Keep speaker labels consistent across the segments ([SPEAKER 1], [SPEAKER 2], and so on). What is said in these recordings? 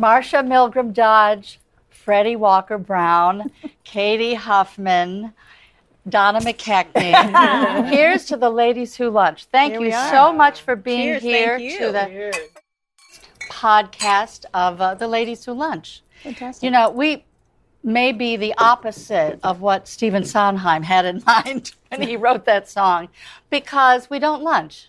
[SPEAKER 1] Marsha Milgram Dodge, Freddie Walker Brown, Katie Huffman, Donna McKechnie. Here's to the ladies who lunch. Thank
[SPEAKER 2] Here
[SPEAKER 1] you
[SPEAKER 2] we are.
[SPEAKER 1] so much for being
[SPEAKER 2] Cheers,
[SPEAKER 1] here
[SPEAKER 2] thank
[SPEAKER 1] to
[SPEAKER 2] you.
[SPEAKER 1] the podcast of uh, the ladies who lunch.
[SPEAKER 3] Fantastic.
[SPEAKER 1] You know, we may be the opposite of what Stephen Sondheim had in mind when he wrote that song, because we don't lunch,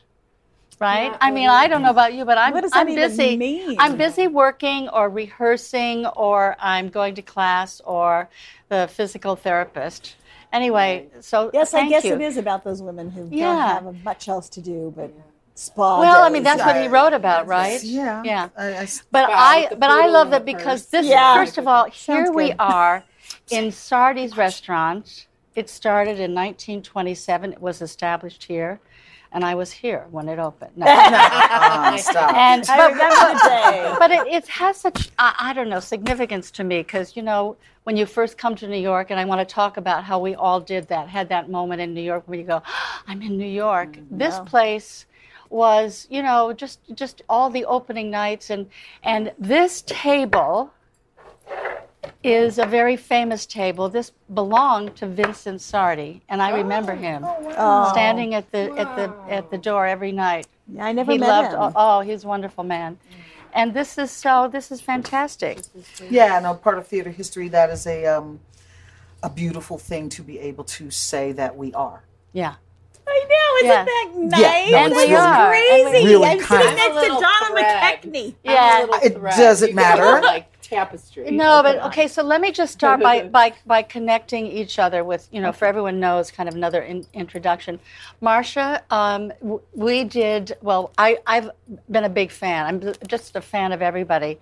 [SPEAKER 1] right? I mean, I don't know about you, but I'm
[SPEAKER 3] What does that
[SPEAKER 1] I'm
[SPEAKER 3] even
[SPEAKER 1] busy.
[SPEAKER 3] mean?
[SPEAKER 1] I'm busy working or rehearsing, or I'm going to class or the physical therapist. Anyway, so
[SPEAKER 3] yes, I
[SPEAKER 1] thank
[SPEAKER 3] guess
[SPEAKER 1] you.
[SPEAKER 3] it is about those women who
[SPEAKER 1] Yeah.
[SPEAKER 3] don't have much else to do but spa.
[SPEAKER 1] Well, I mean,
[SPEAKER 3] days.
[SPEAKER 1] that's what he wrote about, right?
[SPEAKER 4] Yeah.
[SPEAKER 1] Yeah.
[SPEAKER 4] I, I s-
[SPEAKER 1] But
[SPEAKER 2] Wow,
[SPEAKER 1] I
[SPEAKER 2] the
[SPEAKER 1] but I
[SPEAKER 2] poodle
[SPEAKER 1] love
[SPEAKER 2] in
[SPEAKER 1] that
[SPEAKER 2] the
[SPEAKER 1] because
[SPEAKER 2] purse.
[SPEAKER 1] this
[SPEAKER 3] Yeah.
[SPEAKER 1] first of all here
[SPEAKER 3] Sounds
[SPEAKER 1] we
[SPEAKER 3] good.
[SPEAKER 1] are in Sardi's restaurant. It started in 1927. It was established here, and I was here when it opened. No. Ah,
[SPEAKER 4] uh, stop.
[SPEAKER 1] and
[SPEAKER 3] I remember the day.
[SPEAKER 1] but it, it has such I, I don't know significance to me because you know when you first come to new york and i want to talk about how we all did that had that moment in new york where you go i'm in new york
[SPEAKER 3] Mm,
[SPEAKER 1] this place was you know just just all the opening nights and and this table is a very famous table this belonged to vincent sardi and i remember him
[SPEAKER 3] Oh.
[SPEAKER 1] standing at the at the at the door every night
[SPEAKER 3] I never
[SPEAKER 1] he
[SPEAKER 3] met
[SPEAKER 1] loved.
[SPEAKER 3] him.
[SPEAKER 1] Oh, oh, he's a wonderful man. And this is so. This is fantastic.
[SPEAKER 4] Yeah, no, part of theater history, that is a, um, a beautiful thing to be able to say that we are.
[SPEAKER 1] Yeah.
[SPEAKER 3] I know, isn't
[SPEAKER 1] Yeah.
[SPEAKER 3] that nice?
[SPEAKER 4] Yeah, no,
[SPEAKER 1] And it's we really- are.
[SPEAKER 3] That's crazy.
[SPEAKER 4] And we- Really
[SPEAKER 3] I'm
[SPEAKER 4] kind.
[SPEAKER 3] sitting
[SPEAKER 4] I'm a
[SPEAKER 3] next to
[SPEAKER 2] little
[SPEAKER 3] Donna
[SPEAKER 2] thread.
[SPEAKER 3] McKechnie.
[SPEAKER 1] Yeah.
[SPEAKER 2] I'm a little
[SPEAKER 4] It
[SPEAKER 2] thread.
[SPEAKER 4] doesn't
[SPEAKER 2] You guys
[SPEAKER 4] matter.
[SPEAKER 2] are Like tapestry.
[SPEAKER 1] No, but okay. So let me just start by by by connecting each other with you know for everyone knows kind of another in, introduction. Marcia, um, w- we did well. I I've been a big fan. I'm just a fan of everybody.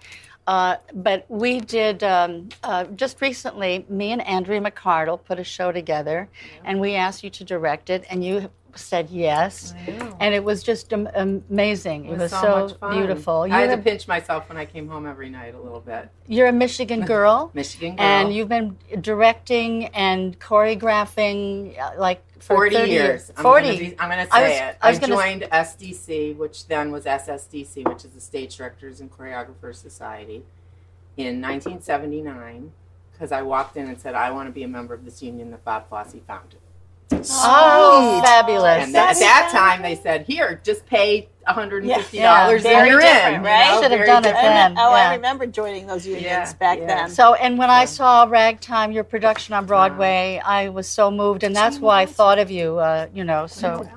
[SPEAKER 1] Uh, but we did um, uh, just recently. Me and Andrea McCardle put a show together, and we asked you to direct it, and you said yes, and it was just am- amazing. It was, so,
[SPEAKER 2] much fun.
[SPEAKER 1] beautiful.
[SPEAKER 2] I had
[SPEAKER 1] You're,
[SPEAKER 2] to pinch myself when I came home every night a little bit.
[SPEAKER 1] you're a Michigan girl.
[SPEAKER 2] Michigan girl.
[SPEAKER 1] And you've been directing and choreographing uh, like for
[SPEAKER 2] 40
[SPEAKER 1] 30
[SPEAKER 2] years. I'm
[SPEAKER 1] 40.
[SPEAKER 2] Gonna be, I'm going to say
[SPEAKER 1] I was-
[SPEAKER 2] it.
[SPEAKER 1] I
[SPEAKER 2] I,
[SPEAKER 1] was gonna s-
[SPEAKER 2] joined SDC, which then was SSDC, which is the Stage Directors and Choreographers Society, in 1979 because I walked in and said, I want to be a member of this union that Bob Fosse founded.
[SPEAKER 1] oh, fabulous.
[SPEAKER 2] And that, at that time, they said, here, just pay $150
[SPEAKER 1] Yeah,
[SPEAKER 2] and
[SPEAKER 1] very
[SPEAKER 2] you're
[SPEAKER 1] different,
[SPEAKER 2] in.
[SPEAKER 1] right? Should have
[SPEAKER 2] Very
[SPEAKER 1] done it
[SPEAKER 3] I
[SPEAKER 2] different.
[SPEAKER 1] then.
[SPEAKER 3] rem- oh,
[SPEAKER 1] yeah.
[SPEAKER 3] I remember joining those unions
[SPEAKER 2] Yeah,
[SPEAKER 3] back
[SPEAKER 2] yeah.
[SPEAKER 3] then.
[SPEAKER 1] so, and when I saw Ragtime, your production on Broadway, I was so moved, and that's why I thought of you. Uh, you know, so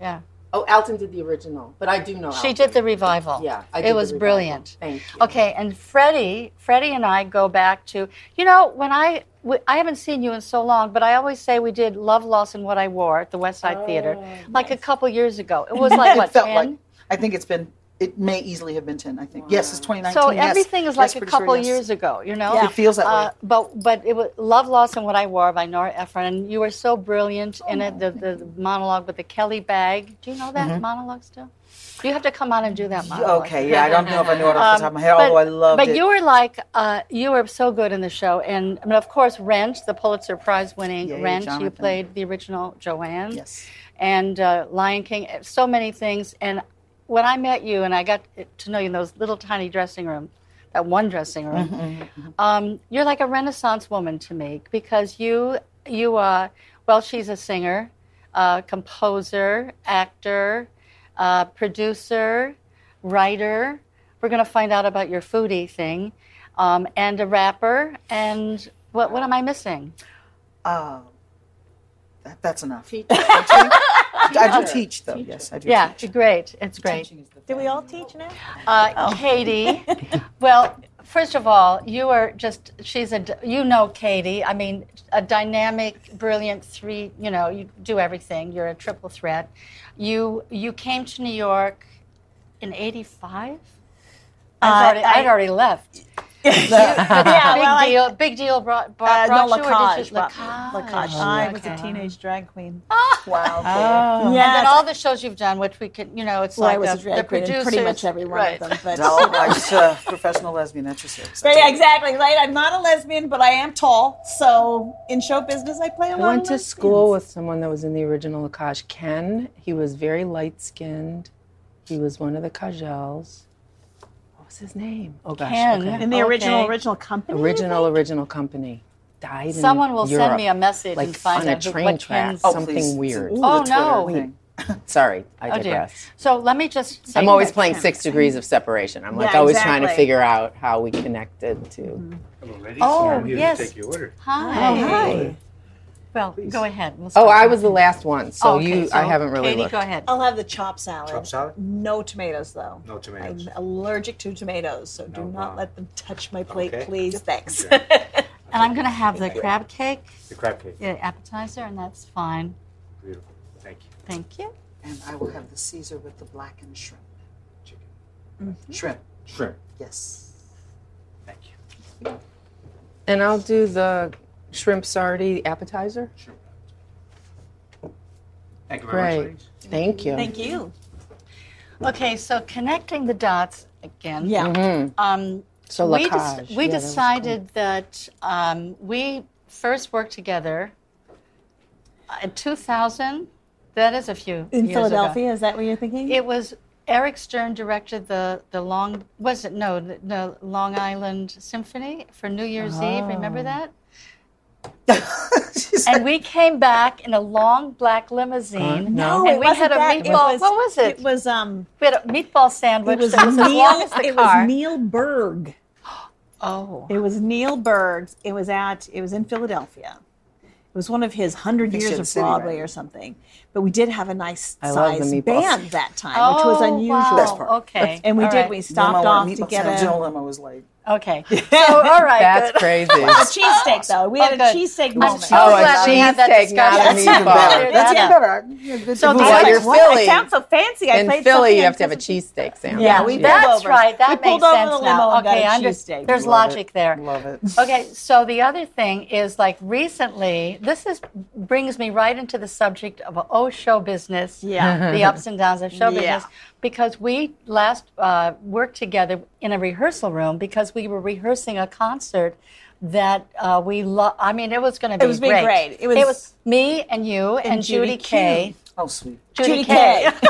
[SPEAKER 1] yeah,
[SPEAKER 2] Oh, Elton did the original, but I do know
[SPEAKER 1] she
[SPEAKER 2] Elton.
[SPEAKER 1] did the revival.
[SPEAKER 2] Yeah, I did
[SPEAKER 1] it
[SPEAKER 2] the
[SPEAKER 1] was
[SPEAKER 2] revival.
[SPEAKER 1] brilliant.
[SPEAKER 2] Thank you.
[SPEAKER 1] Okay, and Freddie, Freddie and I go back to you know when I we, I haven't seen you in so long, but I always say we did Love, Loss, and What I Wore at the West Side Theater
[SPEAKER 2] Oh,
[SPEAKER 1] like a couple years ago. It was like
[SPEAKER 4] It
[SPEAKER 1] what
[SPEAKER 4] felt
[SPEAKER 1] 10?
[SPEAKER 4] like- I think it's been, it may easily have been 10, I think. Yes, it's 2019.
[SPEAKER 1] so
[SPEAKER 4] yes.
[SPEAKER 1] everything is
[SPEAKER 4] Yes,
[SPEAKER 1] like a
[SPEAKER 4] pretty sure,
[SPEAKER 1] couple
[SPEAKER 4] yes.
[SPEAKER 1] years ago, you know.
[SPEAKER 4] It feels that
[SPEAKER 1] Uh,
[SPEAKER 4] way.
[SPEAKER 1] but but it was Love, Loss, and What I Wore by Nora Ephron, and you were so brilliant in it. The, the monologue with the Kelly bag. Do you know
[SPEAKER 4] Mm-hmm.
[SPEAKER 1] that monologue still? You have to come on and do that monologue.
[SPEAKER 4] Okay, yeah, I don't know if I know it off the top of my head,
[SPEAKER 1] Um, but,
[SPEAKER 4] although I loved
[SPEAKER 1] but
[SPEAKER 4] it.
[SPEAKER 1] you were like, uh, you were so good in the show, and I mean, of course, Rent, the Pulitzer Prize winning
[SPEAKER 4] Yay,
[SPEAKER 1] Rent, you
[SPEAKER 4] Jonathan.
[SPEAKER 1] played the original Joanne,
[SPEAKER 4] Yes.
[SPEAKER 1] and uh, Lion King, so many things. And when I met you, and I got to know you in those little tiny dressing room, that one dressing room, um, you're like a Renaissance woman to me because you, you, uh, well, she's a singer, uh, composer, actor, uh, producer, writer. We're going to find out about your foodie thing, um, and a rapper. And what, what am I missing?
[SPEAKER 4] Uh, that, that's enough.
[SPEAKER 2] Teacher.
[SPEAKER 4] I do teach, though. Yes, I do
[SPEAKER 1] Yeah,
[SPEAKER 4] teach.
[SPEAKER 1] great. It's great.
[SPEAKER 2] Teaching is the
[SPEAKER 3] Do we all teach now?
[SPEAKER 1] Uh,
[SPEAKER 3] Oh.
[SPEAKER 1] Katie, well, first of all, you are just, she's a, d- you know Katie. I mean, a dynamic, brilliant three, you know, you do everything. You're a triple threat. You, you came to New York in 85? I'd, already,
[SPEAKER 3] Uh, I-
[SPEAKER 1] I'd already left.
[SPEAKER 3] yeah,
[SPEAKER 1] big
[SPEAKER 3] well, I-
[SPEAKER 1] deal. big deal brought,
[SPEAKER 3] Uh,
[SPEAKER 1] brought,
[SPEAKER 3] no,
[SPEAKER 1] brought you, or did
[SPEAKER 3] Lacage.
[SPEAKER 1] you
[SPEAKER 3] brought-
[SPEAKER 1] Lacage.
[SPEAKER 3] Lacage. I was a
[SPEAKER 1] Oh, Okay.
[SPEAKER 3] teenage drag queen.
[SPEAKER 4] Wow.
[SPEAKER 1] And
[SPEAKER 3] Oh. Yes.
[SPEAKER 1] then all the shows you've done, which we could, you know, it's
[SPEAKER 3] Well,
[SPEAKER 1] like
[SPEAKER 3] I was
[SPEAKER 1] the,
[SPEAKER 3] a drag
[SPEAKER 1] the
[SPEAKER 3] queen in
[SPEAKER 1] producers,
[SPEAKER 3] pretty much every one
[SPEAKER 1] right.
[SPEAKER 3] of them. But,
[SPEAKER 4] No, I was a professional lesbian at your service.
[SPEAKER 3] But yeah, exactly. Right. I'm not a lesbian, but I am tall. So in show business, I play a
[SPEAKER 2] I
[SPEAKER 3] lot.
[SPEAKER 2] went
[SPEAKER 3] of
[SPEAKER 2] to
[SPEAKER 3] lesbians.
[SPEAKER 2] school with someone that was in the original Akash. Ken, he was very light skinned. He was one of the Kajals. What was his name? Oh gosh.
[SPEAKER 1] Ken.
[SPEAKER 3] in
[SPEAKER 2] Okay.
[SPEAKER 3] the original
[SPEAKER 1] Okay.
[SPEAKER 3] original company.
[SPEAKER 2] Original, original company. Died in
[SPEAKER 1] Someone will send
[SPEAKER 2] Europe,
[SPEAKER 1] me a message
[SPEAKER 2] like
[SPEAKER 1] and find
[SPEAKER 2] on
[SPEAKER 1] out
[SPEAKER 2] a
[SPEAKER 1] who-
[SPEAKER 2] train
[SPEAKER 1] what
[SPEAKER 2] track.
[SPEAKER 1] Ken's-
[SPEAKER 4] Oh,
[SPEAKER 2] something
[SPEAKER 4] please.
[SPEAKER 2] weird.
[SPEAKER 4] Ooh,
[SPEAKER 1] Oh,
[SPEAKER 4] the Twitter
[SPEAKER 1] no.
[SPEAKER 4] thing.
[SPEAKER 2] Sorry, I
[SPEAKER 1] Oh dear.
[SPEAKER 2] digress.
[SPEAKER 1] So let me just. Say
[SPEAKER 2] I'm always
[SPEAKER 1] that-
[SPEAKER 2] playing six degrees of separation. I'm like
[SPEAKER 3] Yeah,
[SPEAKER 2] always trying to
[SPEAKER 3] exactly.
[SPEAKER 2] figure out how we connected to.
[SPEAKER 5] Hello, ladies.
[SPEAKER 1] Oh,
[SPEAKER 5] I'm here
[SPEAKER 1] yes.
[SPEAKER 5] to take your order.
[SPEAKER 1] Hi.
[SPEAKER 2] Oh, hi.
[SPEAKER 1] Well, go ahead. We'll
[SPEAKER 2] Oh,
[SPEAKER 1] start
[SPEAKER 2] I
[SPEAKER 1] with-
[SPEAKER 2] was the last one, so
[SPEAKER 1] Oh, okay.
[SPEAKER 2] you. I haven't really
[SPEAKER 1] Katie,
[SPEAKER 2] looked.
[SPEAKER 1] go ahead.
[SPEAKER 3] I'll have the chopped salad.
[SPEAKER 5] Chopped salad?
[SPEAKER 3] No tomatoes, though.
[SPEAKER 5] No tomatoes.
[SPEAKER 3] I'm allergic to tomatoes, so do
[SPEAKER 5] No
[SPEAKER 3] not
[SPEAKER 5] problem.
[SPEAKER 3] let them touch my plate,
[SPEAKER 5] Okay.
[SPEAKER 3] please. Thanks.
[SPEAKER 1] And I'm going to have the crab cake
[SPEAKER 5] The crab cake.
[SPEAKER 1] yeah, appetizer, and that's fine.
[SPEAKER 5] Beautiful. Thank you.
[SPEAKER 1] Thank you.
[SPEAKER 4] And I will have the Caesar with the blackened shrimp.
[SPEAKER 5] Chicken.
[SPEAKER 4] Shrimp,
[SPEAKER 5] Shrimp.
[SPEAKER 4] yes.
[SPEAKER 5] Thank you.
[SPEAKER 2] And I'll do the shrimp sardi appetizer.
[SPEAKER 5] Shrimp. Thank you very
[SPEAKER 2] Great.
[SPEAKER 5] much, ladies.
[SPEAKER 2] Thank you.
[SPEAKER 3] Thank you.
[SPEAKER 1] Okay, so connecting the dots again.
[SPEAKER 3] Yeah.
[SPEAKER 1] Um,
[SPEAKER 2] So
[SPEAKER 1] we,
[SPEAKER 2] Lacage.
[SPEAKER 1] we
[SPEAKER 2] Yeah, that was
[SPEAKER 1] decided that um, we first worked together uh, in 2000. That is a few
[SPEAKER 3] In
[SPEAKER 1] years ago.
[SPEAKER 3] Philadelphia, is that what you're thinking?
[SPEAKER 1] It was Eric Stern directed the the Long was it no the- the Long Island Symphony for New Year's Eve. Remember that?
[SPEAKER 4] She's
[SPEAKER 1] And we came back in a long black limousine.
[SPEAKER 2] no.
[SPEAKER 3] it
[SPEAKER 1] and we had
[SPEAKER 3] wasn't
[SPEAKER 1] a
[SPEAKER 3] that. It
[SPEAKER 1] meatball. what was it?
[SPEAKER 3] It was um.
[SPEAKER 1] we had a meatball sandwich
[SPEAKER 3] It was
[SPEAKER 1] that was as long
[SPEAKER 3] Neil.
[SPEAKER 1] as the
[SPEAKER 3] It
[SPEAKER 1] car.
[SPEAKER 3] was Neil Berg.
[SPEAKER 1] oh,
[SPEAKER 3] It was Neil Berg's. It was at. It was in Philadelphia. It was one of his hundred
[SPEAKER 4] Fiction
[SPEAKER 3] years of
[SPEAKER 4] City,
[SPEAKER 3] Broadway
[SPEAKER 4] right?
[SPEAKER 3] or something. But we did have a nice
[SPEAKER 2] I love the
[SPEAKER 3] size
[SPEAKER 2] meatballs.
[SPEAKER 3] band that time, which
[SPEAKER 1] oh,
[SPEAKER 3] was unusual.
[SPEAKER 1] Wow.
[SPEAKER 4] Best part.
[SPEAKER 1] Okay,
[SPEAKER 3] And we
[SPEAKER 1] all
[SPEAKER 3] did.
[SPEAKER 1] right.
[SPEAKER 3] We
[SPEAKER 4] Limo
[SPEAKER 3] stopped
[SPEAKER 4] and
[SPEAKER 3] off to
[SPEAKER 4] meatballs.
[SPEAKER 3] get
[SPEAKER 4] No,
[SPEAKER 3] a,
[SPEAKER 4] General Limo was like,
[SPEAKER 1] Okay. So all right,
[SPEAKER 2] That's
[SPEAKER 1] good.
[SPEAKER 2] crazy.
[SPEAKER 3] a cheesesteak, though. We had
[SPEAKER 1] Oh,
[SPEAKER 3] a
[SPEAKER 1] good.
[SPEAKER 3] cheesesteak
[SPEAKER 1] I'm
[SPEAKER 3] moment.
[SPEAKER 1] so
[SPEAKER 2] Oh, a
[SPEAKER 1] glad we had that
[SPEAKER 2] cheesesteak, not a
[SPEAKER 1] discussion.
[SPEAKER 4] that's even better.
[SPEAKER 1] Clear
[SPEAKER 4] That's even
[SPEAKER 1] that up.
[SPEAKER 4] better. Yeah, good
[SPEAKER 1] So
[SPEAKER 4] to
[SPEAKER 1] the-
[SPEAKER 4] know.
[SPEAKER 2] Well, you're
[SPEAKER 3] What?
[SPEAKER 2] Philly.
[SPEAKER 3] I sound so fancy. I
[SPEAKER 2] In
[SPEAKER 3] played
[SPEAKER 2] Philly,
[SPEAKER 3] something
[SPEAKER 2] you have to have
[SPEAKER 3] on
[SPEAKER 2] a cheesesteak sandwich.
[SPEAKER 3] Yeah, we
[SPEAKER 2] yeah.
[SPEAKER 3] pulled
[SPEAKER 1] That's
[SPEAKER 3] over.
[SPEAKER 1] right. That
[SPEAKER 3] We pulled
[SPEAKER 1] makes
[SPEAKER 3] over
[SPEAKER 1] sense
[SPEAKER 3] the limo
[SPEAKER 1] now.
[SPEAKER 3] and got
[SPEAKER 1] Okay,
[SPEAKER 3] a
[SPEAKER 1] I under-
[SPEAKER 3] cheesesteak.
[SPEAKER 1] There's
[SPEAKER 4] Love
[SPEAKER 1] logic there.
[SPEAKER 4] Love it.
[SPEAKER 1] Okay, so the other thing is like recently, this is brings me right into the subject of oh show business.
[SPEAKER 3] Yeah.
[SPEAKER 1] the ups and downs of show
[SPEAKER 3] Yeah.
[SPEAKER 1] business because we last uh, worked together in a rehearsal room because we were rehearsing a concert that uh, we love. I mean, it was going to be
[SPEAKER 3] was being great. It was-
[SPEAKER 1] me and you and, Judy,
[SPEAKER 3] Judy
[SPEAKER 1] Kay.
[SPEAKER 4] Oh, sweet.
[SPEAKER 1] Judy,
[SPEAKER 3] Judy Kay.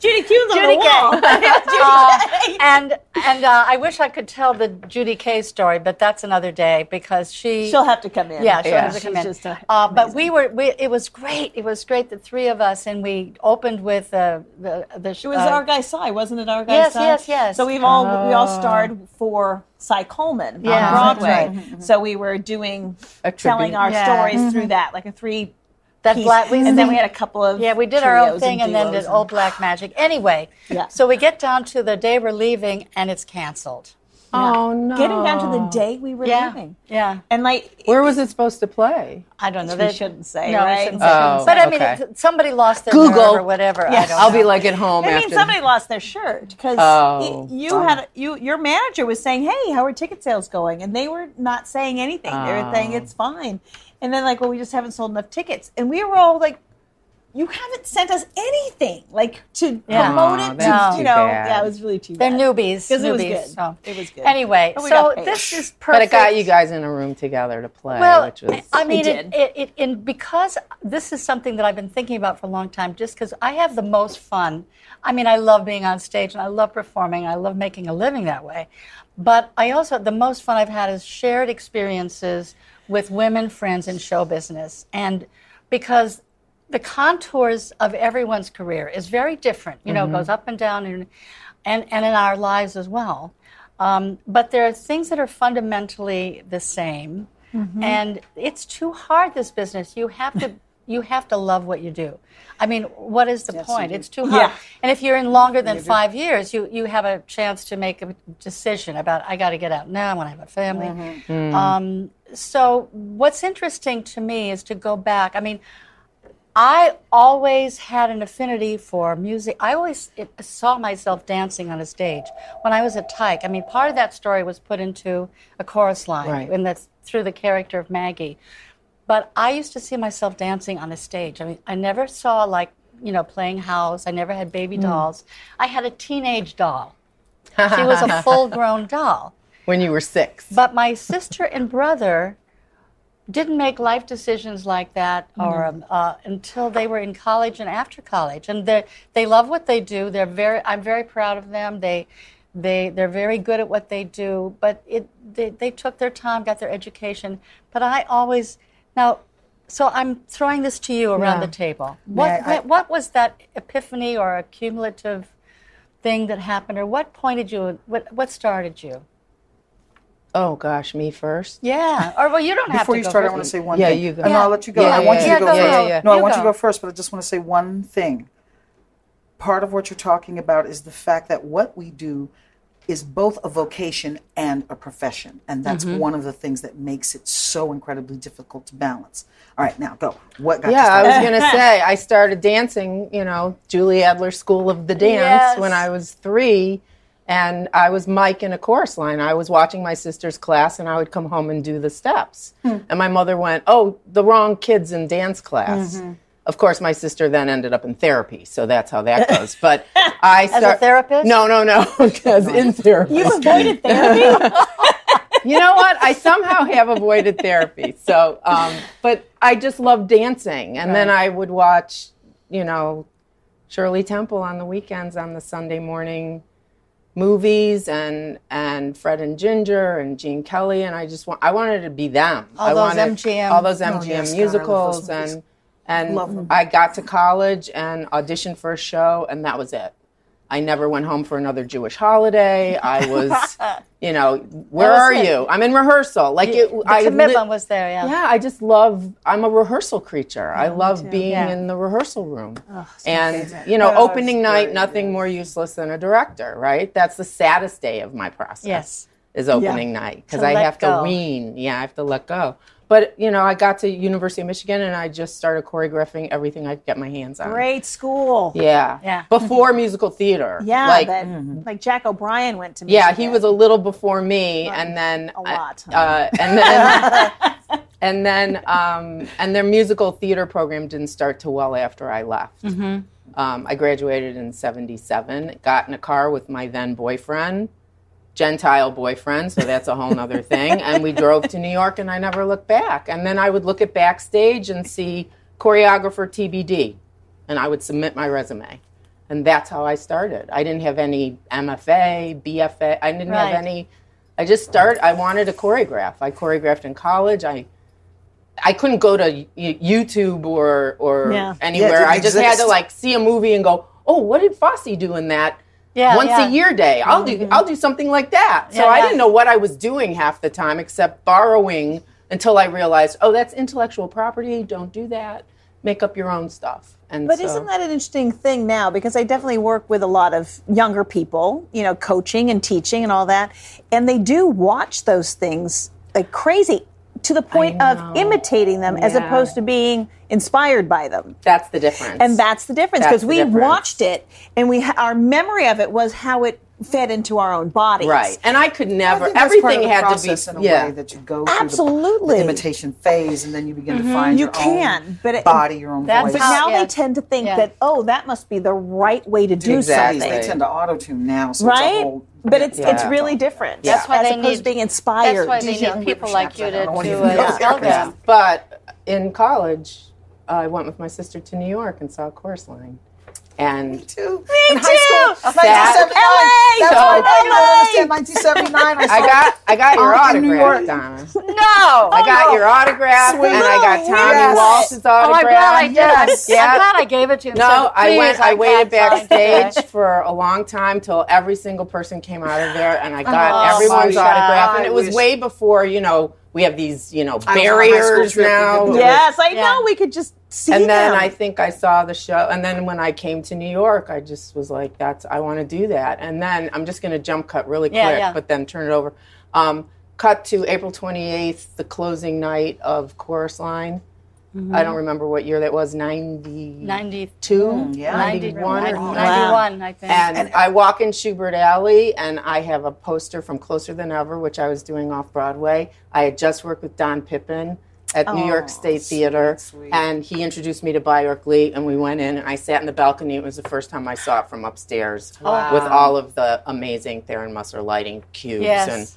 [SPEAKER 3] Judy Q's on
[SPEAKER 1] Judy
[SPEAKER 3] the wall.
[SPEAKER 1] Kay. Uh, and and uh, I wish I could tell the Judy Kay story, but that's another day because she
[SPEAKER 3] She'll have to come in.
[SPEAKER 1] Yeah, she'll have to
[SPEAKER 3] She's
[SPEAKER 1] come in.
[SPEAKER 3] just a-
[SPEAKER 1] uh, but we were, we, it was great. It was great, the three of us, and we opened with uh, the the. uh,
[SPEAKER 3] It was our guy Cy, wasn't it? Our guy
[SPEAKER 1] yes,
[SPEAKER 3] Cy.
[SPEAKER 1] yes, yes.
[SPEAKER 3] So we've all we all starred for Cy Coleman
[SPEAKER 1] Yeah, that's
[SPEAKER 3] on Broadway.
[SPEAKER 1] right.
[SPEAKER 3] So we were doing
[SPEAKER 2] A
[SPEAKER 3] telling
[SPEAKER 2] tribute.
[SPEAKER 3] our
[SPEAKER 1] Yeah.
[SPEAKER 3] stories through that, like a three.
[SPEAKER 1] That
[SPEAKER 3] piece.
[SPEAKER 1] black- we
[SPEAKER 3] and
[SPEAKER 1] sing-
[SPEAKER 3] then we had a couple of
[SPEAKER 1] Yeah, we did our own
[SPEAKER 3] trios
[SPEAKER 1] thing and, then
[SPEAKER 3] duos
[SPEAKER 1] did old black magic. Anyway,
[SPEAKER 3] Yeah.
[SPEAKER 1] so we get down to the day we're leaving and it's canceled.
[SPEAKER 2] Oh no.
[SPEAKER 3] getting down to the day we were
[SPEAKER 1] Yeah.
[SPEAKER 3] leaving.
[SPEAKER 1] Yeah.
[SPEAKER 3] And like
[SPEAKER 2] Where was it supposed to play?
[SPEAKER 1] I don't know.
[SPEAKER 3] we
[SPEAKER 1] They-
[SPEAKER 3] shouldn't say,
[SPEAKER 1] no, we
[SPEAKER 3] right?
[SPEAKER 1] shouldn't say.
[SPEAKER 2] Oh,
[SPEAKER 1] but I mean,
[SPEAKER 2] okay.
[SPEAKER 1] it's- somebody lost their
[SPEAKER 2] Google.
[SPEAKER 1] nerve or whatever. I
[SPEAKER 3] Yes.
[SPEAKER 1] don't
[SPEAKER 2] I'll be
[SPEAKER 1] know.
[SPEAKER 2] like at home
[SPEAKER 3] I
[SPEAKER 2] after.
[SPEAKER 3] mean, somebody lost their shirt because
[SPEAKER 2] Oh.
[SPEAKER 3] you had you your manager was saying, "Hey, how are ticket sales going?" and they were not saying anything. They were
[SPEAKER 2] Oh.
[SPEAKER 3] saying it's fine, and then like, "Well, we just haven't sold enough tickets," and we were all like, "You haven't sent us anything like to
[SPEAKER 1] Yeah.
[SPEAKER 3] promote
[SPEAKER 2] Aw,
[SPEAKER 3] it." To,
[SPEAKER 2] that's
[SPEAKER 3] you
[SPEAKER 2] too
[SPEAKER 3] know,
[SPEAKER 2] bad.
[SPEAKER 3] yeah, it was really too.
[SPEAKER 1] They're
[SPEAKER 3] bad.
[SPEAKER 1] newbies.
[SPEAKER 3] 'Cause it was
[SPEAKER 1] newbies,
[SPEAKER 3] good.
[SPEAKER 1] so.
[SPEAKER 3] It was good.
[SPEAKER 1] Anyway,
[SPEAKER 3] But we
[SPEAKER 1] so
[SPEAKER 3] got paid.
[SPEAKER 1] this is perfect.
[SPEAKER 2] but it got you guys in a room together to play,
[SPEAKER 1] Well,
[SPEAKER 2] which was
[SPEAKER 1] I mean, it,
[SPEAKER 3] did.
[SPEAKER 1] it, it, and because this is something that I've been thinking about for a long time, just because I have the most fun. I mean, I love being on stage and I love performing. I love making a living that way. But I also, the most fun I've had is shared experiences with women friends in show business. And because the contours of everyone's career is very different, you know, it goes up and down and, and, and in our lives as well. Um, but there are things that are fundamentally the same, and it's too hard. This business, you have to you have to love what you do. I mean, what is the point? It's too hard.
[SPEAKER 3] Yeah.
[SPEAKER 1] And if you're in longer than five years, you you have a chance to make a decision about I got to get out now. I want to have a family. Um, so what's interesting to me is to go back. I mean, I always had an affinity for music. I always it, saw myself dancing on a stage when I was at Tyke. I mean, part of that story was put into a chorus line,
[SPEAKER 4] Right.
[SPEAKER 1] and that's through the character of Maggie. But I used to see myself dancing on a stage. I mean, I never saw like you know playing house. I never had baby dolls. I had a teenage doll. She was a full-grown doll.
[SPEAKER 6] when you were six.
[SPEAKER 1] But my sister and brother didn't make life decisions like that or um, uh, until they were in college and after college. And they they love what they do. They're very I'm very proud of them. They they they're very good at what they do. But it they, they took their time, got their education. But I always now. So I'm throwing this to you around
[SPEAKER 4] Yeah.
[SPEAKER 1] the table. What,
[SPEAKER 4] I-
[SPEAKER 1] what what was that epiphany or a cumulative thing that happened, or what pointed you? What what started you?
[SPEAKER 6] oh gosh, me first.
[SPEAKER 1] Yeah. Or well, you don't have
[SPEAKER 4] Before
[SPEAKER 1] to
[SPEAKER 4] you
[SPEAKER 1] go
[SPEAKER 4] start, I
[SPEAKER 1] first.
[SPEAKER 4] want to say one
[SPEAKER 6] Yeah,
[SPEAKER 4] thing.
[SPEAKER 6] you go.
[SPEAKER 4] And I'll
[SPEAKER 1] Yeah.
[SPEAKER 4] let you go.
[SPEAKER 1] Yeah,
[SPEAKER 4] I want you
[SPEAKER 6] yeah,
[SPEAKER 4] to
[SPEAKER 6] yeah.
[SPEAKER 4] go
[SPEAKER 6] Yeah,
[SPEAKER 4] first.
[SPEAKER 6] yeah, yeah.
[SPEAKER 4] No, I
[SPEAKER 1] You
[SPEAKER 4] want you to
[SPEAKER 1] go.
[SPEAKER 4] go first, but I just want to say one thing. Part of what you're talking about is the fact that what we do is both a vocation and a profession. And that's
[SPEAKER 6] Mm-hmm.
[SPEAKER 4] one of the things that makes it so incredibly difficult to balance. All right, now go. What got
[SPEAKER 6] Yeah, I
[SPEAKER 4] you started?
[SPEAKER 6] was gonna say I started dancing. You know, Julie Adler School of the Dance
[SPEAKER 1] Yes.
[SPEAKER 6] when I was three, and I was Mike in a chorus line. I was watching my sister's class, and I would come home and do the steps.
[SPEAKER 1] Hmm.
[SPEAKER 6] And my mother went, "Oh, the wrong kids in dance class."
[SPEAKER 1] Mm-hmm.
[SPEAKER 6] Of course, my sister then ended up in therapy, so that's how that goes. But I
[SPEAKER 1] a
[SPEAKER 6] started
[SPEAKER 1] therapist?
[SPEAKER 6] No, no, no, as in therapy.
[SPEAKER 3] You've avoided therapy.
[SPEAKER 6] you know what? I somehow have avoided therapy. So, um, but I just love dancing, and then I would watch, you know, Shirley Temple on the weekends on the Sunday morning movies, and and Fred and Ginger and Gene Kelly, and I just want I wanted to be them.
[SPEAKER 1] All
[SPEAKER 6] I
[SPEAKER 1] those
[SPEAKER 6] wanted,
[SPEAKER 1] MGM.
[SPEAKER 6] all those
[SPEAKER 4] Oh, yes,
[SPEAKER 6] MGM
[SPEAKER 4] God, I love those
[SPEAKER 6] musicals,
[SPEAKER 4] movies.
[SPEAKER 6] and and
[SPEAKER 4] Love them.
[SPEAKER 6] I got to college and auditioned for a show, and that was it. I never went home for another Jewish holiday. I was, you know, where
[SPEAKER 1] was
[SPEAKER 6] are
[SPEAKER 1] it.
[SPEAKER 6] you? I'm in rehearsal. Like it,
[SPEAKER 1] The
[SPEAKER 6] I li-
[SPEAKER 1] commitment was there, yeah.
[SPEAKER 6] yeah, I just love. I'm a rehearsal creature. I love being
[SPEAKER 1] Yeah.
[SPEAKER 6] in the rehearsal room, and you
[SPEAKER 1] Oh,
[SPEAKER 6] know, opening night, nothing more useless than a director, right? That's the saddest day of my process.
[SPEAKER 1] Yes.
[SPEAKER 6] is opening night because
[SPEAKER 1] To
[SPEAKER 6] I
[SPEAKER 1] let
[SPEAKER 6] have
[SPEAKER 1] go.
[SPEAKER 6] to wean. Yeah, I have to let go. But you know, I got to University of Michigan and I just started choreographing everything I could get my hands on.
[SPEAKER 3] Great school.
[SPEAKER 6] Yeah.
[SPEAKER 1] Yeah.
[SPEAKER 6] Before musical theater.
[SPEAKER 3] Yeah,
[SPEAKER 6] Like,
[SPEAKER 3] but
[SPEAKER 2] mm-hmm.
[SPEAKER 3] like Jack O'Brien went to.
[SPEAKER 6] yeah,
[SPEAKER 3] Michigan.
[SPEAKER 6] he was a little before me, and then
[SPEAKER 3] a lot.
[SPEAKER 6] Uh, and then, and then, um, and their musical theater program didn't start till well after I left.
[SPEAKER 3] Mm-hmm.
[SPEAKER 6] Um, I graduated in '77. Got in a car with my then boyfriend, Gentile boyfriend, so that's a whole nother thing. And we drove to New York, and I never looked back. And then I would look at backstage and see choreographer TBD, and I would submit my resume. And that's how I started. I didn't have any MFA, BFA. I didn't
[SPEAKER 1] Right.
[SPEAKER 6] have any. I just started. I wanted to choreograph. I choreographed in college. I I couldn't go to y- YouTube or or
[SPEAKER 3] Yeah.
[SPEAKER 6] anywhere.
[SPEAKER 4] didn't
[SPEAKER 6] I just had to
[SPEAKER 4] exist.
[SPEAKER 6] like see a movie and go, oh, what did Fosse do in that?
[SPEAKER 1] Yeah,
[SPEAKER 6] once
[SPEAKER 1] yeah.
[SPEAKER 6] a year day. I'll do I'll do something like that. So
[SPEAKER 1] Yeah,
[SPEAKER 6] I
[SPEAKER 1] yeah.
[SPEAKER 6] didn't know what I was doing half the time except borrowing until I realized, oh, that's intellectual property. Don't do that. Make up your own stuff. And
[SPEAKER 3] But
[SPEAKER 6] so,
[SPEAKER 3] isn't that an interesting thing now? Because I definitely work with a lot of younger people, you know, coaching and teaching and all that, and they do watch those things like crazy to the point of imitating them as
[SPEAKER 6] Yeah.
[SPEAKER 3] opposed to being inspired by them.
[SPEAKER 6] that's the difference.
[SPEAKER 3] And that's the difference
[SPEAKER 6] That's
[SPEAKER 3] because
[SPEAKER 6] the
[SPEAKER 3] we
[SPEAKER 6] difference.
[SPEAKER 3] watched it and we ha- our memory of it was how it fed into our own bodies.
[SPEAKER 6] right. And I could
[SPEAKER 4] I
[SPEAKER 6] never.
[SPEAKER 4] think that's
[SPEAKER 6] everything
[SPEAKER 4] part of the
[SPEAKER 6] had
[SPEAKER 4] process
[SPEAKER 6] to
[SPEAKER 4] in
[SPEAKER 6] be
[SPEAKER 4] a
[SPEAKER 6] yeah.
[SPEAKER 4] way that you go through the-
[SPEAKER 3] Absolutely.
[SPEAKER 4] the imitation phase, and then you begin
[SPEAKER 6] Mm-hmm.
[SPEAKER 4] to find
[SPEAKER 3] You
[SPEAKER 4] your own
[SPEAKER 3] can, but it-
[SPEAKER 4] body, your own
[SPEAKER 1] That's
[SPEAKER 4] voice.
[SPEAKER 3] But
[SPEAKER 1] how-
[SPEAKER 3] now
[SPEAKER 1] yeah.
[SPEAKER 3] they tend to think
[SPEAKER 1] Yeah.
[SPEAKER 3] that oh, that must be the right way to do
[SPEAKER 6] Exactly.
[SPEAKER 3] something.
[SPEAKER 4] They tend to auto tune now, so it's a
[SPEAKER 3] right?
[SPEAKER 4] whole,
[SPEAKER 3] but it's it's
[SPEAKER 6] Yeah.
[SPEAKER 3] really different.
[SPEAKER 1] That's why
[SPEAKER 3] as
[SPEAKER 1] they
[SPEAKER 3] opposed
[SPEAKER 1] need-
[SPEAKER 3] to being
[SPEAKER 1] That's
[SPEAKER 3] inspired.
[SPEAKER 1] why they
[SPEAKER 4] These
[SPEAKER 1] need
[SPEAKER 4] young
[SPEAKER 1] people
[SPEAKER 4] whippers
[SPEAKER 1] like you
[SPEAKER 4] snaps, I
[SPEAKER 1] to,
[SPEAKER 4] don't know
[SPEAKER 1] to
[SPEAKER 4] what even
[SPEAKER 1] uh,
[SPEAKER 4] those
[SPEAKER 1] tell
[SPEAKER 4] are. Yeah.
[SPEAKER 1] them.
[SPEAKER 6] But in college, I went with my sister to New York and saw a chorus line. And
[SPEAKER 4] too. in high school,
[SPEAKER 6] Sad.
[SPEAKER 4] 1979. That's
[SPEAKER 6] So-
[SPEAKER 4] why I don't understand 1979. I,
[SPEAKER 6] I
[SPEAKER 4] saw
[SPEAKER 6] got I got your
[SPEAKER 4] Out in New
[SPEAKER 6] autograph,
[SPEAKER 4] York. Oh,
[SPEAKER 6] Donna.
[SPEAKER 1] No.
[SPEAKER 6] I got your autograph
[SPEAKER 4] Sweet.
[SPEAKER 6] and I got Tommy
[SPEAKER 4] Yes.
[SPEAKER 6] Walsh's
[SPEAKER 1] Oh, I'm
[SPEAKER 6] autograph.
[SPEAKER 1] glad I did.
[SPEAKER 4] Yes.
[SPEAKER 1] I'm,
[SPEAKER 6] Yeah.
[SPEAKER 1] I'm glad I gave it to you. and
[SPEAKER 6] No,
[SPEAKER 1] said,
[SPEAKER 6] I went.
[SPEAKER 1] "Please,
[SPEAKER 6] I,
[SPEAKER 1] can't
[SPEAKER 6] waited
[SPEAKER 1] sign today."
[SPEAKER 6] backstage for a long time till every single person came out of there, and I got
[SPEAKER 1] Oh,
[SPEAKER 6] everyone's
[SPEAKER 1] my
[SPEAKER 6] autograph.
[SPEAKER 4] God.
[SPEAKER 6] And it was way before you know we have these you know
[SPEAKER 4] on a high school
[SPEAKER 6] barriers
[SPEAKER 4] trip.
[SPEAKER 6] now.
[SPEAKER 4] We did that.
[SPEAKER 3] Yes, I
[SPEAKER 1] Yeah.
[SPEAKER 3] know. We could just see
[SPEAKER 6] And then
[SPEAKER 3] them.
[SPEAKER 6] I think I saw the show. And then when I came to New York, I just was like, "That's I want to do that." And then I'm just going to jump cut really quick,
[SPEAKER 1] Yeah, yeah.
[SPEAKER 6] but then turn it over. Um, cut to April 28th, the closing night of Chorus Line, I don't remember what year that was, 92,
[SPEAKER 1] 90,
[SPEAKER 6] Mm-hmm.
[SPEAKER 4] yeah.
[SPEAKER 6] 91 or
[SPEAKER 1] 91, I think.
[SPEAKER 6] And, I walk in Schubert Alley, and I have a poster from Closer Than Ever, which I was doing off Broadway. I had just worked with Don Pippin at New York State Theater, and he introduced me to Bjork Lee, and we went in, and I sat in the balcony. It was the first time I saw it from upstairs with all of the amazing Theron Musser lighting cubes,
[SPEAKER 1] Yes.
[SPEAKER 6] and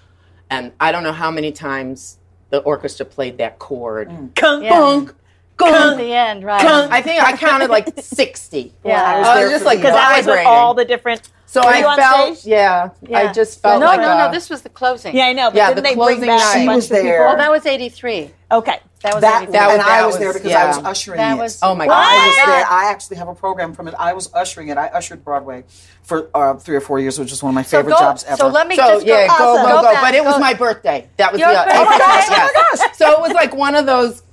[SPEAKER 6] and I don't know how many times the orchestra played that chord.
[SPEAKER 1] Yeah. At the end, right.
[SPEAKER 6] Mm. I think I counted like sixty.
[SPEAKER 1] Yeah.
[SPEAKER 6] I was,
[SPEAKER 1] I was
[SPEAKER 6] there just like
[SPEAKER 3] Because I was with
[SPEAKER 6] vibrating.
[SPEAKER 3] all the different.
[SPEAKER 6] So
[SPEAKER 3] Were
[SPEAKER 6] I
[SPEAKER 3] you on
[SPEAKER 6] felt,
[SPEAKER 3] stage?
[SPEAKER 6] yeah, I
[SPEAKER 1] Yeah.
[SPEAKER 6] just felt
[SPEAKER 1] no,
[SPEAKER 6] like
[SPEAKER 1] no,
[SPEAKER 6] a,
[SPEAKER 1] no. This was the closing.
[SPEAKER 3] Yeah, I know. But
[SPEAKER 6] Yeah,
[SPEAKER 3] didn't
[SPEAKER 6] the
[SPEAKER 3] they bring
[SPEAKER 6] closing
[SPEAKER 3] back
[SPEAKER 6] night.
[SPEAKER 3] a
[SPEAKER 4] She
[SPEAKER 3] bunch
[SPEAKER 4] was
[SPEAKER 3] of people?
[SPEAKER 4] there.
[SPEAKER 1] Oh, that was 83.
[SPEAKER 3] Okay.
[SPEAKER 1] That was
[SPEAKER 4] That,
[SPEAKER 1] 83.
[SPEAKER 6] That was-
[SPEAKER 4] and I
[SPEAKER 6] that
[SPEAKER 4] was
[SPEAKER 6] was-
[SPEAKER 4] there because I
[SPEAKER 6] yeah.
[SPEAKER 4] was ushering
[SPEAKER 1] That
[SPEAKER 4] it.
[SPEAKER 1] was-
[SPEAKER 6] Oh my
[SPEAKER 4] I was
[SPEAKER 6] god!
[SPEAKER 4] there. I actually have a program from it. I was ushering it. I ushered Broadway for uh, three or four years, which is one of my favorite
[SPEAKER 1] so go,
[SPEAKER 4] jobs ever.
[SPEAKER 1] So let me
[SPEAKER 6] So
[SPEAKER 1] just go.
[SPEAKER 6] yeah, go
[SPEAKER 1] Awesome.
[SPEAKER 6] go go!
[SPEAKER 1] back,
[SPEAKER 6] but it was
[SPEAKER 1] go-
[SPEAKER 6] my birthday. That was
[SPEAKER 1] Your
[SPEAKER 6] the
[SPEAKER 1] birthday. Oh my gosh, oh my
[SPEAKER 6] gosh! So it was like one of those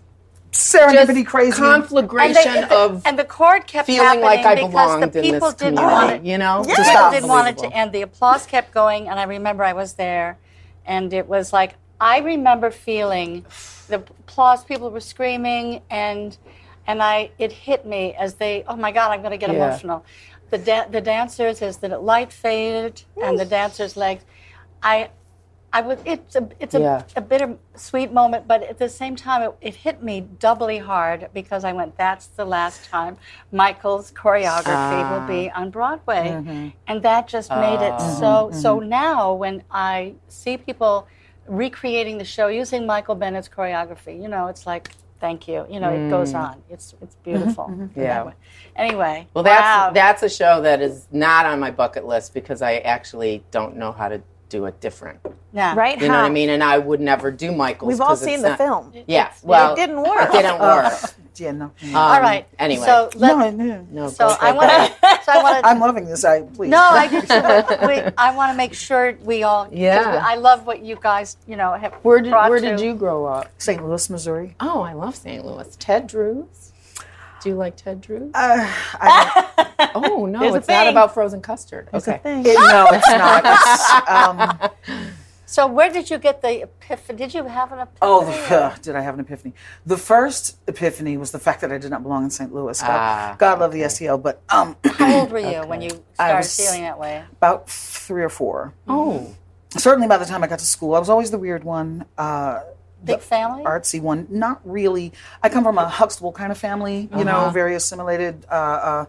[SPEAKER 4] Serendipity,
[SPEAKER 6] just
[SPEAKER 4] crazy.
[SPEAKER 1] and the,
[SPEAKER 6] conflagration
[SPEAKER 1] and the-
[SPEAKER 6] of
[SPEAKER 1] and the chord kept
[SPEAKER 6] feeling
[SPEAKER 1] happening
[SPEAKER 6] like I
[SPEAKER 1] because the
[SPEAKER 6] belonged in
[SPEAKER 1] people
[SPEAKER 6] this
[SPEAKER 1] didn't want it.
[SPEAKER 6] community. You know,
[SPEAKER 1] The
[SPEAKER 4] Yeah.
[SPEAKER 1] people
[SPEAKER 4] Stop.
[SPEAKER 1] didn't want it to
[SPEAKER 6] Unbelievable.
[SPEAKER 1] end. The applause kept going, and I remember I was there, and it was like I remember feeling the applause. People were screaming, and and I it hit me as they. Oh my God, I'm going to get
[SPEAKER 6] Yeah.
[SPEAKER 1] emotional. The da- the dancers as the light faded and the dancers' legs. I. I was. It's a. It's a,
[SPEAKER 6] Yeah.
[SPEAKER 1] a bitter, sweet moment, but at the same time, it, it hit me doubly hard because I went. That's the last time Michael's choreography will be on Broadway, and that just made it so. So now, when I see people recreating the show using Michael Bennett's choreography, you know, it's like. Thank you. You know, it goes on. It's it's beautiful. in that
[SPEAKER 6] Yeah.
[SPEAKER 1] way. Anyway.
[SPEAKER 6] Well, that's
[SPEAKER 1] wow.
[SPEAKER 6] that's a show that is not on my bucket list because I actually don't know how to do it different.
[SPEAKER 1] Yeah.
[SPEAKER 3] Right?
[SPEAKER 6] You know
[SPEAKER 3] How?
[SPEAKER 6] what I mean? And I would never do Michael's.
[SPEAKER 3] We've all
[SPEAKER 6] 'cause it's
[SPEAKER 3] seen the
[SPEAKER 6] not-
[SPEAKER 3] film.
[SPEAKER 6] Yeah, well,
[SPEAKER 3] it didn't work.
[SPEAKER 6] It didn't work. Um,
[SPEAKER 4] yeah, no.
[SPEAKER 1] All right.
[SPEAKER 6] Anyway,
[SPEAKER 1] So let,
[SPEAKER 4] no, no.
[SPEAKER 6] no,
[SPEAKER 1] So
[SPEAKER 6] go
[SPEAKER 1] I
[SPEAKER 6] take
[SPEAKER 1] want
[SPEAKER 6] that.
[SPEAKER 1] to. So I want to.
[SPEAKER 4] I'm loving this. I please.
[SPEAKER 1] No, I just. we, I want to make sure we all. 'cause
[SPEAKER 6] Yeah.
[SPEAKER 1] we- I love what you guys, you know, have.
[SPEAKER 6] Where did
[SPEAKER 1] brought
[SPEAKER 6] where
[SPEAKER 1] to-
[SPEAKER 6] did you grow up?
[SPEAKER 4] St. Louis, Missouri.
[SPEAKER 6] Oh, I love St. Louis. Ted Drews. Do you like Ted Drews?
[SPEAKER 4] Uh, I,
[SPEAKER 6] oh no,
[SPEAKER 3] There's a
[SPEAKER 6] it's not
[SPEAKER 3] thing.
[SPEAKER 6] about frozen custard. okay.
[SPEAKER 4] it, no, it's not. It's, um,
[SPEAKER 1] So where did you get the epiphany? Did you have an epiphany?
[SPEAKER 4] Oh, the, did I have an epiphany? The first epiphany was the fact that I did not belong in St. Louis. God,
[SPEAKER 6] Ah,
[SPEAKER 4] God love the SEL, but um,
[SPEAKER 1] How old were you when you started
[SPEAKER 4] was-
[SPEAKER 1] feeling that way?
[SPEAKER 4] about three or four.
[SPEAKER 6] Oh,
[SPEAKER 4] Certainly by the time I got to school, I was always the weird one, uh,
[SPEAKER 1] Big family.
[SPEAKER 4] artsy one. Not really. I come from a Huxtable kind of family, you know, very assimilated. Uh, uh,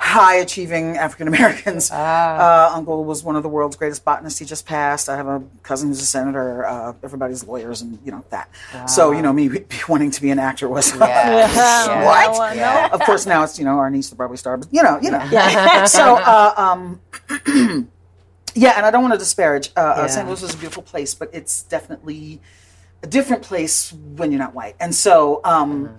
[SPEAKER 4] High achieving African Americans. Uh, uncle was one of the world's greatest botanists. He just passed. I have a cousin who's a senator. Uh, everybody's lawyers, and you know that. So you know me wanting to be an actor was
[SPEAKER 6] Yeah.
[SPEAKER 4] what?
[SPEAKER 1] Oh,
[SPEAKER 3] No, no.
[SPEAKER 4] Of course, now it's you know our niece, the Broadway star, but you know, you know. so, uh, um, yeah, and I don't want to disparage. Uh, uh, St.
[SPEAKER 6] Yeah.
[SPEAKER 4] Louis is a beautiful place, but it's definitely a different place when you're not white. And so, um,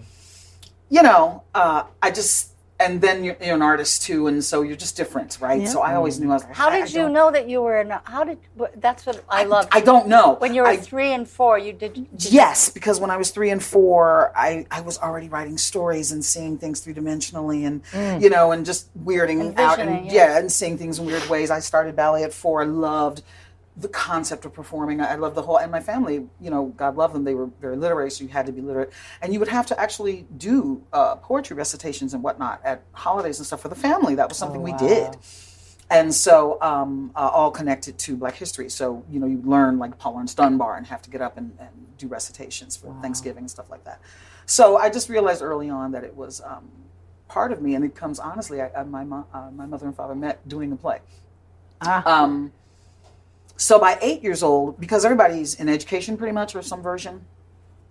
[SPEAKER 4] you know, uh, I just and then you're, you're an artist too, and so you're just different, right? So I always knew I was like,
[SPEAKER 1] How
[SPEAKER 4] I- I
[SPEAKER 1] did you
[SPEAKER 4] don't-
[SPEAKER 1] know that you were? Not, how did? wh- That's what I love.
[SPEAKER 4] I don't know
[SPEAKER 1] When you were
[SPEAKER 4] I-
[SPEAKER 1] three and four, you did. did you-
[SPEAKER 4] Yes, because when I was three and four, I, I was already writing stories and seeing things three dimensionally and you know and just weirding
[SPEAKER 1] And
[SPEAKER 4] out
[SPEAKER 1] visioning,
[SPEAKER 4] and
[SPEAKER 1] yeah.
[SPEAKER 4] yeah. and seeing things in weird ways. I started ballet at four. I loved the concept of performing. I I loved the whole and my family, you know, God love them. They were very literary, so you had to be literate, and you would have to actually do uh, poetry recitations and whatnot at holidays and stuff for the family. That was something we did and so um, uh, all connected to Black history. So you know, you learn like Paul Laurence Dunbar and have to get up and, and do recitations for Thanksgiving and stuff like that. So I just realized early on that it was um, part of me, and it comes honestly. I, I, my mo- uh, my mother and father met doing a play.
[SPEAKER 1] Ah.
[SPEAKER 4] Um, so by eight years old, because everybody's in education pretty much or some version,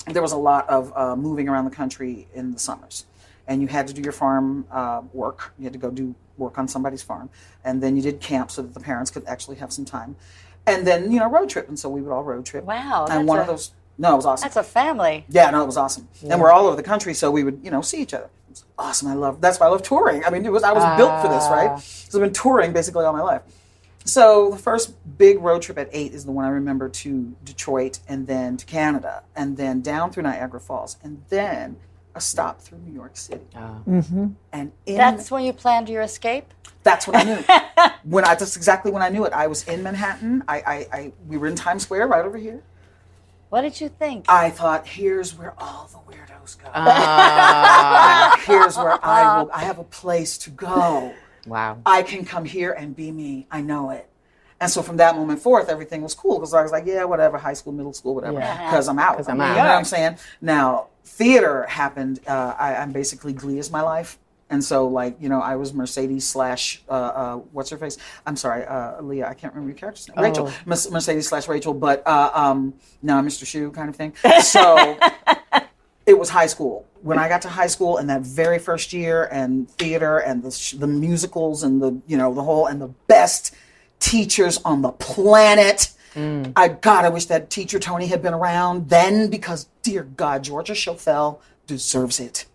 [SPEAKER 4] there was a lot of uh, moving around the country in the summers. And you had to do your farm uh, work. You had to go do work on somebody's farm. And then you did camp so that the parents could actually have some time. And then, you know, road trip. And so we would all road trip.
[SPEAKER 1] Wow. that's
[SPEAKER 4] And one
[SPEAKER 1] a,
[SPEAKER 4] of those, no, it was awesome.
[SPEAKER 1] That's a family.
[SPEAKER 4] Yeah, no, it was awesome. And we're all over the country, so we would, you know, see each other. It was awesome. I love that's why I love touring. I mean, it was I was built for this, right? So I've been touring basically all my life. So the first big road trip at eight is the one I remember to Detroit and then to Canada and then down through Niagara Falls and then a stop through New York City. And in
[SPEAKER 1] That's when you planned your escape.
[SPEAKER 4] that's what I knew. when I that's exactly when I knew it. I was in Manhattan. I, I, I we were in Times Square right over here.
[SPEAKER 1] What did you think?
[SPEAKER 4] I thought, here's where all the weirdos go.
[SPEAKER 6] Ah,
[SPEAKER 4] here's where I will. I have a place to go.
[SPEAKER 6] wow.
[SPEAKER 4] I can come here and be me. I know it. And so from that moment forth, everything was cool because I was like, yeah, whatever, high school, middle school, whatever,
[SPEAKER 6] Yeah.
[SPEAKER 4] because I'm out.
[SPEAKER 6] 'Cause I'm
[SPEAKER 4] You
[SPEAKER 6] out.
[SPEAKER 4] know what I'm saying? Now, theater happened. Uh, I, I'm basically Glee is my life. And so, like, you know, I was Mercedes slash, uh, uh, what's her face? I'm sorry, uh, Leah, I can't remember your character's name.
[SPEAKER 6] Oh.
[SPEAKER 4] Rachel. Mes- Mercedes slash Rachel, but uh, um, no, Mr. Shoe kind of thing. So it was high school. When I got to high school and that very first year and theater and the, sh- the musicals and the, you know, the whole, and the best teachers on the planet. I, God, I wish that teacher Tony had been around then because, dear God, Georgia Schofel deserves it.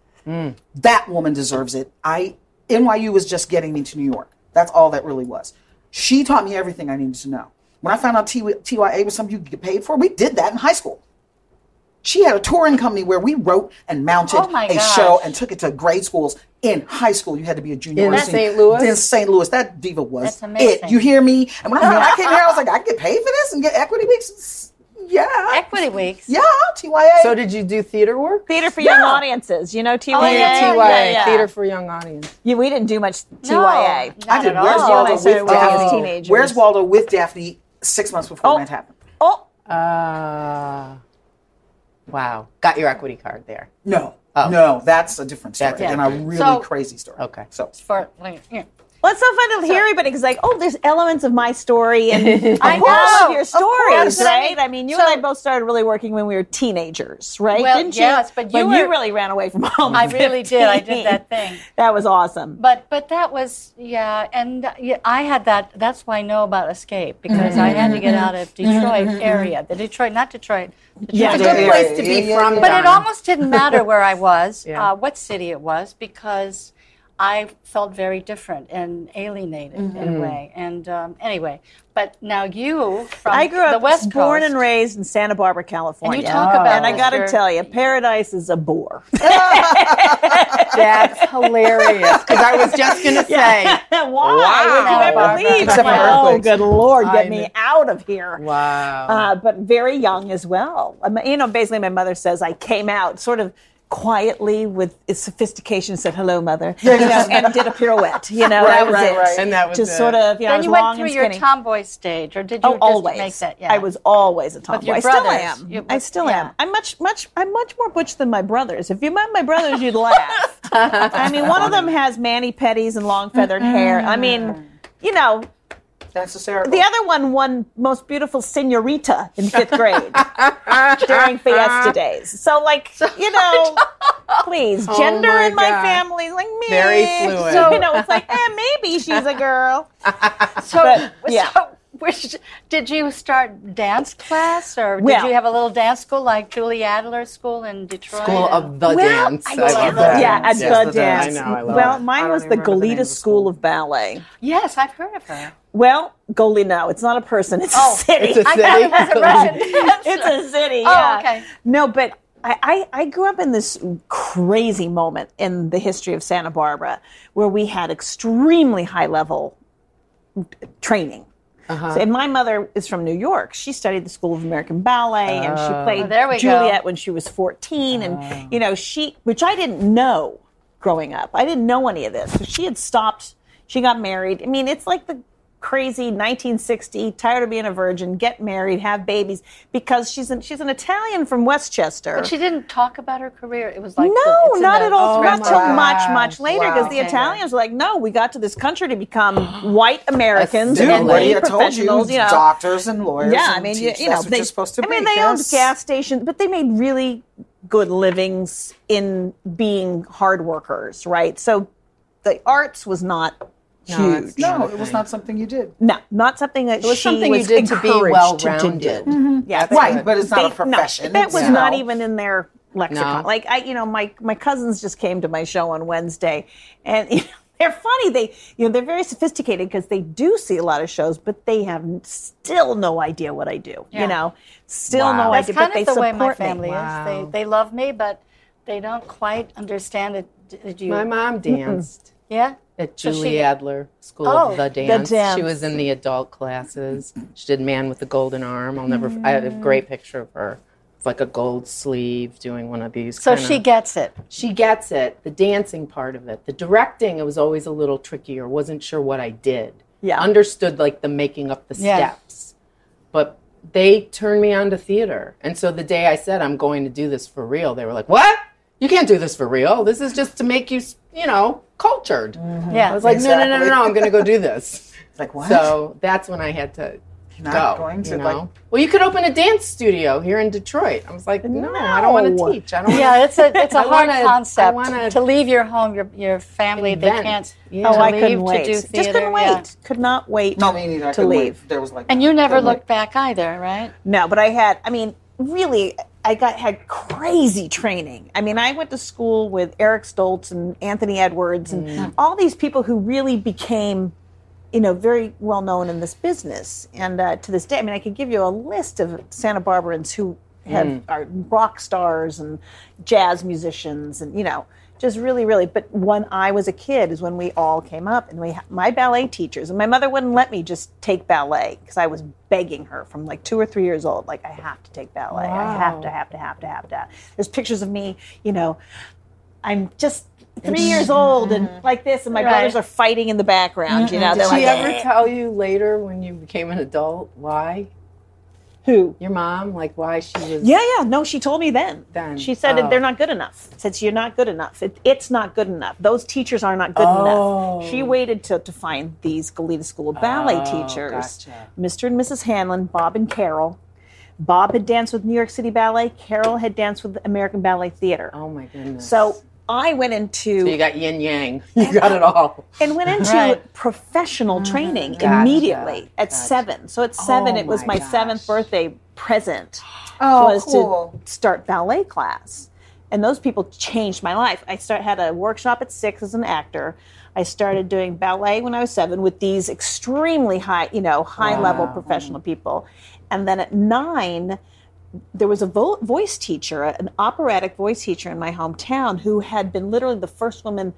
[SPEAKER 4] That woman deserves it. I, NYU was just getting me to New York. That's all that really was. She taught me everything I needed to know. When I found out T- TYA was something you could get paid for, we did that in high school. She had a touring company where we wrote and mounted
[SPEAKER 1] Oh my
[SPEAKER 4] a
[SPEAKER 1] gosh.
[SPEAKER 4] show and took it to grade schools in high school. You had to be a junior.
[SPEAKER 6] In
[SPEAKER 4] or a senior.
[SPEAKER 6] St. Louis?
[SPEAKER 4] In St. Louis, that diva was
[SPEAKER 1] That's amazing.
[SPEAKER 4] it. You hear me? And when I, when I came here, I was like, I can get paid for this and get equity weeks. Yeah,
[SPEAKER 1] Equity Weeks.
[SPEAKER 4] yeah, TYA.
[SPEAKER 6] So did you do theater work?
[SPEAKER 3] Theater for young audiences, you know, TYA.
[SPEAKER 1] yeah,
[SPEAKER 6] TYA,
[SPEAKER 3] Yeah, yeah.
[SPEAKER 6] theater for young audience.
[SPEAKER 3] Yeah, we didn't do much
[SPEAKER 1] No,
[SPEAKER 3] TYA.
[SPEAKER 1] not
[SPEAKER 4] I did.
[SPEAKER 1] at all.
[SPEAKER 4] Where's
[SPEAKER 3] all.
[SPEAKER 4] Waldo
[SPEAKER 3] I
[SPEAKER 4] with
[SPEAKER 3] started when I was
[SPEAKER 4] Daphne?
[SPEAKER 3] teenagers.
[SPEAKER 4] Where's Waldo with Daphne? Six months before
[SPEAKER 3] Oh.
[SPEAKER 4] that happened.
[SPEAKER 3] Oh,
[SPEAKER 6] Uh, Ah, wow. Got your equity card there.
[SPEAKER 4] No,
[SPEAKER 6] Oh.
[SPEAKER 4] no, that's a different story
[SPEAKER 6] That's
[SPEAKER 4] and a really
[SPEAKER 1] So-
[SPEAKER 4] crazy story.
[SPEAKER 6] Okay.
[SPEAKER 4] so
[SPEAKER 1] For, like, yeah.
[SPEAKER 3] well, it's so fun to hear everybody because, like, oh, there's elements of my story and
[SPEAKER 1] I
[SPEAKER 3] all
[SPEAKER 1] know.
[SPEAKER 3] of your
[SPEAKER 1] Of
[SPEAKER 3] stories,
[SPEAKER 1] course.
[SPEAKER 3] right? I mean, you
[SPEAKER 1] So-
[SPEAKER 3] and I both started really working when we were teenagers, right?
[SPEAKER 1] Well,
[SPEAKER 3] didn't you?
[SPEAKER 1] yes, but you
[SPEAKER 3] When
[SPEAKER 1] were-
[SPEAKER 3] really ran away from home.
[SPEAKER 1] I
[SPEAKER 3] at
[SPEAKER 1] really did. I
[SPEAKER 3] 15.
[SPEAKER 1] did that thing.
[SPEAKER 3] That was awesome.
[SPEAKER 1] But but that was yeah, and uh, yeah, I had that. That's why I know about escape because I had to get out
[SPEAKER 3] Mm-hmm.
[SPEAKER 1] of Detroit area, the Detroit, not Detroit. Detroit.
[SPEAKER 6] It's a
[SPEAKER 4] Yeah,
[SPEAKER 6] good
[SPEAKER 4] yeah,
[SPEAKER 6] place to
[SPEAKER 4] yeah,
[SPEAKER 6] be
[SPEAKER 4] yeah,
[SPEAKER 6] from.
[SPEAKER 4] yeah.
[SPEAKER 1] But it
[SPEAKER 6] Donna.
[SPEAKER 1] almost didn't matter where I was,
[SPEAKER 6] Yeah.
[SPEAKER 1] uh, what city it was, because I felt very different and alienated
[SPEAKER 3] Mm-hmm.
[SPEAKER 1] in a way. And um, anyway, but now you from
[SPEAKER 3] I grew up
[SPEAKER 1] the West
[SPEAKER 3] born
[SPEAKER 1] Coast,
[SPEAKER 3] and raised in Santa Barbara, California.
[SPEAKER 1] talk about
[SPEAKER 3] and I
[SPEAKER 1] this,
[SPEAKER 3] got to
[SPEAKER 1] you're-
[SPEAKER 3] tell you, paradise is a bore.
[SPEAKER 6] That's hilarious. Because I was just going to say.
[SPEAKER 3] Why
[SPEAKER 1] Ah,
[SPEAKER 3] would you ever
[SPEAKER 6] Barbara.
[SPEAKER 3] leave?
[SPEAKER 4] Except
[SPEAKER 3] I'm
[SPEAKER 4] for
[SPEAKER 3] like, oh,
[SPEAKER 4] earthquakes.
[SPEAKER 3] good lord,
[SPEAKER 6] I
[SPEAKER 3] get
[SPEAKER 6] know.
[SPEAKER 3] me out of here.
[SPEAKER 6] Wow.
[SPEAKER 3] Uh, but very young as well. I mean, you know, basically, my mother says I came out sort of quietly with sophistication, said hello, mother, you know, and did a pirouette. You know, that was
[SPEAKER 4] right,
[SPEAKER 3] it.
[SPEAKER 4] right.
[SPEAKER 6] And that was
[SPEAKER 3] just
[SPEAKER 6] it.
[SPEAKER 3] sort of. You know, I
[SPEAKER 1] Then
[SPEAKER 3] was
[SPEAKER 1] you
[SPEAKER 3] long
[SPEAKER 1] went through
[SPEAKER 3] and
[SPEAKER 1] your
[SPEAKER 3] skinny.
[SPEAKER 1] tomboy stage, or did you
[SPEAKER 3] Oh,
[SPEAKER 1] just
[SPEAKER 3] always.
[SPEAKER 1] make that? Yeah,
[SPEAKER 3] I was always a tomboy.
[SPEAKER 1] your
[SPEAKER 3] I still
[SPEAKER 1] brothers.
[SPEAKER 3] am.
[SPEAKER 1] You-
[SPEAKER 3] I still
[SPEAKER 1] yeah.
[SPEAKER 3] am. I'm much, much. I'm much more butch than my brothers. If you met my brothers, you'd laugh. I mean, one of them has mani petties and long feathered hair. I mean, you know,
[SPEAKER 4] that's a Sarah.
[SPEAKER 3] the other one won most beautiful senorita in fifth grade during fiesta days. So, like, you know, please, gender
[SPEAKER 6] my
[SPEAKER 3] in my
[SPEAKER 6] God.
[SPEAKER 3] family, like me,
[SPEAKER 6] Very fluid.
[SPEAKER 3] you know, it's like, eh, maybe she's a girl.
[SPEAKER 1] So,
[SPEAKER 3] yeah.
[SPEAKER 1] so which, did you start dance class, or did
[SPEAKER 3] Well-
[SPEAKER 1] you have a little dance school like Julie Adler School in Detroit?
[SPEAKER 6] School of the
[SPEAKER 3] Well,
[SPEAKER 6] Dance.
[SPEAKER 1] I
[SPEAKER 6] love
[SPEAKER 1] love
[SPEAKER 6] that.
[SPEAKER 1] that.
[SPEAKER 3] yeah, at
[SPEAKER 4] Yes,
[SPEAKER 3] the,
[SPEAKER 4] the
[SPEAKER 3] dance.
[SPEAKER 4] dance.
[SPEAKER 6] I know, I love
[SPEAKER 3] well,
[SPEAKER 6] it.
[SPEAKER 4] I
[SPEAKER 3] mine
[SPEAKER 4] don't
[SPEAKER 3] was the
[SPEAKER 4] remember the name of
[SPEAKER 3] Goleta
[SPEAKER 4] the
[SPEAKER 3] School
[SPEAKER 4] school.
[SPEAKER 3] of Ballet.
[SPEAKER 1] Yes, I've heard of her.
[SPEAKER 3] Well, Goleta, no, it's not a person, it's
[SPEAKER 1] Oh,
[SPEAKER 3] a city.
[SPEAKER 6] It's a
[SPEAKER 1] I thought it was a
[SPEAKER 6] city.
[SPEAKER 1] Russian.
[SPEAKER 3] it's a city.
[SPEAKER 1] Oh,
[SPEAKER 3] yeah.
[SPEAKER 1] okay.
[SPEAKER 3] No, but I, I, I grew up in this crazy moment in the history of Santa Barbara where we had extremely high level training.
[SPEAKER 1] Uh-huh.
[SPEAKER 3] So, and my mother is from New York. She studied the School of American Ballet, and she played
[SPEAKER 1] Oh, there we go.
[SPEAKER 3] Juliet when she was 14. And you know, she, which I didn't know growing up, I didn't know any of this. So she had stopped. She got married. I mean, it's like the crazy 1960, tired of being a virgin, get married, have babies, because she's an, she's an Italian from Westchester.
[SPEAKER 1] But she didn't talk about her career. It was like the-
[SPEAKER 3] No,
[SPEAKER 1] it's in
[SPEAKER 3] not
[SPEAKER 1] the Oh
[SPEAKER 3] at all.
[SPEAKER 1] script.
[SPEAKER 3] not
[SPEAKER 6] my
[SPEAKER 3] till much,
[SPEAKER 6] gosh.
[SPEAKER 3] much later, because
[SPEAKER 6] Wow.
[SPEAKER 3] the Italians were like, "No, we got to this country to become white Americans
[SPEAKER 6] Dude,
[SPEAKER 3] and
[SPEAKER 4] Dude,
[SPEAKER 6] what
[SPEAKER 4] Woody,
[SPEAKER 3] lay
[SPEAKER 4] I told you,
[SPEAKER 3] professionals." You know,
[SPEAKER 4] doctors and lawyers.
[SPEAKER 3] yeah, I
[SPEAKER 4] and
[SPEAKER 3] mean, you,
[SPEAKER 4] teachers,
[SPEAKER 3] you know,
[SPEAKER 4] that's what
[SPEAKER 3] they,
[SPEAKER 4] you're supposed to
[SPEAKER 3] I mean,
[SPEAKER 4] be,
[SPEAKER 3] they
[SPEAKER 4] yes.
[SPEAKER 3] owned gas stations, but they made really good livings in being hard workers, right? So, the arts was not huge.
[SPEAKER 6] it's not.
[SPEAKER 4] No, it was not something you did.
[SPEAKER 3] No, not something that
[SPEAKER 6] It was
[SPEAKER 3] she
[SPEAKER 6] something
[SPEAKER 3] was
[SPEAKER 6] you did to be
[SPEAKER 3] encouraged To
[SPEAKER 6] well-rounded.
[SPEAKER 3] do. Yeah,
[SPEAKER 6] That's
[SPEAKER 4] Right,
[SPEAKER 6] good.
[SPEAKER 4] but it's not a
[SPEAKER 3] they- no,
[SPEAKER 4] profession.
[SPEAKER 3] that was
[SPEAKER 4] Yeah.
[SPEAKER 3] not
[SPEAKER 4] No.
[SPEAKER 3] even in their lexicon.
[SPEAKER 6] No.
[SPEAKER 3] Like I, you know, my my cousins just came to my show on Wednesday, and you know, they're funny. They, you know, they're very sophisticated because they do see a lot of shows, but they have n- still no idea what I do. You
[SPEAKER 1] Yeah.
[SPEAKER 3] know, still
[SPEAKER 6] Wow.
[SPEAKER 3] no
[SPEAKER 1] That's
[SPEAKER 3] idea.
[SPEAKER 1] kind
[SPEAKER 3] but they
[SPEAKER 1] of the way
[SPEAKER 3] support
[SPEAKER 1] my
[SPEAKER 3] me.
[SPEAKER 1] family
[SPEAKER 6] Wow.
[SPEAKER 1] is. They they love me, but they don't quite understand it. Did you?
[SPEAKER 6] My mom danced
[SPEAKER 1] yeah.
[SPEAKER 6] at
[SPEAKER 1] So
[SPEAKER 6] Julie
[SPEAKER 1] she-
[SPEAKER 6] Adler School
[SPEAKER 1] Oh,
[SPEAKER 6] of the
[SPEAKER 1] the
[SPEAKER 6] dance.
[SPEAKER 3] dance.
[SPEAKER 6] She was in
[SPEAKER 1] Mm.
[SPEAKER 6] the adult classes. She did Man with the Golden Arm. I'll never. I have a great picture of her like a gold sleeve doing one of these.
[SPEAKER 1] So
[SPEAKER 6] kinda-
[SPEAKER 1] she gets it.
[SPEAKER 6] she gets it. The dancing part of it, the directing, it was always a little trickier. Wasn't sure what I did.
[SPEAKER 3] Yeah.
[SPEAKER 6] understood like the making up the
[SPEAKER 1] Yeah.
[SPEAKER 6] steps, but they turned me on to theater. And so the day I said I'm going to do this for real, they were like, "What? You can't do this for real. This is just to make you, s- you know, cultured." I
[SPEAKER 1] Yeah.
[SPEAKER 6] was like, "No, no, no, no, no! I'm going to go do this."
[SPEAKER 4] Like Mm-hmm. what?
[SPEAKER 6] So that's when I had to
[SPEAKER 4] Not
[SPEAKER 6] go,
[SPEAKER 4] going to
[SPEAKER 6] you know?
[SPEAKER 4] like
[SPEAKER 6] well, you could open a dance studio here in Detroit. I was like, no, I don't want
[SPEAKER 3] No.
[SPEAKER 6] to teach. I don't. wanna
[SPEAKER 1] Yeah, it's a it's a
[SPEAKER 6] I
[SPEAKER 1] hard
[SPEAKER 6] wanna- I
[SPEAKER 1] concept
[SPEAKER 6] wanna
[SPEAKER 1] to leave your home, your your family. They
[SPEAKER 6] invent."
[SPEAKER 1] can't.
[SPEAKER 6] Yeah.
[SPEAKER 3] Oh,
[SPEAKER 1] to
[SPEAKER 3] I
[SPEAKER 1] leave
[SPEAKER 3] couldn't
[SPEAKER 1] to
[SPEAKER 3] wait.
[SPEAKER 1] do
[SPEAKER 3] Just
[SPEAKER 1] theater,
[SPEAKER 3] couldn't wait.
[SPEAKER 1] yeah.
[SPEAKER 3] Could not wait.
[SPEAKER 4] no, me neither. I
[SPEAKER 3] To
[SPEAKER 4] couldn't wait.
[SPEAKER 3] leave.
[SPEAKER 4] There was like
[SPEAKER 1] And you never
[SPEAKER 4] couldn't wait.
[SPEAKER 1] looked back either, right?
[SPEAKER 3] No, but I had. I mean, really, I got had crazy training. I mean, I went to school with Eric Stoltz and Anthony Edwards and
[SPEAKER 1] Mm.
[SPEAKER 3] all these people who really became, you know, very well known in this business. And uh, to this day, I mean, I could give you a list of Santa Barbarans who have are rock stars and jazz musicians, and you know. Just really, really. But when I was a kid, is when we all came up, and we ha- my ballet teachers and my mother wouldn't let me just take ballet because I was begging her from like two or three years old, like I have to take ballet. I have to, have to, have to, have to. There's pictures of me, you know, I'm just three years old and like this, and my
[SPEAKER 1] Right.
[SPEAKER 3] brothers are fighting in the background. You know, they're
[SPEAKER 6] Did she
[SPEAKER 3] like, "Eh."
[SPEAKER 6] ever tell you later when you became an adult why
[SPEAKER 3] who?
[SPEAKER 6] your mom like why she was?
[SPEAKER 3] Yeah, yeah. No, she told me then.
[SPEAKER 6] Then,
[SPEAKER 3] she said
[SPEAKER 6] oh.
[SPEAKER 3] they're not good enough. Said you're not good enough. It, it's not good enough. Those teachers are not good enough.
[SPEAKER 6] Oh.
[SPEAKER 3] She waited till to find these Goleta School of Ballet teachers,
[SPEAKER 6] gotcha.
[SPEAKER 3] Mr. and Mrs. Hanlon, Bob and Carol. Bob had danced with New York City Ballet. Carol had danced with the American Ballet Theater.
[SPEAKER 6] Oh my goodness.
[SPEAKER 3] So I went into
[SPEAKER 6] So you got yin yang. You got it all.
[SPEAKER 3] and went into
[SPEAKER 1] Right.
[SPEAKER 3] professional training
[SPEAKER 6] Mm, Gotcha.
[SPEAKER 3] immediately at seven. So at seven,
[SPEAKER 6] Oh
[SPEAKER 3] it was my
[SPEAKER 6] my
[SPEAKER 3] seventh
[SPEAKER 6] gosh.
[SPEAKER 3] birthday present
[SPEAKER 4] Oh,
[SPEAKER 3] was
[SPEAKER 4] cool.
[SPEAKER 3] to start ballet class. And those people changed my life. I start had a workshop at six as an actor. I started doing ballet when I was seven with these extremely high, you know, high level professional people. And then at nine, there was a vo- voice teacher, an operatic voice teacher in my hometown, who had been literally the first woman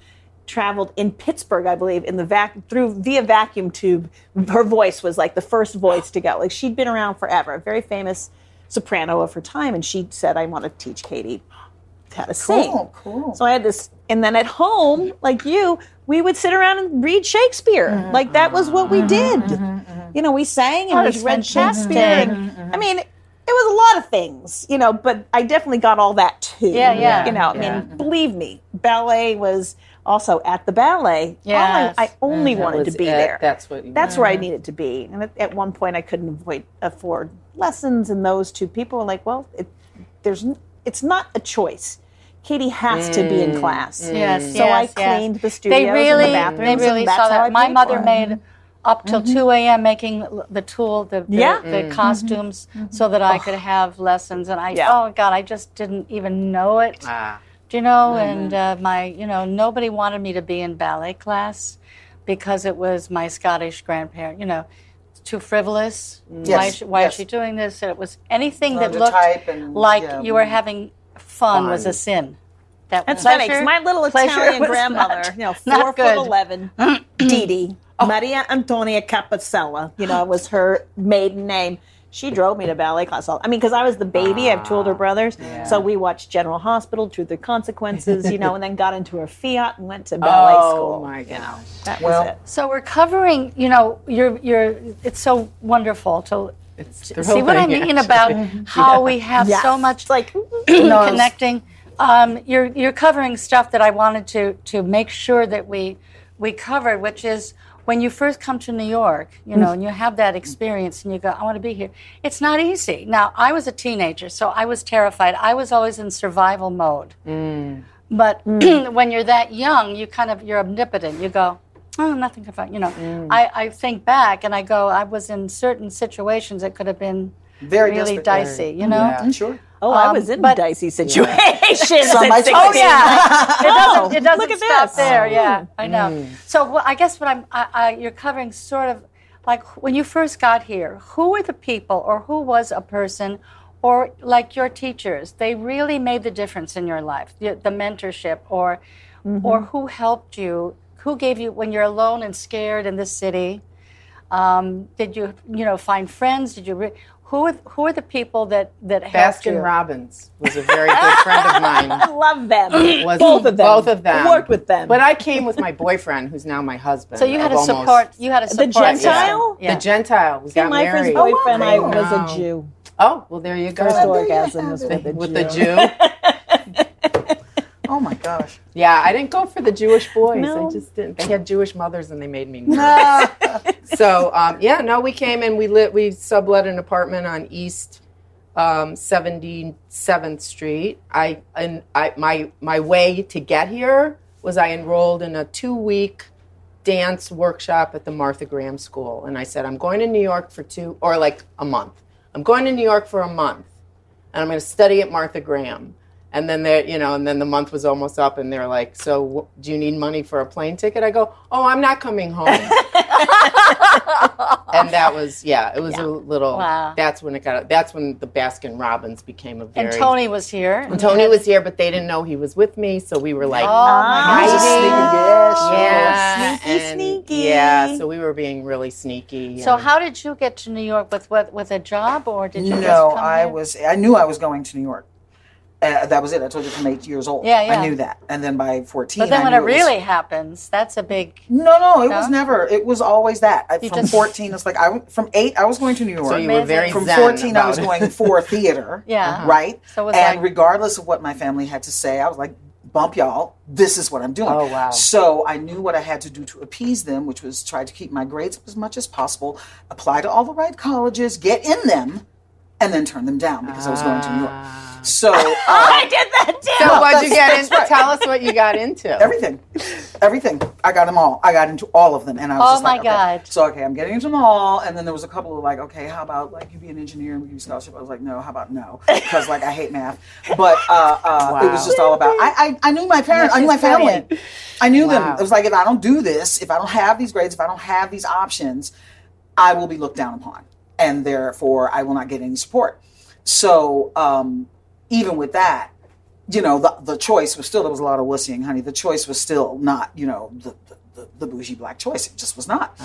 [SPEAKER 3] traveled in Pittsburgh, I believe, in the vac through via vacuum tube. Her voice was like the first voice to go. Like she'd been around forever, a very famous soprano of her time, and she said, "I want to teach Katie how to sing."
[SPEAKER 4] Cool, cool.
[SPEAKER 3] So I had this, and then at home, like you, we would sit around and read Shakespeare.
[SPEAKER 4] Mm-hmm.
[SPEAKER 3] Like that was what we did. You know, we sang and
[SPEAKER 1] Oh,
[SPEAKER 3] we
[SPEAKER 1] that's
[SPEAKER 3] read
[SPEAKER 1] fantastic.
[SPEAKER 3] Shakespeare. and-
[SPEAKER 1] Mm-hmm.
[SPEAKER 3] I mean, it was a lot of things, you know, but I definitely got all that too.
[SPEAKER 1] Yeah, Mm-hmm. yeah.
[SPEAKER 3] You know, I
[SPEAKER 6] Yeah.
[SPEAKER 3] mean, believe me, ballet was also at the ballet. all I-
[SPEAKER 1] Yes. Mm-hmm.
[SPEAKER 3] I, only
[SPEAKER 6] Mm-hmm. That
[SPEAKER 3] wanted to
[SPEAKER 6] was
[SPEAKER 3] be
[SPEAKER 6] it.
[SPEAKER 3] there.
[SPEAKER 6] That's what. You
[SPEAKER 3] That's where I needed to be. And at, at one point, I couldn't avoid, afford lessons, and those two people were like, "Well, it, there's, n- it's not a choice. Katie has to be
[SPEAKER 6] Mm,
[SPEAKER 3] in class."
[SPEAKER 1] Yes,
[SPEAKER 3] So
[SPEAKER 1] Mm. yes,
[SPEAKER 3] I
[SPEAKER 1] yes.
[SPEAKER 3] cleaned the studios
[SPEAKER 1] They really,
[SPEAKER 3] and the bathrooms.
[SPEAKER 1] they
[SPEAKER 3] and
[SPEAKER 1] really
[SPEAKER 3] that's
[SPEAKER 1] saw
[SPEAKER 3] how I
[SPEAKER 1] that. My
[SPEAKER 3] paid for
[SPEAKER 1] mother
[SPEAKER 3] it. Mm-hmm.
[SPEAKER 1] made up till two a.m. making l- the tool, the the,
[SPEAKER 3] Yeah. Mm-hmm.
[SPEAKER 1] the costumes, so that I could have lessons. And I,
[SPEAKER 3] Yeah.
[SPEAKER 1] oh God, I just didn't even know it.
[SPEAKER 6] Ah,
[SPEAKER 1] Do you know? And uh, my, you know, nobody wanted me to be in ballet class because it was my Scottish grandparent. You know, it's too frivolous. Why,
[SPEAKER 4] Yes,
[SPEAKER 1] is she, why
[SPEAKER 4] yes.
[SPEAKER 1] is she doing this? And it was anything that
[SPEAKER 4] Prototype
[SPEAKER 1] looked
[SPEAKER 4] and-
[SPEAKER 1] like
[SPEAKER 4] yeah.
[SPEAKER 1] you were having fun, was a sin. That
[SPEAKER 3] That's
[SPEAKER 1] pleasure,
[SPEAKER 3] right. My little
[SPEAKER 1] pleasure
[SPEAKER 3] Italian
[SPEAKER 1] was
[SPEAKER 3] grandmother,
[SPEAKER 1] not-
[SPEAKER 3] you know,
[SPEAKER 1] not
[SPEAKER 3] four foot
[SPEAKER 1] good.
[SPEAKER 3] eleven, Didi Maria Antonia Capacella. You know, was her maiden name. She drove me to ballet class. All, I mean, because I was the baby. I've two older brothers, so we watched General Hospital, Truth or Consequences, you know, and then got into her Fiat and went to ballet
[SPEAKER 6] oh
[SPEAKER 3] school.
[SPEAKER 6] my gosh.
[SPEAKER 3] That
[SPEAKER 4] Well,
[SPEAKER 3] was it.
[SPEAKER 1] So we're covering, you know, you're, you're, it's so wonderful to
[SPEAKER 6] It's
[SPEAKER 1] see what I
[SPEAKER 6] thrilling,
[SPEAKER 1] mean
[SPEAKER 6] actually.
[SPEAKER 1] about how we have
[SPEAKER 3] Yeah.
[SPEAKER 1] so much
[SPEAKER 3] It's like
[SPEAKER 1] connecting. Um, you're you're covering stuff that I wanted to to make sure that we we covered, which is when you first come to New York, you
[SPEAKER 4] Mm.
[SPEAKER 1] know, and you have that experience, and you go, I want to be here. It's not easy. Now, I was a teenager, so I was terrified. I was always in survival mode.
[SPEAKER 4] Mm.
[SPEAKER 1] But when you're that young, you kind of you're omnipotent. You go, oh, nothing can find. You know,
[SPEAKER 4] Mm.
[SPEAKER 1] I, I think back and I go, I was in certain situations that could have been
[SPEAKER 4] Very
[SPEAKER 1] really
[SPEAKER 4] desperate.
[SPEAKER 1] dicey. You know.
[SPEAKER 4] Mm, Sure.
[SPEAKER 3] oh, I
[SPEAKER 1] Um,
[SPEAKER 3] was in
[SPEAKER 1] but-
[SPEAKER 3] dicey situations.
[SPEAKER 4] Some
[SPEAKER 3] at
[SPEAKER 4] might say- Oh,
[SPEAKER 3] 16.
[SPEAKER 1] yeah. it
[SPEAKER 3] Oh,
[SPEAKER 1] doesn't. It doesn't
[SPEAKER 3] look at
[SPEAKER 1] stop
[SPEAKER 3] this.
[SPEAKER 1] there. Yeah,
[SPEAKER 3] Oh.
[SPEAKER 1] I know.
[SPEAKER 3] Mm.
[SPEAKER 1] So well, I guess what I'm, I, I, you're covering sort of like when you first got here. Who were the people, or who was a person, or like your teachers? They really made the difference in your life. The, the mentorship, or
[SPEAKER 3] Mm-hmm.
[SPEAKER 1] or who helped you, who gave you when you're alone and scared in this city. Um, did you, you know, find friends? Did you? Re- who are who are the people that that helped you?
[SPEAKER 6] Baskin Robbins was a very good friend of
[SPEAKER 3] I
[SPEAKER 6] mine.
[SPEAKER 3] love them.
[SPEAKER 6] Was
[SPEAKER 3] both of them.
[SPEAKER 6] Both of them.
[SPEAKER 3] Worked with them.
[SPEAKER 6] But I came with my boyfriend, who's now my husband.
[SPEAKER 1] So you had
[SPEAKER 6] of
[SPEAKER 1] to
[SPEAKER 6] almost-
[SPEAKER 1] support. You had to
[SPEAKER 3] The
[SPEAKER 1] support.
[SPEAKER 3] Gentile?
[SPEAKER 1] Yeah.
[SPEAKER 6] The Gentile. We got
[SPEAKER 3] my first
[SPEAKER 6] married.
[SPEAKER 3] boyfriend, I
[SPEAKER 6] Wow.
[SPEAKER 3] was a Jew.
[SPEAKER 6] Oh, well, there you go.
[SPEAKER 3] First
[SPEAKER 4] there you
[SPEAKER 3] orgasm
[SPEAKER 4] have
[SPEAKER 3] was
[SPEAKER 4] it.
[SPEAKER 3] with a Jew.
[SPEAKER 6] with the Jew.
[SPEAKER 4] Oh my gosh.
[SPEAKER 6] yeah, I didn't go for the Jewish boys.
[SPEAKER 3] No.
[SPEAKER 6] I just didn't. They had Jewish mothers and they made me nervous.
[SPEAKER 3] Uh,
[SPEAKER 6] so um, yeah, no, we came and we lit. We sublet an apartment on East Seventy Seventh Street. I and I my my way to get here was I enrolled in a two week dance workshop at the Martha Graham School, and I said I'm going to New York for two or like a month. I'm going to New York for a month, and I'm going to study at Martha Graham. And then they, you know, and then the month was almost up, and they're like, "So, w- do you need money for a plane ticket?" I go, "Oh, I'm not coming home." and that was yeah, it was a little.
[SPEAKER 1] Wow.
[SPEAKER 6] That's when it got. That's when the Baskin Robbins became a very.
[SPEAKER 1] And Tony was here.
[SPEAKER 6] And Tony was here, but they didn't know he was with me, so we were like,
[SPEAKER 1] Oh, my
[SPEAKER 4] He's a
[SPEAKER 1] gosh.
[SPEAKER 4] sneaky- yes,
[SPEAKER 1] Oh,
[SPEAKER 4] yes.
[SPEAKER 6] yeah,
[SPEAKER 3] Sneaky,
[SPEAKER 6] and-
[SPEAKER 3] sneaky.
[SPEAKER 6] yeah. So we were being really sneaky.
[SPEAKER 1] So
[SPEAKER 6] and-
[SPEAKER 1] how did you get to New York with with, with a job or did you just
[SPEAKER 4] No,
[SPEAKER 1] come
[SPEAKER 4] I
[SPEAKER 1] here?
[SPEAKER 4] was. I knew I was going to New York. Uh, that was it. I told you from eight years old.
[SPEAKER 1] Yeah, yeah.
[SPEAKER 4] I knew that, and then by fourteen.
[SPEAKER 1] But then
[SPEAKER 4] I
[SPEAKER 1] when
[SPEAKER 4] knew
[SPEAKER 1] it
[SPEAKER 4] was-
[SPEAKER 1] really happens, that's a big
[SPEAKER 4] no, no, it was
[SPEAKER 1] No?
[SPEAKER 4] never. It was always that. I,
[SPEAKER 1] You
[SPEAKER 4] from
[SPEAKER 1] just-
[SPEAKER 4] fourteen, it's like I w- from eight, I was going to New York.
[SPEAKER 6] So you were
[SPEAKER 1] Amazing.
[SPEAKER 6] very
[SPEAKER 4] from
[SPEAKER 6] zen
[SPEAKER 4] fourteen, I
[SPEAKER 6] about
[SPEAKER 4] was
[SPEAKER 6] it.
[SPEAKER 4] going for theater.
[SPEAKER 1] Yeah. Uh-huh.
[SPEAKER 4] right.
[SPEAKER 1] So it was
[SPEAKER 4] and
[SPEAKER 1] like-
[SPEAKER 4] regardless of what my family had to say, I was like, "Bump y'all! This is what I'm doing."
[SPEAKER 6] Oh, wow.
[SPEAKER 4] So I knew what I had to do to appease them, which was try to keep my grades up as much as possible, apply to all the right colleges, get in them, and then turn them down because I was going to New York.
[SPEAKER 6] Ah.
[SPEAKER 4] So uh,
[SPEAKER 3] Oh, I did that too.
[SPEAKER 6] So what'd
[SPEAKER 4] that's-
[SPEAKER 6] you get
[SPEAKER 4] that's
[SPEAKER 6] into?
[SPEAKER 4] right.
[SPEAKER 6] Tell us what you got into.
[SPEAKER 4] everything, everything. I got them all. I got into all of them, and I was
[SPEAKER 1] Oh
[SPEAKER 4] just like,
[SPEAKER 1] my
[SPEAKER 4] okay.
[SPEAKER 1] God.
[SPEAKER 4] So okay, I'm getting into them all, and then there was a couple of like, okay, how about like you be an engineer and we give you scholarship? I was like, no, how about no? Because like I hate math, but uh, uh, it was
[SPEAKER 6] Wow.
[SPEAKER 4] just all about. I I, I knew my parents. I knew my
[SPEAKER 3] she's
[SPEAKER 4] family.
[SPEAKER 3] brilliant.
[SPEAKER 4] I knew
[SPEAKER 6] Wow.
[SPEAKER 4] them. It was like if I don't do this, if I don't have these grades, if I don't have these options, I will be looked down upon, and therefore I will not get any support. So um, even with that, you know, the, the choice was still there was a lot of wussying, honey. The choice was still not, you know, the the, the, the bougie black choice. It just was not.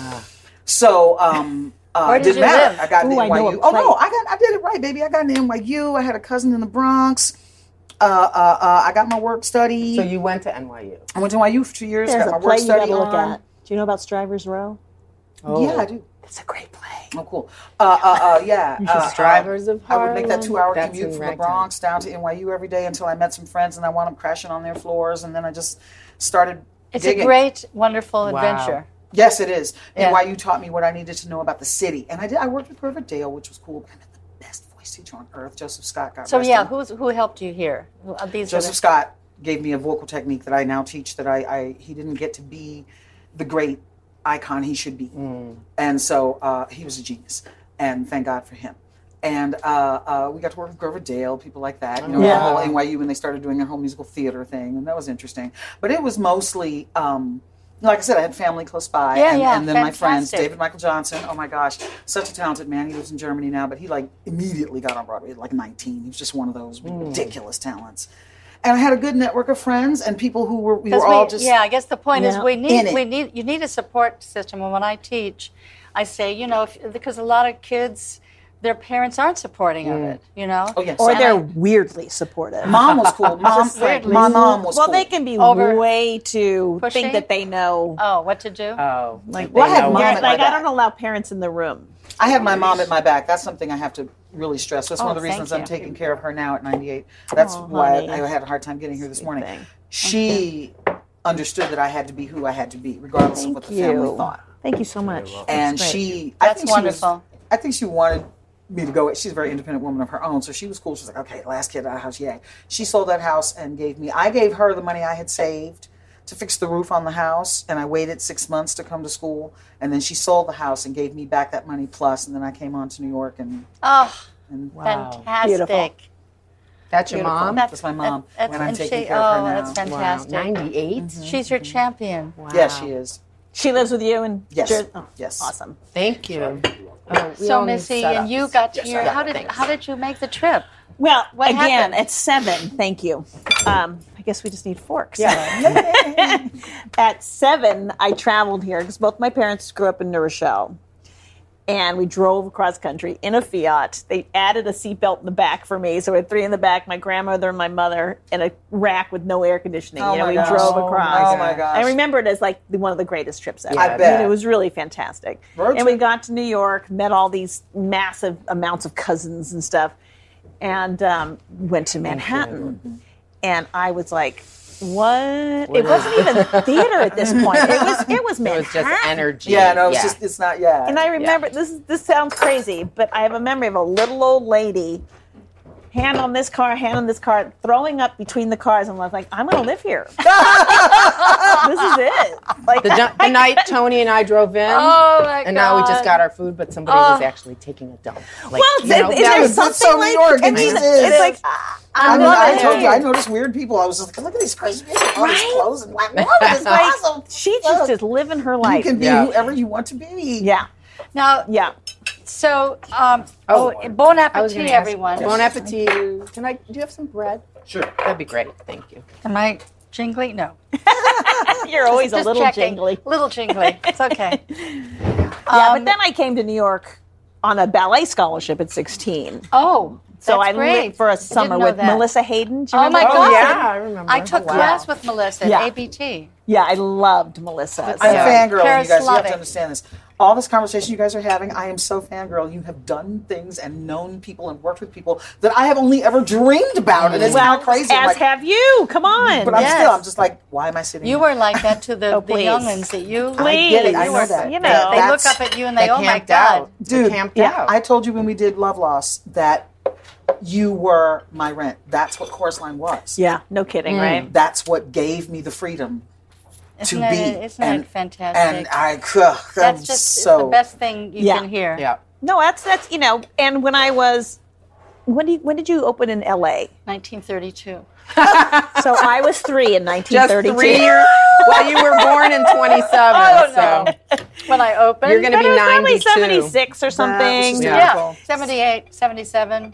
[SPEAKER 4] So um, uh,
[SPEAKER 1] Where did
[SPEAKER 4] didn't
[SPEAKER 1] you
[SPEAKER 4] matter.
[SPEAKER 1] live?
[SPEAKER 4] I got
[SPEAKER 3] Ooh,
[SPEAKER 4] the
[SPEAKER 3] I know a
[SPEAKER 4] NYU. Oh no,
[SPEAKER 3] place.
[SPEAKER 4] I got I did it right, baby. I got an NYU. I had a cousin in the Bronx. Uh, uh, uh, I got my work study.
[SPEAKER 6] So you went to NYU.
[SPEAKER 4] I went to NYU for two years.
[SPEAKER 3] There's
[SPEAKER 4] got my
[SPEAKER 3] a
[SPEAKER 4] work
[SPEAKER 3] play you
[SPEAKER 4] study
[SPEAKER 3] gotta look
[SPEAKER 4] on.
[SPEAKER 3] at. Do you know about Strivers Row?
[SPEAKER 4] Yeah, I do.
[SPEAKER 3] That's a great play.
[SPEAKER 4] Oh, cool. Uh, uh, uh, yeah. uh, uh,
[SPEAKER 6] Strivers of
[SPEAKER 4] I
[SPEAKER 6] Harlem.
[SPEAKER 4] would make that two-hour
[SPEAKER 6] That's
[SPEAKER 4] commute
[SPEAKER 6] in
[SPEAKER 4] from the
[SPEAKER 6] Ragtime.
[SPEAKER 4] Bronx down to NYU every day until I met some friends and I wound up crashing on their floors, and then I just started.
[SPEAKER 1] It's
[SPEAKER 4] digging.
[SPEAKER 1] a great, wonderful
[SPEAKER 6] Wow.
[SPEAKER 1] adventure.
[SPEAKER 4] Yes, it is.
[SPEAKER 1] Yeah.
[SPEAKER 4] And why you taught me what I needed to know about the city, and I did. I worked with Perfect Dale, which was cool. But I met the best voice teacher on earth, Joseph Scott. God
[SPEAKER 1] So
[SPEAKER 4] rest
[SPEAKER 1] yeah,
[SPEAKER 4] him.
[SPEAKER 1] who's who helped you here? Who- uh, These are
[SPEAKER 4] Joseph
[SPEAKER 1] the-
[SPEAKER 4] Scott gave me a vocal technique that I now teach that I, I he didn't get to be the great icon he should be.
[SPEAKER 1] Mm.
[SPEAKER 4] And so uh, he was a genius. And thank God for him. And uh, uh, we got to work with Grover Dale, people like that. You know,
[SPEAKER 3] Yeah.
[SPEAKER 4] the whole NYU when they started doing their whole musical theater thing, and that was interesting. But it was mostly, um, like I said, I had family close by,
[SPEAKER 1] Yeah,
[SPEAKER 4] and,
[SPEAKER 1] yeah,
[SPEAKER 4] and then my friends,
[SPEAKER 1] fantastic.
[SPEAKER 4] David Michael Johnson. Oh my gosh, such a talented man. He lives in Germany now, but he like immediately got on Broadway at like 19. He was just one of those
[SPEAKER 1] Mm.
[SPEAKER 4] ridiculous talents. And I had a good network of friends and people who were we were
[SPEAKER 1] 'cause
[SPEAKER 4] all
[SPEAKER 1] we-
[SPEAKER 4] just
[SPEAKER 1] yeah, I guess the point is
[SPEAKER 3] Yeah.
[SPEAKER 1] we
[SPEAKER 4] In
[SPEAKER 1] need
[SPEAKER 4] it.
[SPEAKER 1] we need you need a support system. And when I teach, I say you know if, because a lot of kids, their parents aren't supporting of it. You know,
[SPEAKER 4] Oh, yes.
[SPEAKER 3] Or
[SPEAKER 4] And
[SPEAKER 3] they're
[SPEAKER 4] I-
[SPEAKER 3] weirdly supportive.
[SPEAKER 4] mom was cool. Mom,
[SPEAKER 1] Just weirdly.
[SPEAKER 4] my mom was
[SPEAKER 3] well,
[SPEAKER 4] cool.
[SPEAKER 3] they can be
[SPEAKER 1] Over-
[SPEAKER 3] way too
[SPEAKER 1] Pushing?
[SPEAKER 3] think that they know.
[SPEAKER 1] oh, what to do?
[SPEAKER 4] Uh,
[SPEAKER 6] Oh, like
[SPEAKER 4] Well, I had
[SPEAKER 6] they know
[SPEAKER 4] mom
[SPEAKER 6] it.
[SPEAKER 4] at
[SPEAKER 3] They're-
[SPEAKER 4] my
[SPEAKER 3] like I
[SPEAKER 4] back.
[SPEAKER 3] don't allow parents in the room.
[SPEAKER 4] I have my mom at my back. That's something I have to really stress. That's one
[SPEAKER 1] Oh,
[SPEAKER 4] of the
[SPEAKER 1] thank
[SPEAKER 4] reasons
[SPEAKER 1] you.
[SPEAKER 4] I'm taking care of her now at 98. That's
[SPEAKER 3] Oh,
[SPEAKER 4] why
[SPEAKER 3] honey.
[SPEAKER 4] I had a hard time getting here this morning.
[SPEAKER 3] thing.
[SPEAKER 4] She understood that I had to be who I had to be, regardless of what
[SPEAKER 3] Thank
[SPEAKER 4] the family
[SPEAKER 3] you.
[SPEAKER 4] thought.
[SPEAKER 3] Thank you so much.
[SPEAKER 4] and
[SPEAKER 3] That's great.
[SPEAKER 4] she I
[SPEAKER 1] That's
[SPEAKER 4] think she was-
[SPEAKER 1] wonderful.
[SPEAKER 4] I think she wanted me to go. She's a very independent woman of her own, so she was cool. She's like, okay, last kid out of the house, yay. She sold that house and gave me. I gave her the money I had saved to fix the roof on the house, and I waited six months to come to school, and then she sold the house and gave me back that money plus, and then I came on to New York and.
[SPEAKER 1] Oh,
[SPEAKER 4] and
[SPEAKER 1] fantastic!
[SPEAKER 3] Beautiful.
[SPEAKER 6] That's your mom.
[SPEAKER 4] That's, my mom.
[SPEAKER 1] Oh, That's-
[SPEAKER 4] Um, when I'm
[SPEAKER 1] and
[SPEAKER 4] taking
[SPEAKER 1] she-
[SPEAKER 4] care of her
[SPEAKER 1] oh,
[SPEAKER 4] now.
[SPEAKER 1] that's fantastic. Mm-hmm.
[SPEAKER 6] Ninety-eight.
[SPEAKER 1] She's your champion.
[SPEAKER 4] Yeah, she is.
[SPEAKER 3] She lives with you and
[SPEAKER 4] Yes.
[SPEAKER 3] Jer- oh,
[SPEAKER 4] Yes.
[SPEAKER 3] awesome.
[SPEAKER 6] Thank you. Oh,
[SPEAKER 1] So Missy, and you got here. How did how did you make the trip?
[SPEAKER 3] Well,
[SPEAKER 1] What
[SPEAKER 3] again,
[SPEAKER 1] happened?
[SPEAKER 3] at seven, thank you. Um, I guess we just need forks.
[SPEAKER 4] Yeah.
[SPEAKER 3] At seven, I traveled here because both my parents grew up in New Rochelle. and we drove across country in a Fiat. They added a seatbelt in the back for me, so we had three in the back: my grandmother and my mother, and a rack with no air conditioning.
[SPEAKER 4] Oh
[SPEAKER 3] you know,
[SPEAKER 4] my
[SPEAKER 3] we
[SPEAKER 4] gosh.
[SPEAKER 3] drove
[SPEAKER 4] Oh
[SPEAKER 3] across.
[SPEAKER 4] my gosh.
[SPEAKER 3] I remember it as like the- one of the greatest trips ever.
[SPEAKER 4] I
[SPEAKER 3] mean,
[SPEAKER 4] bet.
[SPEAKER 3] it was really fantastic.
[SPEAKER 4] Road
[SPEAKER 3] and we
[SPEAKER 4] trip.
[SPEAKER 3] got to New York, met all these massive amounts of cousins and stuff, and um, went to Manhattan. And I was like. What? it wasn't even theater at this point. It was it was
[SPEAKER 6] It
[SPEAKER 3] Manhattan.
[SPEAKER 6] was just energy.
[SPEAKER 4] Yeah, no, it's just it's not. Yeah,
[SPEAKER 3] And I remember this. Is, this sounds crazy, but I have a memory of a little old lady, hand on this car, hand on this car, throwing up between the cars, and I was like, "I'm going to live here. this is it." Like
[SPEAKER 6] the, du- the night Tony and I drove in.
[SPEAKER 1] Oh, my
[SPEAKER 6] And now we just
[SPEAKER 1] God. Oh.
[SPEAKER 6] got our food, but somebody was actually taking a dump. Like,
[SPEAKER 3] well,
[SPEAKER 6] you
[SPEAKER 3] is,
[SPEAKER 6] know,
[SPEAKER 3] is
[SPEAKER 6] that
[SPEAKER 3] there
[SPEAKER 6] was-
[SPEAKER 4] that's
[SPEAKER 3] something
[SPEAKER 4] so
[SPEAKER 3] like?
[SPEAKER 4] New
[SPEAKER 3] I
[SPEAKER 4] York.
[SPEAKER 3] mean,
[SPEAKER 4] It is.
[SPEAKER 3] it's like ah, I,
[SPEAKER 4] I mean,
[SPEAKER 3] love
[SPEAKER 4] I
[SPEAKER 3] it.
[SPEAKER 4] told you, I noticed weird people. I was just like, look at these crazy people, all these clothes, and like, wow, this is
[SPEAKER 3] Like,
[SPEAKER 4] awesome.
[SPEAKER 3] she just is living her
[SPEAKER 4] You
[SPEAKER 3] life.
[SPEAKER 4] can be
[SPEAKER 6] Yeah.
[SPEAKER 4] whoever you want to be.
[SPEAKER 3] yeah,
[SPEAKER 1] Now,
[SPEAKER 3] yeah.
[SPEAKER 1] so um,
[SPEAKER 6] Oh,
[SPEAKER 1] oh, bon
[SPEAKER 6] I was
[SPEAKER 1] appetit,
[SPEAKER 6] gonna ask-
[SPEAKER 1] everyone.
[SPEAKER 6] Bon appetit. Can I? Do you have some bread?
[SPEAKER 5] Sure.
[SPEAKER 6] That'd be great. Thank you.
[SPEAKER 1] Am I jingly? No.
[SPEAKER 3] You're always
[SPEAKER 1] Just
[SPEAKER 3] a little
[SPEAKER 1] checking.
[SPEAKER 3] jingly.
[SPEAKER 1] Little jingly. It's okay.
[SPEAKER 3] yeah, but
[SPEAKER 1] Um,
[SPEAKER 3] then I came to New York on a ballet scholarship at 16.
[SPEAKER 1] Oh,
[SPEAKER 3] So
[SPEAKER 1] that's
[SPEAKER 3] I
[SPEAKER 1] great.
[SPEAKER 3] lived for a
[SPEAKER 1] didn't
[SPEAKER 3] summer
[SPEAKER 1] know
[SPEAKER 3] with
[SPEAKER 1] that.
[SPEAKER 3] Melissa Hayden. Do you
[SPEAKER 1] Oh
[SPEAKER 3] remember
[SPEAKER 1] my God.
[SPEAKER 3] her?
[SPEAKER 6] Oh yeah, I remember.
[SPEAKER 1] I took
[SPEAKER 6] Wow.
[SPEAKER 1] class with Melissa at
[SPEAKER 3] Yeah.
[SPEAKER 1] ABT.
[SPEAKER 3] Yeah, I loved Melissa.
[SPEAKER 4] I'm
[SPEAKER 1] Yeah.
[SPEAKER 4] fangirling,
[SPEAKER 1] Paris
[SPEAKER 4] you guys. You have
[SPEAKER 1] Slavic.
[SPEAKER 4] to understand this. All this conversation you guys are having, I am so fangirl. You have done things and known people and worked with people that I have only ever dreamed about, and it's
[SPEAKER 3] well,
[SPEAKER 4] not crazy. I'm
[SPEAKER 3] as
[SPEAKER 4] like-
[SPEAKER 3] have you. Come on.
[SPEAKER 4] but I'm
[SPEAKER 1] Yes.
[SPEAKER 4] still, I'm just like, why am I sitting?
[SPEAKER 1] You
[SPEAKER 4] here?
[SPEAKER 1] were like that to the,
[SPEAKER 3] Oh,
[SPEAKER 1] the
[SPEAKER 3] please.
[SPEAKER 1] youngins that you.
[SPEAKER 3] Please.
[SPEAKER 4] I get it. I
[SPEAKER 3] You
[SPEAKER 4] know
[SPEAKER 3] were-
[SPEAKER 4] that.
[SPEAKER 3] you
[SPEAKER 4] That-
[SPEAKER 3] know.
[SPEAKER 1] They look
[SPEAKER 4] that's-
[SPEAKER 1] up at you and
[SPEAKER 6] They
[SPEAKER 1] they, oh my
[SPEAKER 6] camped out.
[SPEAKER 1] God.
[SPEAKER 6] They
[SPEAKER 4] Dude,
[SPEAKER 6] camped out.
[SPEAKER 4] I told you when we did Love Loss that you were my rent. That's what Chorus Line was.
[SPEAKER 3] yeah, no kidding, right?
[SPEAKER 4] That's what gave me the freedom
[SPEAKER 1] Isn't,
[SPEAKER 4] to
[SPEAKER 1] it,
[SPEAKER 4] be.
[SPEAKER 1] isn't
[SPEAKER 4] and,
[SPEAKER 1] it fantastic?
[SPEAKER 4] and I, ugh, I'm
[SPEAKER 1] that's just it's
[SPEAKER 4] so
[SPEAKER 1] the best thing you
[SPEAKER 3] Yeah.
[SPEAKER 1] can hear.
[SPEAKER 6] Yeah.
[SPEAKER 3] No, that's that's you know. And when I was, when do you, when did you open in L.A.?
[SPEAKER 1] 1932.
[SPEAKER 3] So I was three in 1932.
[SPEAKER 6] Just three years. well, you were born in 27, so
[SPEAKER 1] When I opened,
[SPEAKER 6] you're going to
[SPEAKER 3] But
[SPEAKER 6] be
[SPEAKER 3] it was probably
[SPEAKER 6] 92.
[SPEAKER 3] 76 or
[SPEAKER 4] That
[SPEAKER 3] something.
[SPEAKER 4] was
[SPEAKER 3] Yeah.
[SPEAKER 4] just
[SPEAKER 1] yeah,
[SPEAKER 4] Beautiful.
[SPEAKER 1] 78, 77.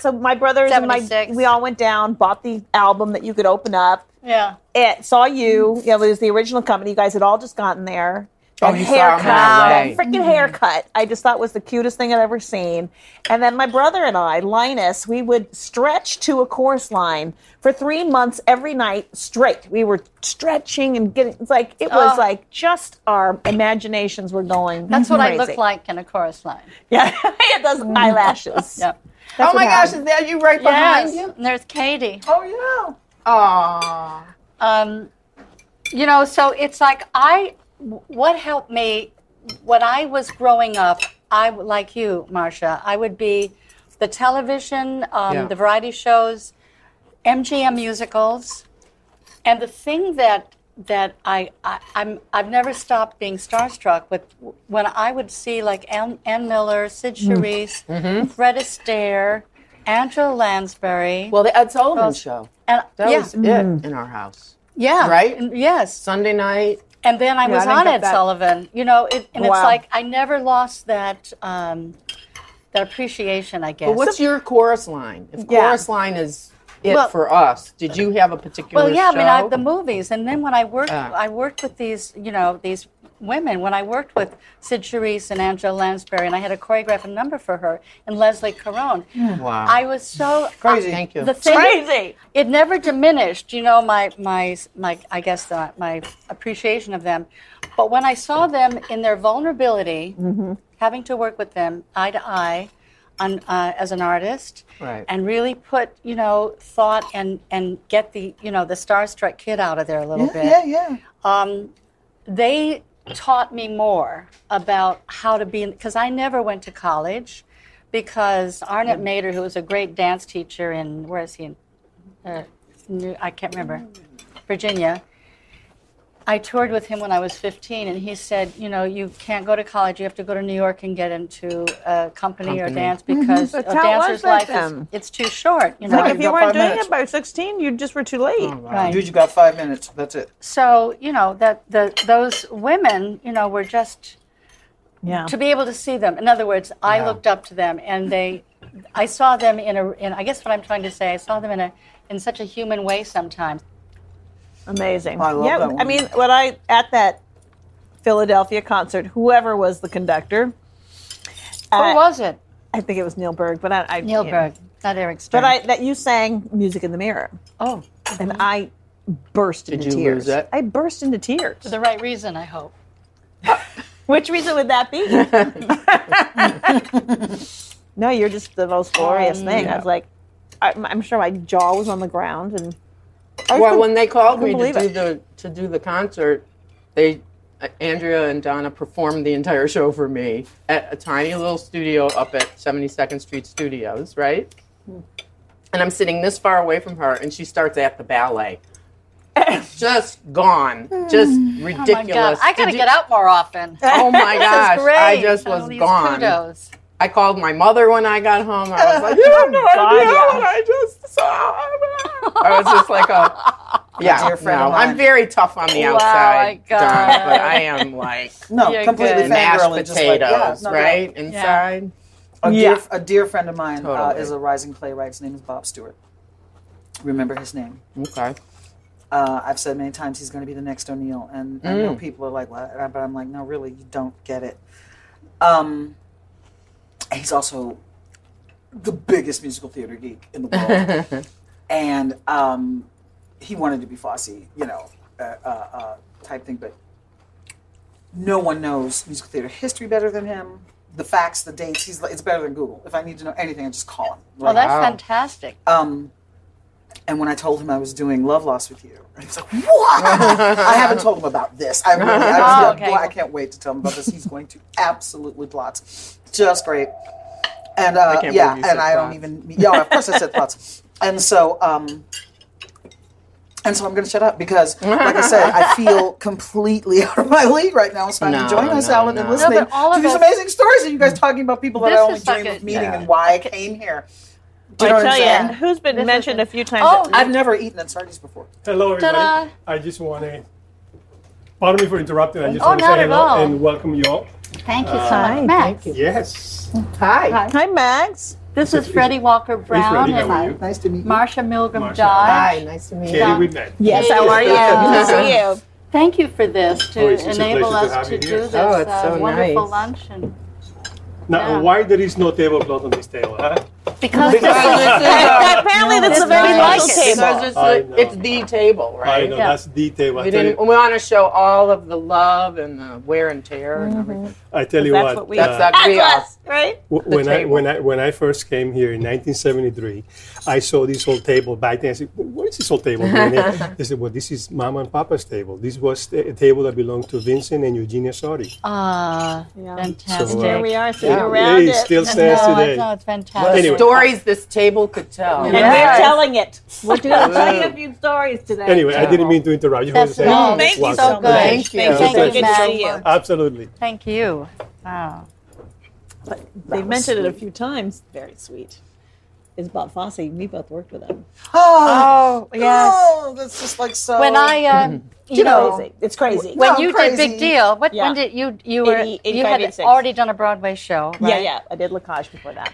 [SPEAKER 3] so my brothers and
[SPEAKER 1] 76.
[SPEAKER 3] my we all went down, bought the album that you could open up.
[SPEAKER 1] Yeah.
[SPEAKER 3] It saw you. You know, it was the original company. You guys had all just gotten there.
[SPEAKER 6] Oh,
[SPEAKER 3] That
[SPEAKER 6] you saw
[SPEAKER 3] haircut.
[SPEAKER 6] him
[SPEAKER 3] that
[SPEAKER 6] in
[SPEAKER 3] freaking haircut. I just thought was the cutest thing I'd ever seen. And then my brother and I, Linus, we would stretch to a chorus line for three months every night straight. We were stretching and getting. It's like it was
[SPEAKER 1] Oh.
[SPEAKER 3] like just our imaginations were going.
[SPEAKER 1] That's what I
[SPEAKER 3] crazy.
[SPEAKER 1] look like in a chorus line.
[SPEAKER 3] Yeah, it does eyelashes.
[SPEAKER 1] Yep.
[SPEAKER 6] Oh
[SPEAKER 3] what
[SPEAKER 6] my gosh, is that you right behind you?
[SPEAKER 1] And there's Katie.
[SPEAKER 4] Oh
[SPEAKER 6] Aww.
[SPEAKER 1] um, you know so it's like i what helped me when i was growing up i like you Marcia, i would be the television um,
[SPEAKER 6] Yeah.
[SPEAKER 1] the variety shows mgm musicals and the thing that that I, I I'm I've never stopped being starstruck with when I would see like Ann, Ann Miller, Sid
[SPEAKER 6] Mm.
[SPEAKER 1] Charisse,
[SPEAKER 6] Mm-hmm.
[SPEAKER 1] Fred Astaire, Angela Lansbury.
[SPEAKER 6] Well, the Ed Sullivan
[SPEAKER 1] Those-
[SPEAKER 6] show.
[SPEAKER 1] and,
[SPEAKER 6] That
[SPEAKER 1] yeah,
[SPEAKER 6] was it in our house.
[SPEAKER 1] yeah,
[SPEAKER 6] right?
[SPEAKER 1] and- yes,
[SPEAKER 6] Sunday night.
[SPEAKER 1] and then I was
[SPEAKER 6] I didn't
[SPEAKER 1] on
[SPEAKER 6] get
[SPEAKER 1] Ed
[SPEAKER 6] that.
[SPEAKER 1] Sullivan. You know, it, and it's
[SPEAKER 3] Wow.
[SPEAKER 1] like I never lost that um, that appreciation. I guess.
[SPEAKER 6] But what's your chorus line? If
[SPEAKER 3] Yeah.
[SPEAKER 6] chorus line is it
[SPEAKER 1] Well-
[SPEAKER 6] for us, did you have a particular
[SPEAKER 1] well, yeah. I mean, I,
[SPEAKER 6] show?
[SPEAKER 1] the movies, and then when I worked,
[SPEAKER 6] Ah.
[SPEAKER 1] I worked with these, you know, these women. When I worked with Sid Charisse and Angela Lansbury, and I had to choreograph a number for her and Leslie Caron.
[SPEAKER 6] Wow.
[SPEAKER 1] I was so uh,
[SPEAKER 4] Crazy.
[SPEAKER 6] Thank you.
[SPEAKER 1] The
[SPEAKER 3] It's
[SPEAKER 1] thing,
[SPEAKER 3] Crazy.
[SPEAKER 1] it never diminished, you know, my my my I guess uh, my appreciation of them. But when I saw them in their vulnerability,
[SPEAKER 4] Mm-hmm.
[SPEAKER 1] having to work with them eye to eye, on, uh, as an artist,
[SPEAKER 6] Right.
[SPEAKER 1] and really put you know thought and and get the you know the starstruck kid out of there a little
[SPEAKER 4] yeah,
[SPEAKER 1] bit.
[SPEAKER 4] yeah, yeah.
[SPEAKER 1] They taught me more about how to be because I never went to college because Arnett Mater, who was a great dance teacher in where is he in Uh, New, I can't remember, Virginia. I toured with him when I was 15, and he said, "You know, you can't go to college. You have to go to New York and get into a company, or dance because a
[SPEAKER 3] Mm-hmm. how was
[SPEAKER 1] dancer's
[SPEAKER 3] that
[SPEAKER 1] life
[SPEAKER 3] then?
[SPEAKER 1] is—it's too short." You know.
[SPEAKER 4] Right.
[SPEAKER 3] Like if you
[SPEAKER 4] got
[SPEAKER 3] weren't
[SPEAKER 4] five
[SPEAKER 3] doing
[SPEAKER 4] minutes.
[SPEAKER 3] it by 16, you just were too late.
[SPEAKER 6] Mm.
[SPEAKER 1] Right.
[SPEAKER 4] Dude, you got five minutes. That's it.
[SPEAKER 1] So you know that the those women, you know, were just
[SPEAKER 3] Yeah.
[SPEAKER 1] to be able to see them. In other words, I looked up to them, and they, I saw them in a. In, I guess what I'm trying to say, I saw them in a in such a human way sometimes.
[SPEAKER 3] Amazing.
[SPEAKER 4] I love
[SPEAKER 3] yeah,
[SPEAKER 4] that one.
[SPEAKER 3] I mean, when I at that Philadelphia concert, whoever was the conductor,
[SPEAKER 1] Who
[SPEAKER 3] Uh,
[SPEAKER 1] was it?
[SPEAKER 3] I think it was Neil Berg, but I, I
[SPEAKER 1] Oh, Neil
[SPEAKER 3] yeah.
[SPEAKER 1] Berg, not Eric Stern.
[SPEAKER 3] But I that you sang "Music in the Mirror,"
[SPEAKER 1] oh,
[SPEAKER 3] and I burst
[SPEAKER 6] Did
[SPEAKER 3] into
[SPEAKER 6] you
[SPEAKER 3] tears.
[SPEAKER 6] lose it?
[SPEAKER 3] I burst into tears.
[SPEAKER 1] for the right reason, I hope.
[SPEAKER 3] Which reason would that be? no, you're just the most glorious thing. I was like, I, I'm sure my jaw was on the ground, and I
[SPEAKER 6] well,
[SPEAKER 3] couldn't-
[SPEAKER 6] when they called
[SPEAKER 3] I
[SPEAKER 6] me to
[SPEAKER 3] couldn't
[SPEAKER 6] do
[SPEAKER 3] believe
[SPEAKER 6] the to do the concert, they uh, Andrea and Donna performed the entire show for me at a tiny little studio up at 72nd Street Studios, right? And I'm sitting this far away from her, and she starts at the ballet. Just gone, just
[SPEAKER 1] Oh my God,
[SPEAKER 6] ridiculous.
[SPEAKER 1] I gotta
[SPEAKER 6] Did you-
[SPEAKER 1] get out more often.
[SPEAKER 6] Oh my gosh!
[SPEAKER 1] Great.
[SPEAKER 6] I just
[SPEAKER 1] All
[SPEAKER 6] was
[SPEAKER 1] these
[SPEAKER 6] gone.
[SPEAKER 1] Kudos.
[SPEAKER 6] I called my mother when I got home. I was like, "You have no
[SPEAKER 3] God,
[SPEAKER 6] idea
[SPEAKER 3] yeah.
[SPEAKER 6] what I just saw." I was just like a yeah.
[SPEAKER 4] Dear friend
[SPEAKER 6] no,
[SPEAKER 4] of
[SPEAKER 6] I'm
[SPEAKER 4] mine.
[SPEAKER 6] very tough on the
[SPEAKER 1] Wow,
[SPEAKER 6] outside,
[SPEAKER 1] my God.
[SPEAKER 6] Don, but I am like
[SPEAKER 4] No,
[SPEAKER 1] You're
[SPEAKER 4] completely
[SPEAKER 1] good.
[SPEAKER 6] mashed
[SPEAKER 4] fangirling, just like, yeah,
[SPEAKER 6] potatoes,
[SPEAKER 4] no, no.
[SPEAKER 6] right? Inside.
[SPEAKER 4] A,
[SPEAKER 3] Yeah.
[SPEAKER 4] dear, a dear friend of mine uh,
[SPEAKER 6] Totally.
[SPEAKER 4] is a rising playwright. His name is Bob Stewart. Remember his name.
[SPEAKER 6] Okay.
[SPEAKER 4] Uh, I've said many times he's going to be the next O'Neill, and I know
[SPEAKER 6] Mm.
[SPEAKER 4] people are like, "What?" But I'm like, "No, really, you don't get it." Um, he's also the biggest musical theater geek in the world. and um, he wanted to be Fosse, you know, uh, uh, uh, type thing. But no one knows musical theater history better than him. The facts, the dates, he's it's better than Google. If I need to know anything, I just call him.
[SPEAKER 1] Well, that's
[SPEAKER 6] Wow.
[SPEAKER 1] fantastic.
[SPEAKER 4] Um, and when I told him I was doing Love Lost with you, he's like, "What? I haven't told him about this. I really, I, was
[SPEAKER 1] Oh,
[SPEAKER 4] like,
[SPEAKER 1] okay.
[SPEAKER 4] "Boy, I can't wait to tell him about this. He's going to absolutely plot. Just great. And uh,
[SPEAKER 6] can't
[SPEAKER 4] yeah,
[SPEAKER 6] believe you
[SPEAKER 4] and
[SPEAKER 6] said
[SPEAKER 4] I don't
[SPEAKER 6] plots.
[SPEAKER 4] even. Yeah, of course I said plots. And so, um, and so I'm going to shut up because, like I said, I feel completely out of my league right now. So I'm
[SPEAKER 6] No,
[SPEAKER 4] enjoying
[SPEAKER 6] no,
[SPEAKER 4] myself salad and
[SPEAKER 6] no.
[SPEAKER 4] listening
[SPEAKER 1] No, but all
[SPEAKER 4] to
[SPEAKER 1] of
[SPEAKER 4] these
[SPEAKER 1] us-
[SPEAKER 4] amazing stories, and you guys talking about people that
[SPEAKER 1] This
[SPEAKER 4] I only
[SPEAKER 1] is like
[SPEAKER 4] dream
[SPEAKER 1] a-
[SPEAKER 4] of meeting
[SPEAKER 6] Yeah.
[SPEAKER 4] and why I came here. Do
[SPEAKER 3] I
[SPEAKER 4] you know what
[SPEAKER 3] tell
[SPEAKER 4] I'm saying?
[SPEAKER 3] you, who's been
[SPEAKER 1] This is
[SPEAKER 3] mentioned
[SPEAKER 1] it.
[SPEAKER 3] a few times?
[SPEAKER 1] Oh,
[SPEAKER 4] I've never eaten at Sardi's before.
[SPEAKER 7] Hello, everybody.
[SPEAKER 1] Ta-da.
[SPEAKER 7] I just want to. Pardon me for interrupting. I just
[SPEAKER 1] Oh,
[SPEAKER 7] want to
[SPEAKER 1] not
[SPEAKER 7] say
[SPEAKER 1] at
[SPEAKER 7] hello
[SPEAKER 1] all.
[SPEAKER 7] and welcome you all.
[SPEAKER 1] Thank you so
[SPEAKER 3] Hi,
[SPEAKER 1] much, Max.
[SPEAKER 7] Yes.
[SPEAKER 6] Hi.
[SPEAKER 3] hi, Max.
[SPEAKER 1] This is Freddie Walker Brown
[SPEAKER 7] Freddie, how are
[SPEAKER 1] and
[SPEAKER 7] you?
[SPEAKER 4] Nice to meet you.
[SPEAKER 1] Marsha Milgram
[SPEAKER 7] Marsha.
[SPEAKER 1] Dodge.
[SPEAKER 6] Hi. Nice to meet you.
[SPEAKER 7] Katie, we met.
[SPEAKER 3] Yes, how are you? Good to see you.
[SPEAKER 1] Thank you for this to
[SPEAKER 7] Oh, it's just a
[SPEAKER 1] enable
[SPEAKER 7] pleasure to
[SPEAKER 1] us
[SPEAKER 7] have
[SPEAKER 1] to
[SPEAKER 7] you
[SPEAKER 1] do
[SPEAKER 7] here.
[SPEAKER 1] this
[SPEAKER 6] Oh, it's
[SPEAKER 1] uh,
[SPEAKER 6] so
[SPEAKER 1] wonderful
[SPEAKER 6] nice.
[SPEAKER 1] luncheon.
[SPEAKER 7] Now,
[SPEAKER 1] Yeah.
[SPEAKER 7] why there is no tablecloth on this table, huh?
[SPEAKER 1] Because this is
[SPEAKER 6] Because this is our-
[SPEAKER 3] Apparently, this is a
[SPEAKER 1] It's
[SPEAKER 3] very
[SPEAKER 1] nice.
[SPEAKER 3] special
[SPEAKER 1] It's
[SPEAKER 3] table.
[SPEAKER 6] Because
[SPEAKER 7] I
[SPEAKER 6] it's,
[SPEAKER 7] know.
[SPEAKER 6] the, it's the table,
[SPEAKER 7] I
[SPEAKER 6] right?
[SPEAKER 7] know
[SPEAKER 1] Yeah.
[SPEAKER 7] that's the table. I
[SPEAKER 6] We
[SPEAKER 7] tell,
[SPEAKER 6] didn't. We
[SPEAKER 7] you,
[SPEAKER 6] want to show all of the love and the wear and tear and everything.
[SPEAKER 7] I tell you
[SPEAKER 3] That's
[SPEAKER 7] what. uh,
[SPEAKER 3] what we-
[SPEAKER 6] That's that we are.
[SPEAKER 3] Atlas, right?
[SPEAKER 7] w- when I
[SPEAKER 6] table.
[SPEAKER 7] when I when I first came here in 1973, I saw this whole table back then. I said, "What is this whole table?" doing here?" they said, "Well, this is Mama and Papa's table. This was a a table that belonged to Vincent and Eugenia Sori.
[SPEAKER 1] Ah, fantastic.
[SPEAKER 7] So, uh,
[SPEAKER 3] Here we are sitting
[SPEAKER 7] It-
[SPEAKER 3] around
[SPEAKER 7] it
[SPEAKER 3] it.
[SPEAKER 7] still
[SPEAKER 1] No,
[SPEAKER 7] stands
[SPEAKER 1] it's-
[SPEAKER 7] today.
[SPEAKER 1] no, it's fantastic.
[SPEAKER 7] Anyway.
[SPEAKER 6] Stories this table could tell.
[SPEAKER 3] and
[SPEAKER 1] Yes.
[SPEAKER 3] we're telling it. We're doing telling a few stories today. Oh,
[SPEAKER 7] Anyway, I didn't mean to interrupt. You
[SPEAKER 1] That's
[SPEAKER 7] were saying-
[SPEAKER 1] no,
[SPEAKER 3] Thank you
[SPEAKER 7] Wow.
[SPEAKER 3] so much.
[SPEAKER 6] Thank you.
[SPEAKER 3] Thank you.
[SPEAKER 7] Thank
[SPEAKER 3] So
[SPEAKER 7] you
[SPEAKER 3] good to
[SPEAKER 1] so
[SPEAKER 3] see you.
[SPEAKER 1] much.
[SPEAKER 7] Absolutely.
[SPEAKER 1] Thank you. Wow.
[SPEAKER 3] They've mentioned it a few times. Very sweet. Is Bob Fosse? We both worked with him.
[SPEAKER 4] Oh,
[SPEAKER 1] Oh, yes.
[SPEAKER 4] no, that's just like so.
[SPEAKER 1] When I, uh, you know,
[SPEAKER 3] crazy. It's crazy.
[SPEAKER 4] Well,
[SPEAKER 1] when you did
[SPEAKER 4] crazy.
[SPEAKER 1] Big Deal, what,
[SPEAKER 3] Yeah.
[SPEAKER 1] when did you, you were,
[SPEAKER 3] 80,
[SPEAKER 1] you had
[SPEAKER 3] 85, 86.
[SPEAKER 1] already done a Broadway show, right?
[SPEAKER 3] yeah, yeah. I did Lacage before that.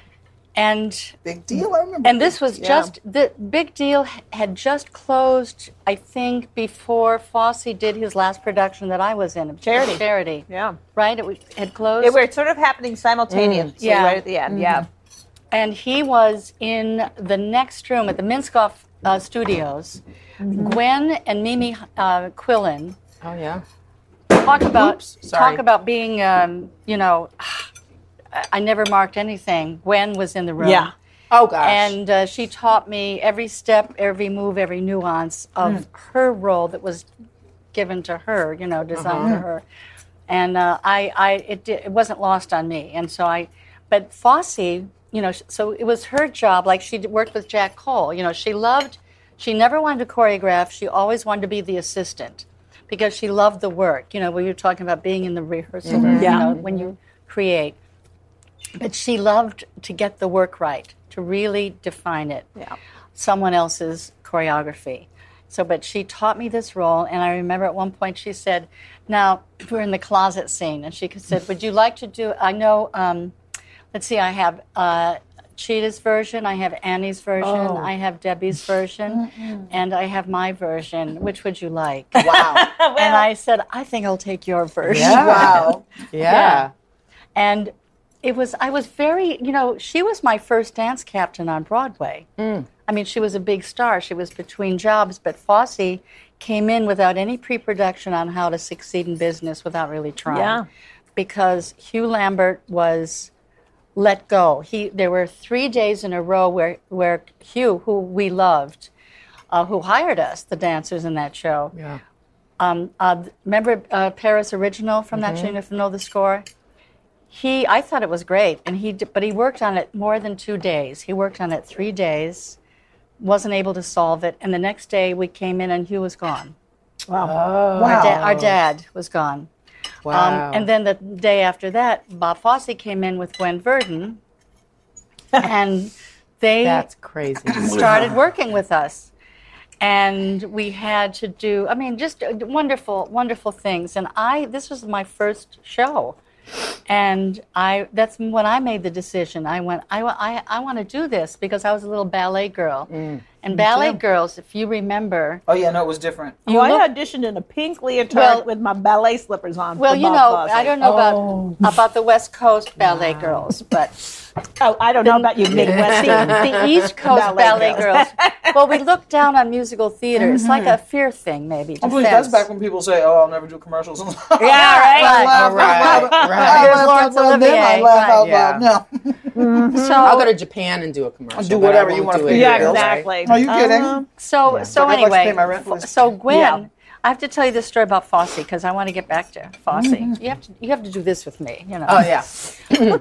[SPEAKER 1] And
[SPEAKER 4] big deal. I remember.
[SPEAKER 1] And this was just the big deal h- had just closed, I think, before Fosse did his last production that I was in.
[SPEAKER 3] Charity.
[SPEAKER 1] Charity.
[SPEAKER 3] Yeah.
[SPEAKER 1] Right? It was, had closed.
[SPEAKER 3] They were sort of happening simultaneously
[SPEAKER 7] Mm.
[SPEAKER 1] yeah.
[SPEAKER 3] right at the end. Yeah.
[SPEAKER 1] and he was in the next room at the Minskoff uh, Studios.
[SPEAKER 6] Mm-hmm.
[SPEAKER 1] Gwen and Mimi uh, Quillen
[SPEAKER 6] Oh yeah.
[SPEAKER 1] talk about
[SPEAKER 6] sorry.
[SPEAKER 1] talk about being, um, you know, I- I never marked anything. Gwen was in the room.
[SPEAKER 3] Yeah.
[SPEAKER 6] Oh gosh.
[SPEAKER 1] And uh, she taught me every step, every move, every nuance of
[SPEAKER 6] Hmm.
[SPEAKER 1] her role that was given to her, you know,
[SPEAKER 3] Uh-huh.
[SPEAKER 1] designed for her. And uh, I, I, it, di- it wasn't lost on me. And so I, but Fosse, you know, sh- so it was her job. Like she d- worked with Jack Cole. You know, she loved. She never wanted to choreograph. She always wanted to be the assistant because she loved the work. You know, we were talking about being in the rehearsal room.
[SPEAKER 3] Mm-hmm. Yeah. Mm-hmm.
[SPEAKER 1] You know, when you create. But she loved to get the work right, to really define it.
[SPEAKER 3] Yeah.
[SPEAKER 1] Someone else's choreography. So, but she taught me this role, and I remember at one point she said, "Now we're in the closet scene," and she said, "Would you like to do? I know. Um, let's see. I have uh, Cheetah's version. I have Annie's version. I have Debbie's version, and I have my version. Which would you like?"
[SPEAKER 4] wow,
[SPEAKER 1] and I said, "I think I'll take your version."
[SPEAKER 6] Yeah.
[SPEAKER 4] wow.
[SPEAKER 6] yeah.
[SPEAKER 1] And it was I was very you know she was my first dance captain on Broadway. I mean she was a big star. She was between jobs, but Fosse came in without any pre-production on how to succeed in business without really trying.
[SPEAKER 3] Yeah.
[SPEAKER 1] Because Hugh Lambert was let go. He there were three days in a row where where Hugh, who we loved, uh, who hired us, the dancers in that show. Yeah. Um, uh, th- remember uh, Paris Original from that show? If you know the score, he I thought it was great, and he d- but he worked on it more than two days. He worked on it three days, wasn't able to solve it, and the next day we came in and Hugh was gone.
[SPEAKER 4] wow.
[SPEAKER 6] Oh,
[SPEAKER 1] Our, da- our dad was gone.
[SPEAKER 6] Wow.
[SPEAKER 1] Um, and then the day after that, Bob Fosse came in with Gwen Verdon, and they
[SPEAKER 6] That's crazy.
[SPEAKER 1] started working with us. And we had to do, I mean, just uh, wonderful, wonderful things. And I, this was my first show. And I, that's when I made the decision. I went, I, wa- I, I want to do this because I was a little ballet girl. And ballet girls, if you remember,
[SPEAKER 4] Oh yeah, no, it was different.
[SPEAKER 3] Well, I auditioned in a pink leotard
[SPEAKER 1] Well-
[SPEAKER 3] with my ballet slippers on.
[SPEAKER 1] well,
[SPEAKER 3] for
[SPEAKER 1] you
[SPEAKER 3] Bob
[SPEAKER 1] know,
[SPEAKER 3] Fosse.
[SPEAKER 1] I don't know about about the West Coast ballet girls, but
[SPEAKER 3] Oh, I don't know about you, Midwest.
[SPEAKER 1] the, the East Coast
[SPEAKER 3] Ballet
[SPEAKER 1] ballet, girls. well, we look down on musical theater. It's like a fear thing, maybe.
[SPEAKER 4] I believe
[SPEAKER 1] defense.
[SPEAKER 4] that's back when people say, "Oh, I'll never do commercials." yeah,
[SPEAKER 1] right.
[SPEAKER 4] I laugh
[SPEAKER 6] Right,
[SPEAKER 4] out loud.
[SPEAKER 6] right.
[SPEAKER 4] I
[SPEAKER 1] There's
[SPEAKER 4] laugh out
[SPEAKER 1] Laurence
[SPEAKER 4] loud then. I
[SPEAKER 1] Olivier,
[SPEAKER 4] laugh
[SPEAKER 1] right.
[SPEAKER 4] out
[SPEAKER 6] Yeah.
[SPEAKER 4] loud now.
[SPEAKER 1] So,
[SPEAKER 6] I'll go to Japan and do a commercial.
[SPEAKER 4] Do
[SPEAKER 6] but I
[SPEAKER 4] whatever you wanna
[SPEAKER 6] won't do
[SPEAKER 4] pay
[SPEAKER 6] it
[SPEAKER 4] your
[SPEAKER 3] yeah,
[SPEAKER 6] here,
[SPEAKER 4] bills.
[SPEAKER 6] right?
[SPEAKER 3] exactly. Um,
[SPEAKER 4] Are you kidding?
[SPEAKER 1] so, Uh-huh. so
[SPEAKER 4] I'd like to
[SPEAKER 1] anyway,
[SPEAKER 4] pay my rent for
[SPEAKER 1] f-
[SPEAKER 4] this.
[SPEAKER 1] so Gwen,
[SPEAKER 3] Yeah.
[SPEAKER 1] I have to tell you this story about Fosse because I want to get back to Fosse. You have to, you have to do this with me, you know.
[SPEAKER 6] Oh yeah.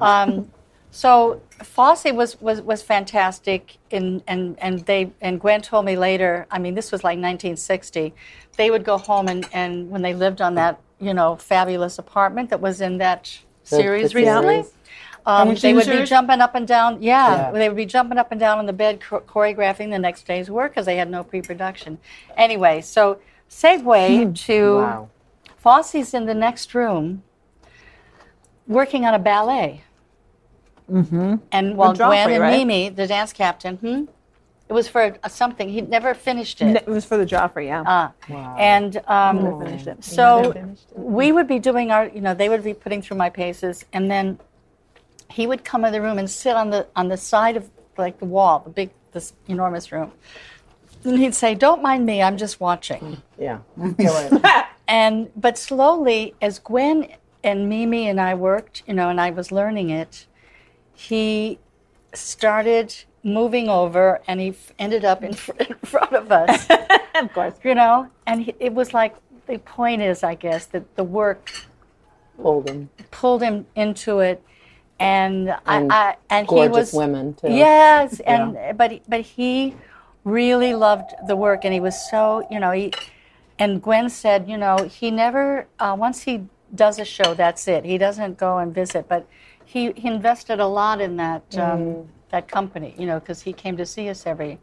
[SPEAKER 1] um, so Fosse was, was, was fantastic, in, and and they and Gwen told me later. I mean, this was like 1960. They would go home and, and when they lived on that you know fabulous apartment that was in that series
[SPEAKER 6] the
[SPEAKER 1] recently,
[SPEAKER 6] series.
[SPEAKER 1] um,
[SPEAKER 4] seen
[SPEAKER 1] they
[SPEAKER 4] the
[SPEAKER 1] would be
[SPEAKER 4] series?
[SPEAKER 1] jumping up and down. Yeah,
[SPEAKER 6] Yeah.
[SPEAKER 1] they would be jumping up and down on the bed cho- choreographing the next day's work because they had no pre-production. Anyway, so segue to.
[SPEAKER 6] Hmm. Wow.
[SPEAKER 1] Fosse's in the next room working on a ballet. Mm-hmm. And while
[SPEAKER 3] Joffrey,
[SPEAKER 1] Gwen and
[SPEAKER 3] right?
[SPEAKER 1] Mimi, the dance captain, hmm, it was for a, something. He never finished it.
[SPEAKER 3] It was for the Joffrey, yeah.
[SPEAKER 1] Ah. And um,
[SPEAKER 3] Finished it.
[SPEAKER 1] so we would be doing our, you know, they would be putting through my paces, and then he would come in the room and sit on the on the side of like the wall, the big, this enormous room, and he'd say, "Don't mind me, I'm just watching."
[SPEAKER 6] Yeah.
[SPEAKER 1] and but slowly as gwen and mimi and i worked you know and i was learning it he started moving over and he f- ended up in, fr- in front of us
[SPEAKER 3] of course.
[SPEAKER 1] you know and he, it was like the point is i guess that the work
[SPEAKER 6] Hold 'em.
[SPEAKER 1] pulled him into it and,
[SPEAKER 6] And
[SPEAKER 1] I, I and he was
[SPEAKER 6] Gorgeous women too.
[SPEAKER 1] Yes, and but but he really loved the work, and he was so you know he. And Gwen said, you know, he never uh, once he does a show, that's it. He doesn't go and visit, but he, he invested a lot in that um, that company, you know, because he came to see us every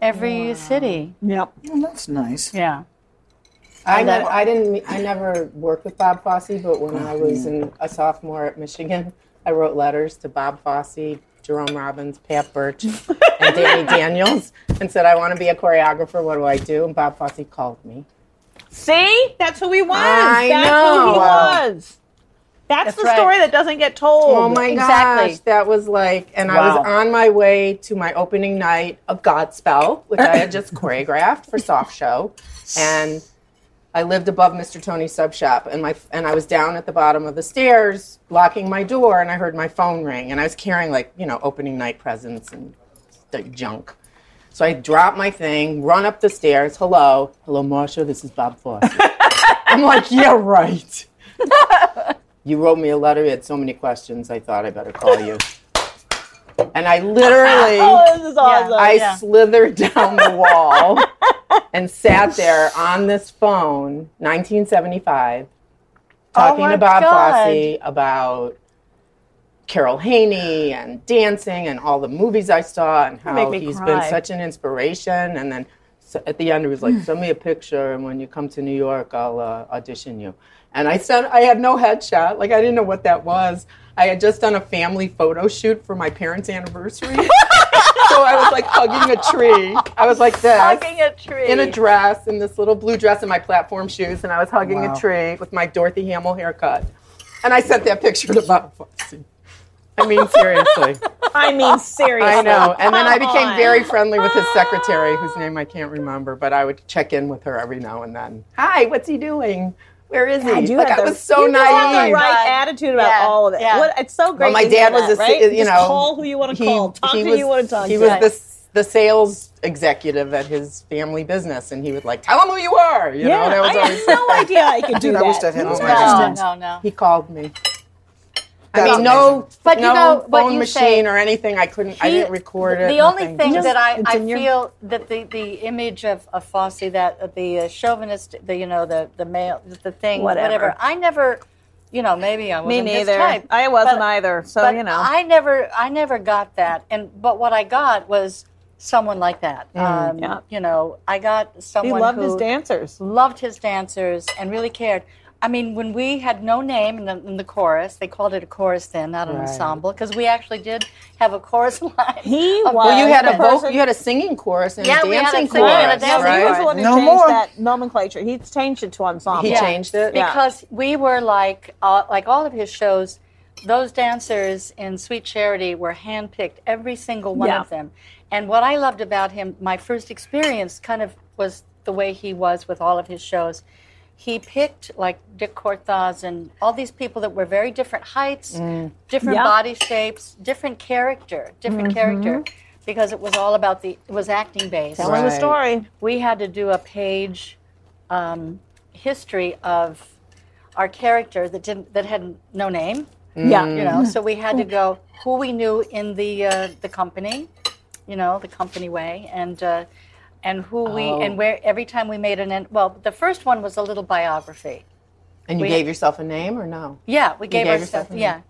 [SPEAKER 1] every city.
[SPEAKER 3] Yep.
[SPEAKER 4] Well, that's nice.
[SPEAKER 1] Yeah.
[SPEAKER 6] I, never, I didn't. me- I never worked with Bob Fosse, but when I was in a sophomore at Michigan, I wrote letters to Bob Fosse, Jerome Robbins, Pat Birch, and Danny Daniels, and said, "I want to be a choreographer. What do I do?" And Bob Fosse called me.
[SPEAKER 3] See? That's who he was.
[SPEAKER 6] I
[SPEAKER 3] That's who he
[SPEAKER 6] know.
[SPEAKER 3] was. That's, the
[SPEAKER 1] right.
[SPEAKER 3] story that doesn't get told.
[SPEAKER 6] Oh my
[SPEAKER 1] Exactly.
[SPEAKER 6] gosh, that was like, and I was on my way to my opening night of Godspell, which I had just choreographed for Soft Show, and I lived above Mr. Tony's sub shop, and my and I was down at the bottom of the stairs locking my door, and I heard my phone ring, and I was carrying like you know opening night presents and st- junk. So I drop my thing, run up the stairs. Hello, hello, Marsha. This is Bob Fosse. I'm like, yeah, right. You wrote me a letter. You had so many questions. I thought I better call you. And I literally,
[SPEAKER 3] Oh, this is awesome.
[SPEAKER 6] I slithered down the wall and sat there on this phone, 1975,
[SPEAKER 3] Oh
[SPEAKER 6] talking
[SPEAKER 1] my
[SPEAKER 6] to Bob
[SPEAKER 1] God.
[SPEAKER 6] Fosse about Carol Haney and dancing and all the movies I saw and
[SPEAKER 3] make
[SPEAKER 6] how
[SPEAKER 3] me
[SPEAKER 6] he's
[SPEAKER 3] cry.
[SPEAKER 6] been such an inspiration. And then so at the end, he was like, "Send me a picture, and when you come to New York, I'll uh, audition you." And I sent. I had no headshot. Like I didn't know what that was. I had just done a family photo shoot for my parents' anniversary. so I was like hugging a tree. I was like this
[SPEAKER 3] Hugging a tree.
[SPEAKER 6] in a dress, in this little blue dress, and my platform shoes, and I was hugging a tree with my Dorothy Hamill haircut. And I sent that picture to Bob Fosse. I mean, seriously.
[SPEAKER 3] I mean, seriously.
[SPEAKER 6] I know. And then I
[SPEAKER 3] Come
[SPEAKER 6] became
[SPEAKER 3] on.
[SPEAKER 6] very friendly with his secretary, whose name I can't remember, but I would check in with her every now and then. Hi, what's he doing? Where is he?
[SPEAKER 3] God, you
[SPEAKER 6] like
[SPEAKER 3] had
[SPEAKER 6] I
[SPEAKER 3] the-
[SPEAKER 6] was so
[SPEAKER 3] you just have the
[SPEAKER 6] naive.
[SPEAKER 3] right attitude about
[SPEAKER 1] Yeah,
[SPEAKER 3] all of it.
[SPEAKER 1] yeah.
[SPEAKER 3] What, it's so great.
[SPEAKER 6] Well, my
[SPEAKER 3] to hear
[SPEAKER 6] dad was
[SPEAKER 3] that,
[SPEAKER 6] a-
[SPEAKER 3] right?
[SPEAKER 6] you
[SPEAKER 3] Just
[SPEAKER 6] know,
[SPEAKER 3] call who you want to call, talk to who you want to talk
[SPEAKER 6] he
[SPEAKER 3] to.
[SPEAKER 6] was the s- the sales executive at his family business, and he would like tell him who you are. You
[SPEAKER 3] yeah,
[SPEAKER 6] know, that was
[SPEAKER 3] I
[SPEAKER 6] always.
[SPEAKER 3] had no idea I could do
[SPEAKER 4] Dude, I
[SPEAKER 3] that.
[SPEAKER 4] wish that had
[SPEAKER 6] No,
[SPEAKER 4] all my
[SPEAKER 1] No,
[SPEAKER 4] assistants.
[SPEAKER 1] no, no.
[SPEAKER 6] he called me. I
[SPEAKER 4] That's
[SPEAKER 6] mean, no,
[SPEAKER 1] But you
[SPEAKER 6] no
[SPEAKER 1] know what
[SPEAKER 6] phone
[SPEAKER 1] you
[SPEAKER 6] machine
[SPEAKER 1] say-
[SPEAKER 6] or anything. I couldn't. I
[SPEAKER 1] He-
[SPEAKER 6] didn't record it.
[SPEAKER 1] The only
[SPEAKER 6] nothing.
[SPEAKER 1] thing that I,
[SPEAKER 3] It's
[SPEAKER 1] I
[SPEAKER 3] in your-
[SPEAKER 1] feel that the, the image of, of Fosse, that uh, the uh, chauvinist, the you know the the male, the thing,
[SPEAKER 3] Whatever.
[SPEAKER 1] whatever. I never, you know, maybe I
[SPEAKER 3] Me
[SPEAKER 1] wasn't his
[SPEAKER 3] neither.
[SPEAKER 1] type.
[SPEAKER 3] I wasn't
[SPEAKER 1] But-
[SPEAKER 3] either. So
[SPEAKER 1] but
[SPEAKER 3] you know,
[SPEAKER 1] I never, I never got that. And but what I got was someone like that. um,
[SPEAKER 3] yeah.
[SPEAKER 1] You know, I got
[SPEAKER 3] he
[SPEAKER 1] someone
[SPEAKER 3] loved
[SPEAKER 1] who
[SPEAKER 3] his dancers.
[SPEAKER 1] loved his dancers and really cared. I mean, when we had no name in the, in the chorus, they called it a chorus then, not an
[SPEAKER 6] Right.
[SPEAKER 1] ensemble, because we actually did have a chorus line.
[SPEAKER 3] He
[SPEAKER 1] Well,
[SPEAKER 3] was.
[SPEAKER 6] Well, you had
[SPEAKER 3] the
[SPEAKER 6] a vocal,
[SPEAKER 3] person-
[SPEAKER 6] you had a singing chorus and
[SPEAKER 1] Yeah,
[SPEAKER 6] a
[SPEAKER 1] we had a
[SPEAKER 6] dancing
[SPEAKER 1] singing
[SPEAKER 6] chorus,
[SPEAKER 1] and a
[SPEAKER 3] Yeah,
[SPEAKER 1] dancing
[SPEAKER 3] but he was
[SPEAKER 6] right?
[SPEAKER 3] the one who
[SPEAKER 4] No
[SPEAKER 3] changed
[SPEAKER 4] more.
[SPEAKER 3] that nomenclature. He changed it to ensemble.
[SPEAKER 6] He
[SPEAKER 1] Yeah.
[SPEAKER 6] changed it.
[SPEAKER 3] Yeah.
[SPEAKER 1] because we were like uh, like all of his shows those dancers in sweet charity were handpicked every single one
[SPEAKER 3] Yeah.
[SPEAKER 1] of them and what i loved about him my first experience kind of was the way he was with all of his shows he picked like dick cortaz and all these people that were very different heights
[SPEAKER 6] Mm.
[SPEAKER 1] different
[SPEAKER 3] Yeah.
[SPEAKER 1] body shapes different character different character because it was all about the it was acting based
[SPEAKER 3] Telling the
[SPEAKER 6] Mm-hmm. Right.
[SPEAKER 3] story.
[SPEAKER 1] we had to do a page um, history of our character that didn't that had no name
[SPEAKER 6] Mm.
[SPEAKER 3] Yeah.
[SPEAKER 1] you know so we had to go who we knew in the uh, the company you know the company way and uh, and who we and where every time we made an end well the first one was a little biography
[SPEAKER 6] And you
[SPEAKER 1] We-
[SPEAKER 6] gave yourself a name or no?
[SPEAKER 1] yeah, we gave,
[SPEAKER 6] gave yourself
[SPEAKER 1] ourselves.
[SPEAKER 6] a
[SPEAKER 1] Yeah,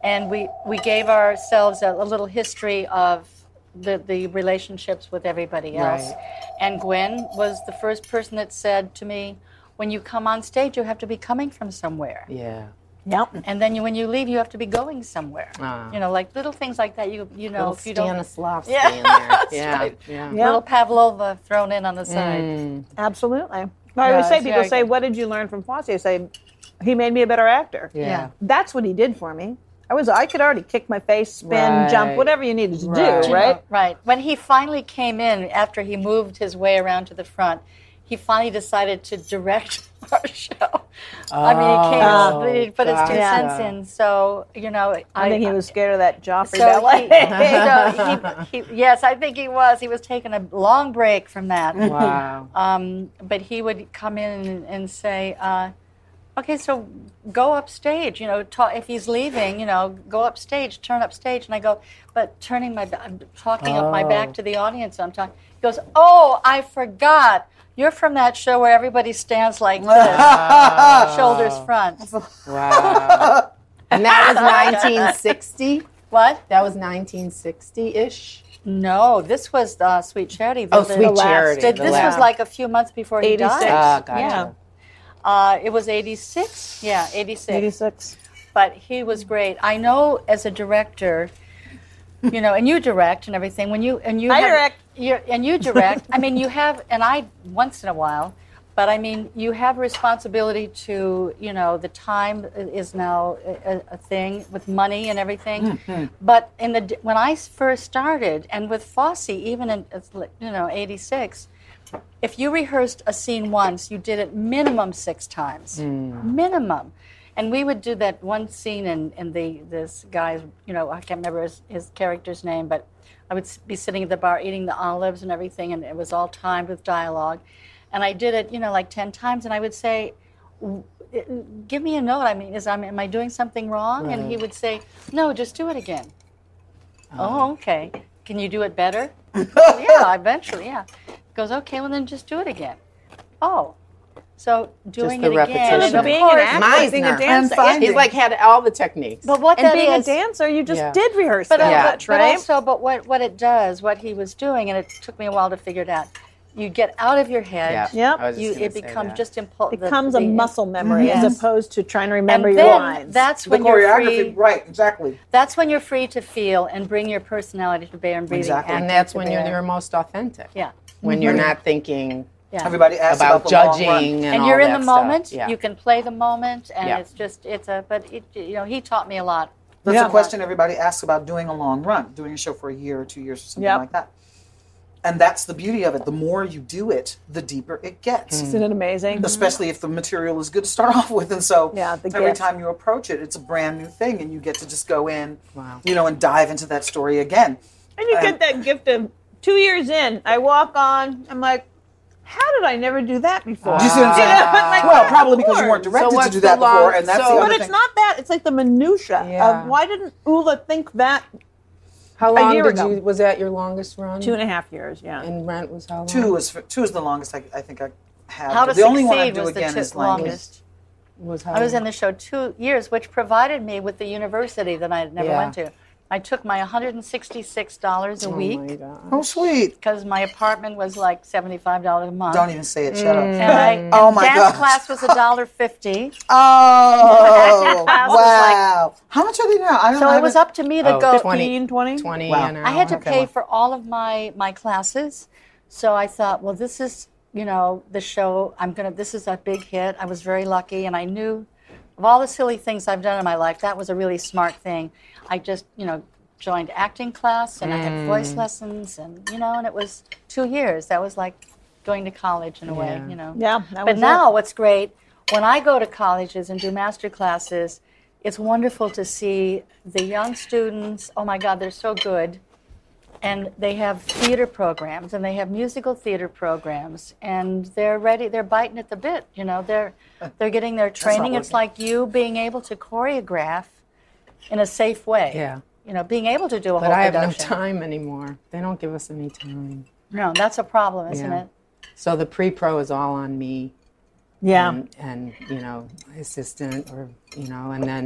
[SPEAKER 1] and we we gave ourselves a, a little history of the the relationships with everybody else.
[SPEAKER 6] Right.
[SPEAKER 1] And Gwen was the first person that said to me, "When you come on stage, you have to be coming from somewhere,
[SPEAKER 6] Yeah.
[SPEAKER 3] Yep.
[SPEAKER 1] and then you, when you leave, you have to be going somewhere.
[SPEAKER 6] Ah.
[SPEAKER 1] You know, like little things like that. You you know,
[SPEAKER 6] Little
[SPEAKER 1] if you don't."
[SPEAKER 6] Stanislavski
[SPEAKER 1] Yeah.
[SPEAKER 6] in there. Yeah.
[SPEAKER 1] right.
[SPEAKER 6] yeah. Mm.
[SPEAKER 3] Yeah.
[SPEAKER 1] Little Pavlova thrown in on the side.
[SPEAKER 3] Absolutely. No, I
[SPEAKER 1] Yeah,
[SPEAKER 3] always say
[SPEAKER 1] it's
[SPEAKER 3] people
[SPEAKER 1] very
[SPEAKER 3] say,
[SPEAKER 1] good.
[SPEAKER 3] "What did you learn from Fosse?" I say, "He made me a better actor."
[SPEAKER 6] Yeah.
[SPEAKER 3] That's what he did for me. I was I could already kick my face, spin, jump,
[SPEAKER 6] Right.
[SPEAKER 3] whatever you needed to
[SPEAKER 6] Right.
[SPEAKER 3] do, right?
[SPEAKER 1] Right. When he finally came in, after he moved his way around to the front, he finally decided to direct our show. I
[SPEAKER 6] Oh,
[SPEAKER 1] mean, he came he put his two
[SPEAKER 6] gotcha.
[SPEAKER 1] cents in. So, you know,
[SPEAKER 3] I, think he was scared of that Joffrey
[SPEAKER 1] So he,
[SPEAKER 3] ballet.
[SPEAKER 1] so he, he, yes, I think he was. He was taking a long break from that.
[SPEAKER 6] Wow.
[SPEAKER 1] Um, but he would come in and, and say, uh, "Okay, so go upstage. You know, talk, if he's leaving, you know, go upstage, turn upstage." And I go, "But turning my, ba- I'm talking up my
[SPEAKER 6] Oh.
[SPEAKER 1] back to the audience. I'm talking." He goes, "Oh, I forgot. You're from that show where everybody stands like this, shoulders front.
[SPEAKER 6] Wow. and that was 1960.
[SPEAKER 1] What?
[SPEAKER 6] That was 1960-ish.
[SPEAKER 1] No, this was uh, Sweet Charity. The-
[SPEAKER 6] Oh,
[SPEAKER 1] the-
[SPEAKER 6] Sweet
[SPEAKER 1] the last-
[SPEAKER 6] Charity,
[SPEAKER 1] This
[SPEAKER 6] the
[SPEAKER 1] was
[SPEAKER 6] last.
[SPEAKER 1] like a few months before he
[SPEAKER 3] 86.
[SPEAKER 1] died.
[SPEAKER 6] Ah, gotcha.
[SPEAKER 3] Yeah.
[SPEAKER 1] Uh, it was 86. Yeah, 86.
[SPEAKER 3] Eighty-six.
[SPEAKER 1] but he was great. I know as a director, you know, and you direct and everything. When you and you
[SPEAKER 3] I
[SPEAKER 1] have-
[SPEAKER 3] direct.
[SPEAKER 1] you're, and you direct. I mean, you have, and I once in a while, but I mean, you have responsibility to, you know, the time i- is now a, a- a thing with money and everything.
[SPEAKER 3] Mm-hmm.
[SPEAKER 1] But in the d- when I s- first started, and with Fosse, even in it's like, you know '86. If you rehearsed a scene once, you did it minimum six times. Minimum. And we would do that one scene in, in the this guy's, you know, I can't remember his, his character's name, but I would s- be sitting at the bar eating the olives and everything, and it was all timed with dialogue. And I did it, you know, like 10 times, and I would say, "W- it- Give me a note. I mean, is, I'm, am I doing something wrong? And he would say, No, just do it again.
[SPEAKER 6] Uh-huh.
[SPEAKER 1] Oh, okay. Can you do it better? yeah, eventually, yeah. Goes, okay, well, then just do it again. Oh. So doing
[SPEAKER 6] the
[SPEAKER 1] it again.
[SPEAKER 6] repetition.
[SPEAKER 1] and
[SPEAKER 6] So
[SPEAKER 1] of
[SPEAKER 3] being an
[SPEAKER 1] course-
[SPEAKER 3] actor,
[SPEAKER 6] Meisner.
[SPEAKER 3] being a
[SPEAKER 6] And
[SPEAKER 3] dancer,
[SPEAKER 6] He's like had all the techniques.
[SPEAKER 1] But what
[SPEAKER 3] and
[SPEAKER 1] that
[SPEAKER 3] being a
[SPEAKER 1] is-
[SPEAKER 3] dancer, you just
[SPEAKER 6] Yeah.
[SPEAKER 3] did rehearse
[SPEAKER 1] but, uh,
[SPEAKER 3] that
[SPEAKER 6] Yeah.
[SPEAKER 1] but,
[SPEAKER 3] much,
[SPEAKER 1] but
[SPEAKER 3] right?
[SPEAKER 1] also, but what, what it does, what he was doing, and it took me a while to figure it out. You get out of your head.
[SPEAKER 3] Yep.
[SPEAKER 6] I was just
[SPEAKER 1] You,
[SPEAKER 6] gonna
[SPEAKER 1] it
[SPEAKER 6] say
[SPEAKER 1] becomes
[SPEAKER 6] that.
[SPEAKER 1] just impulsive.
[SPEAKER 3] becomes a muscle memory as
[SPEAKER 1] Yes.
[SPEAKER 3] opposed to trying to
[SPEAKER 1] And
[SPEAKER 3] remember
[SPEAKER 1] then
[SPEAKER 3] your lines.
[SPEAKER 1] that's
[SPEAKER 4] The
[SPEAKER 1] when you're free.
[SPEAKER 4] choreography, right, exactly.
[SPEAKER 1] That's when you're free to feel and bring your personality to bear and breathing.
[SPEAKER 4] Exactly.
[SPEAKER 6] and
[SPEAKER 1] acting
[SPEAKER 6] that's
[SPEAKER 1] to
[SPEAKER 6] when you're
[SPEAKER 1] bear.
[SPEAKER 6] your most authentic.
[SPEAKER 1] Yeah.
[SPEAKER 6] When you're not thinking
[SPEAKER 1] Yeah.
[SPEAKER 4] Everybody asks about,
[SPEAKER 6] Mm-hmm. about,
[SPEAKER 4] the long
[SPEAKER 6] judging
[SPEAKER 4] run.
[SPEAKER 6] and,
[SPEAKER 1] and
[SPEAKER 6] all
[SPEAKER 1] you're in
[SPEAKER 6] that
[SPEAKER 1] the
[SPEAKER 6] stuff.
[SPEAKER 1] moment.
[SPEAKER 6] Yeah.
[SPEAKER 1] You can play the moment, and
[SPEAKER 6] Yeah.
[SPEAKER 1] it's just it's a. But it, you know, he taught me a lot
[SPEAKER 4] That's
[SPEAKER 3] Yeah.
[SPEAKER 4] a question everybody asks about doing a long run, doing a show for a year or two years or something
[SPEAKER 3] Yep.
[SPEAKER 4] like that. And that's the beauty of it. The more you do it, the deeper it gets.
[SPEAKER 3] Isn't it amazing?
[SPEAKER 4] Especially if the material is good to start off with, and so
[SPEAKER 3] Yeah, the
[SPEAKER 4] every
[SPEAKER 3] gift.
[SPEAKER 4] time you approach it, it's a brand new thing, and you get to just go in,
[SPEAKER 6] Wow.
[SPEAKER 4] you know, and dive into that story again.
[SPEAKER 3] And you get that gift of two years in. I walk on. I'm like, how did I never do that before?
[SPEAKER 4] Do you see what I'm saying?
[SPEAKER 3] Yeah, but like,
[SPEAKER 4] well,
[SPEAKER 3] yeah,
[SPEAKER 4] probably
[SPEAKER 3] of
[SPEAKER 4] because you weren't
[SPEAKER 3] course.
[SPEAKER 4] directed to
[SPEAKER 6] what's
[SPEAKER 4] do that
[SPEAKER 6] the long-
[SPEAKER 4] before, and that's
[SPEAKER 6] so-
[SPEAKER 4] the
[SPEAKER 3] But
[SPEAKER 4] other
[SPEAKER 3] it's
[SPEAKER 4] thing.
[SPEAKER 3] not that. It's like the minutia
[SPEAKER 6] Yeah.
[SPEAKER 3] of why didn't Ula think that
[SPEAKER 6] How long
[SPEAKER 3] year
[SPEAKER 6] did
[SPEAKER 3] ago.
[SPEAKER 6] you? Was that your longest run?
[SPEAKER 3] two and a half years? Yeah.
[SPEAKER 6] And rent was how long?
[SPEAKER 4] two is two is the longest I, I think I have.
[SPEAKER 1] How to
[SPEAKER 4] Uh, the only one I
[SPEAKER 1] Succeed
[SPEAKER 4] do
[SPEAKER 1] was the
[SPEAKER 4] again
[SPEAKER 1] two-
[SPEAKER 4] is Language.
[SPEAKER 1] longest.
[SPEAKER 6] Was how
[SPEAKER 1] I was
[SPEAKER 6] long?
[SPEAKER 1] in the show two years, which provided me with the university that I had never
[SPEAKER 6] Yeah.
[SPEAKER 1] went to. I took my $166 a
[SPEAKER 6] Oh
[SPEAKER 1] week
[SPEAKER 6] my God.
[SPEAKER 4] Oh sweet!
[SPEAKER 1] because my apartment was like $75 a month.
[SPEAKER 4] Don't even say it. Shut
[SPEAKER 1] Mm.
[SPEAKER 4] up.
[SPEAKER 1] and I,
[SPEAKER 4] Oh my
[SPEAKER 1] dance
[SPEAKER 4] gosh.
[SPEAKER 1] class was $1.50.
[SPEAKER 4] Oh
[SPEAKER 1] I was like-
[SPEAKER 4] wow! How much are they now? I don't.
[SPEAKER 1] So
[SPEAKER 4] I
[SPEAKER 1] it was
[SPEAKER 4] haven't-
[SPEAKER 1] up to me to
[SPEAKER 6] Oh,
[SPEAKER 1] go.
[SPEAKER 6] 20,
[SPEAKER 3] 20?
[SPEAKER 6] 20
[SPEAKER 4] Wow.
[SPEAKER 6] an hour.
[SPEAKER 1] I had to
[SPEAKER 4] okay,
[SPEAKER 1] pay
[SPEAKER 4] well.
[SPEAKER 1] for all of my my classes, so I thought, well, this is you know the show. I'm gonna. This is a big hit. I was very lucky, and I knew of all the silly things I've done in my life, that was a really smart thing. I just you know joined acting class, and I had voice lessons, and you know, and it was two years. That was like going to college in a way, you know.
[SPEAKER 3] Yeah, that
[SPEAKER 1] But
[SPEAKER 3] was
[SPEAKER 1] now, what's great when I go to colleges and do master classes, it's wonderful to see the young students. Oh my God, they're so good, and they have theater programs and they have musical theater programs, and they're ready. They're biting at the bit. You know, they're they're getting their training. It's like you being able to choreograph in a safe way.
[SPEAKER 6] Yeah.
[SPEAKER 1] You know, being able to do a
[SPEAKER 6] But
[SPEAKER 1] whole
[SPEAKER 6] I have no
[SPEAKER 1] production.
[SPEAKER 6] time anymore. They don't give us any time.
[SPEAKER 1] No, that's a problem, isn't
[SPEAKER 6] Yeah.
[SPEAKER 1] it?
[SPEAKER 6] So the pre-pro is all on me.
[SPEAKER 3] Yeah.
[SPEAKER 6] and, and you know my assistant or you know and then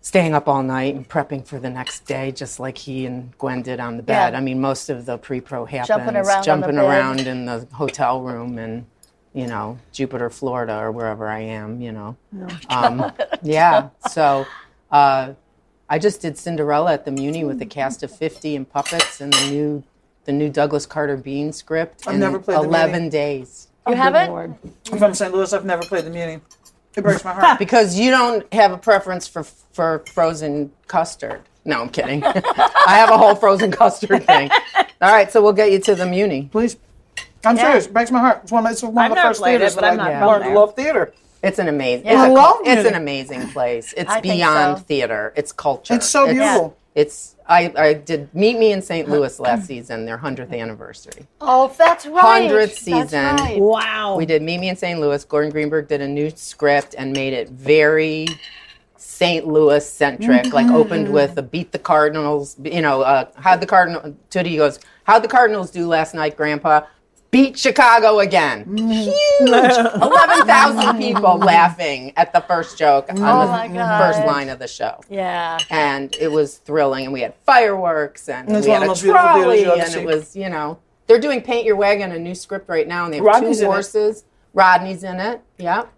[SPEAKER 6] staying up all night and prepping for the next day just like he and gwen did on the bed
[SPEAKER 1] Yeah.
[SPEAKER 6] i mean most of the pre-pro happens
[SPEAKER 1] around on the
[SPEAKER 6] jumping
[SPEAKER 1] bed.
[SPEAKER 6] around in the hotel room and you know jupiter florida or wherever i am you know
[SPEAKER 1] Oh,
[SPEAKER 6] um, yeah so uh, i just did cinderella at the muni with a
[SPEAKER 1] Mm.
[SPEAKER 6] cast of 50 and puppets and the new the new douglas carter bean script
[SPEAKER 4] I've
[SPEAKER 6] in
[SPEAKER 4] never played the Muni.
[SPEAKER 6] 11 days
[SPEAKER 1] You haven't.
[SPEAKER 4] I'm from St. Louis. I've never played the Muni. It breaks my heart.
[SPEAKER 6] because you don't have a preference for for frozen custard. No, I'm kidding. I have a whole frozen custard thing. All right, so we'll get you to the Muni.
[SPEAKER 4] Please. I'm serious. It breaks my heart. It's one of, it's one
[SPEAKER 3] I've
[SPEAKER 4] of the
[SPEAKER 3] never
[SPEAKER 4] first
[SPEAKER 3] played it,
[SPEAKER 4] theaters
[SPEAKER 3] but
[SPEAKER 4] that
[SPEAKER 3] I'm
[SPEAKER 4] I
[SPEAKER 3] not from
[SPEAKER 4] learned
[SPEAKER 3] there.
[SPEAKER 4] to love theater.
[SPEAKER 6] It's an amazing.
[SPEAKER 4] I
[SPEAKER 6] It's, a,
[SPEAKER 4] love
[SPEAKER 6] cul- it's
[SPEAKER 4] Muni.
[SPEAKER 6] an amazing place. It's
[SPEAKER 1] I think
[SPEAKER 6] beyond
[SPEAKER 1] so.
[SPEAKER 6] theater. It's culture.
[SPEAKER 4] It's so beautiful.
[SPEAKER 6] It's, I, I did meet me in St. Louis last season, their hundredth anniversary.
[SPEAKER 1] Oh, that's right.
[SPEAKER 6] 100th
[SPEAKER 1] That's
[SPEAKER 6] season.
[SPEAKER 1] right.
[SPEAKER 3] Wow.
[SPEAKER 6] We did Meet Me in St. Louis. Gordon Greenberg did a new script and made it very St. Louis
[SPEAKER 1] Mm-hmm.
[SPEAKER 6] centric. Like opened with a beat the Cardinals. You know, uh, how'd the Cardinal? Tootie goes, how'd the Cardinals do last night, Grandpa? Beat Chicago again.
[SPEAKER 1] Mm-hmm.
[SPEAKER 6] Huge. Eleven thousand people laughing at the first joke on
[SPEAKER 1] Oh
[SPEAKER 6] the
[SPEAKER 1] my God.
[SPEAKER 6] first line of the show.
[SPEAKER 1] Yeah.
[SPEAKER 6] And it was thrilling, and we had fireworks, and
[SPEAKER 4] It's
[SPEAKER 6] we
[SPEAKER 4] one of
[SPEAKER 6] had
[SPEAKER 4] the
[SPEAKER 6] a
[SPEAKER 4] most beautiful theaters
[SPEAKER 6] trolley,
[SPEAKER 4] you'll ever
[SPEAKER 6] and
[SPEAKER 4] see.
[SPEAKER 6] it was, you know, they're doing Paint Your Wagon, a new script right now, and they have
[SPEAKER 4] Rodney's
[SPEAKER 6] two
[SPEAKER 4] in it.
[SPEAKER 6] horses. Rodney's in it. Yep.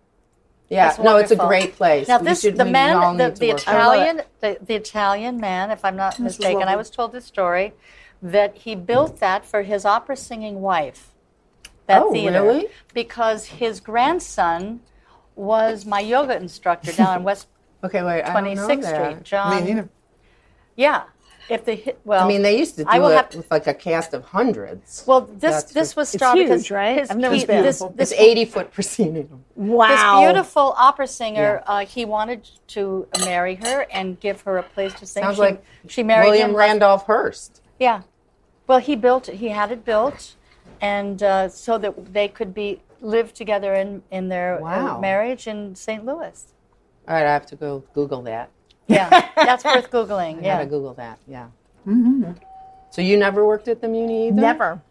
[SPEAKER 6] Yeah.
[SPEAKER 1] That's
[SPEAKER 6] no, it's a
[SPEAKER 1] wonderful.
[SPEAKER 6] great place.
[SPEAKER 1] Now
[SPEAKER 6] We
[SPEAKER 1] this
[SPEAKER 6] should-
[SPEAKER 1] the
[SPEAKER 6] we all
[SPEAKER 1] man the,
[SPEAKER 6] need to
[SPEAKER 1] the
[SPEAKER 6] work on it.
[SPEAKER 1] Italian the, the Italian man, if I'm not mistaken, I
[SPEAKER 4] lovely.
[SPEAKER 1] was told this story that he built that for his opera singing wife. That
[SPEAKER 6] Oh,
[SPEAKER 1] theater.
[SPEAKER 6] really?
[SPEAKER 1] Because his grandson was my yoga instructor down on West
[SPEAKER 6] Okay, wait. I don't know
[SPEAKER 1] 26th
[SPEAKER 6] that.
[SPEAKER 1] Street. John.
[SPEAKER 4] Me neither.
[SPEAKER 1] Yeah. If the hi- well
[SPEAKER 6] I mean, they used to do
[SPEAKER 1] I will
[SPEAKER 6] it
[SPEAKER 1] have-
[SPEAKER 6] with like a cast of hundreds.
[SPEAKER 1] well this
[SPEAKER 6] That's
[SPEAKER 1] this
[SPEAKER 6] just-
[SPEAKER 1] was
[SPEAKER 3] It's
[SPEAKER 1] started because
[SPEAKER 3] huge, right?
[SPEAKER 1] his
[SPEAKER 3] I've never
[SPEAKER 1] he-
[SPEAKER 3] been.
[SPEAKER 1] this
[SPEAKER 6] It's eighty foot proscenium.
[SPEAKER 3] wow.
[SPEAKER 1] This beautiful opera singer, uh, he wanted to marry her and give her a place to sing.
[SPEAKER 6] Sounds
[SPEAKER 1] she,
[SPEAKER 6] like
[SPEAKER 1] she married
[SPEAKER 6] William
[SPEAKER 1] him.
[SPEAKER 6] Randolph Hearst.
[SPEAKER 1] Yeah. Well, he built it. He had it built, and uh, so that they could be live together in in their uh,
[SPEAKER 6] Wow.
[SPEAKER 1] marriage in St. Louis.
[SPEAKER 6] All right, I have to go Google that.
[SPEAKER 1] Yeah, that's worth googling.
[SPEAKER 6] Yeah.
[SPEAKER 1] Yeah.
[SPEAKER 6] Gotta Google that. Yeah.
[SPEAKER 4] Mm-hmm.
[SPEAKER 6] So you never worked at the Muni either,
[SPEAKER 3] Never.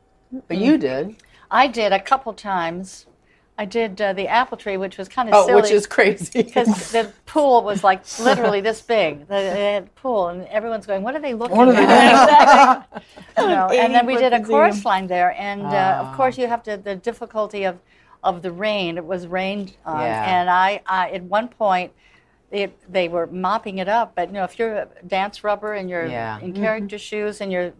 [SPEAKER 6] but you did.
[SPEAKER 1] I did a couple times. I did uh, the apple tree, which was kind of
[SPEAKER 6] Oh,
[SPEAKER 1] silly.
[SPEAKER 6] which is crazy.
[SPEAKER 1] because the pool was like literally this big. They they had pool, and everyone's going, "What are they looking
[SPEAKER 4] are they
[SPEAKER 1] at?" you know, and then we
[SPEAKER 3] 80
[SPEAKER 1] did a
[SPEAKER 3] foot
[SPEAKER 1] chorus line there, and uh, of course you have to the difficulty of of the rain. It was rained on,
[SPEAKER 6] Yeah.
[SPEAKER 1] and I, I at one point. It, they were mopping it up, but you know, if you're a dance rubber and you're
[SPEAKER 6] Yeah.
[SPEAKER 1] in character shoes and you're,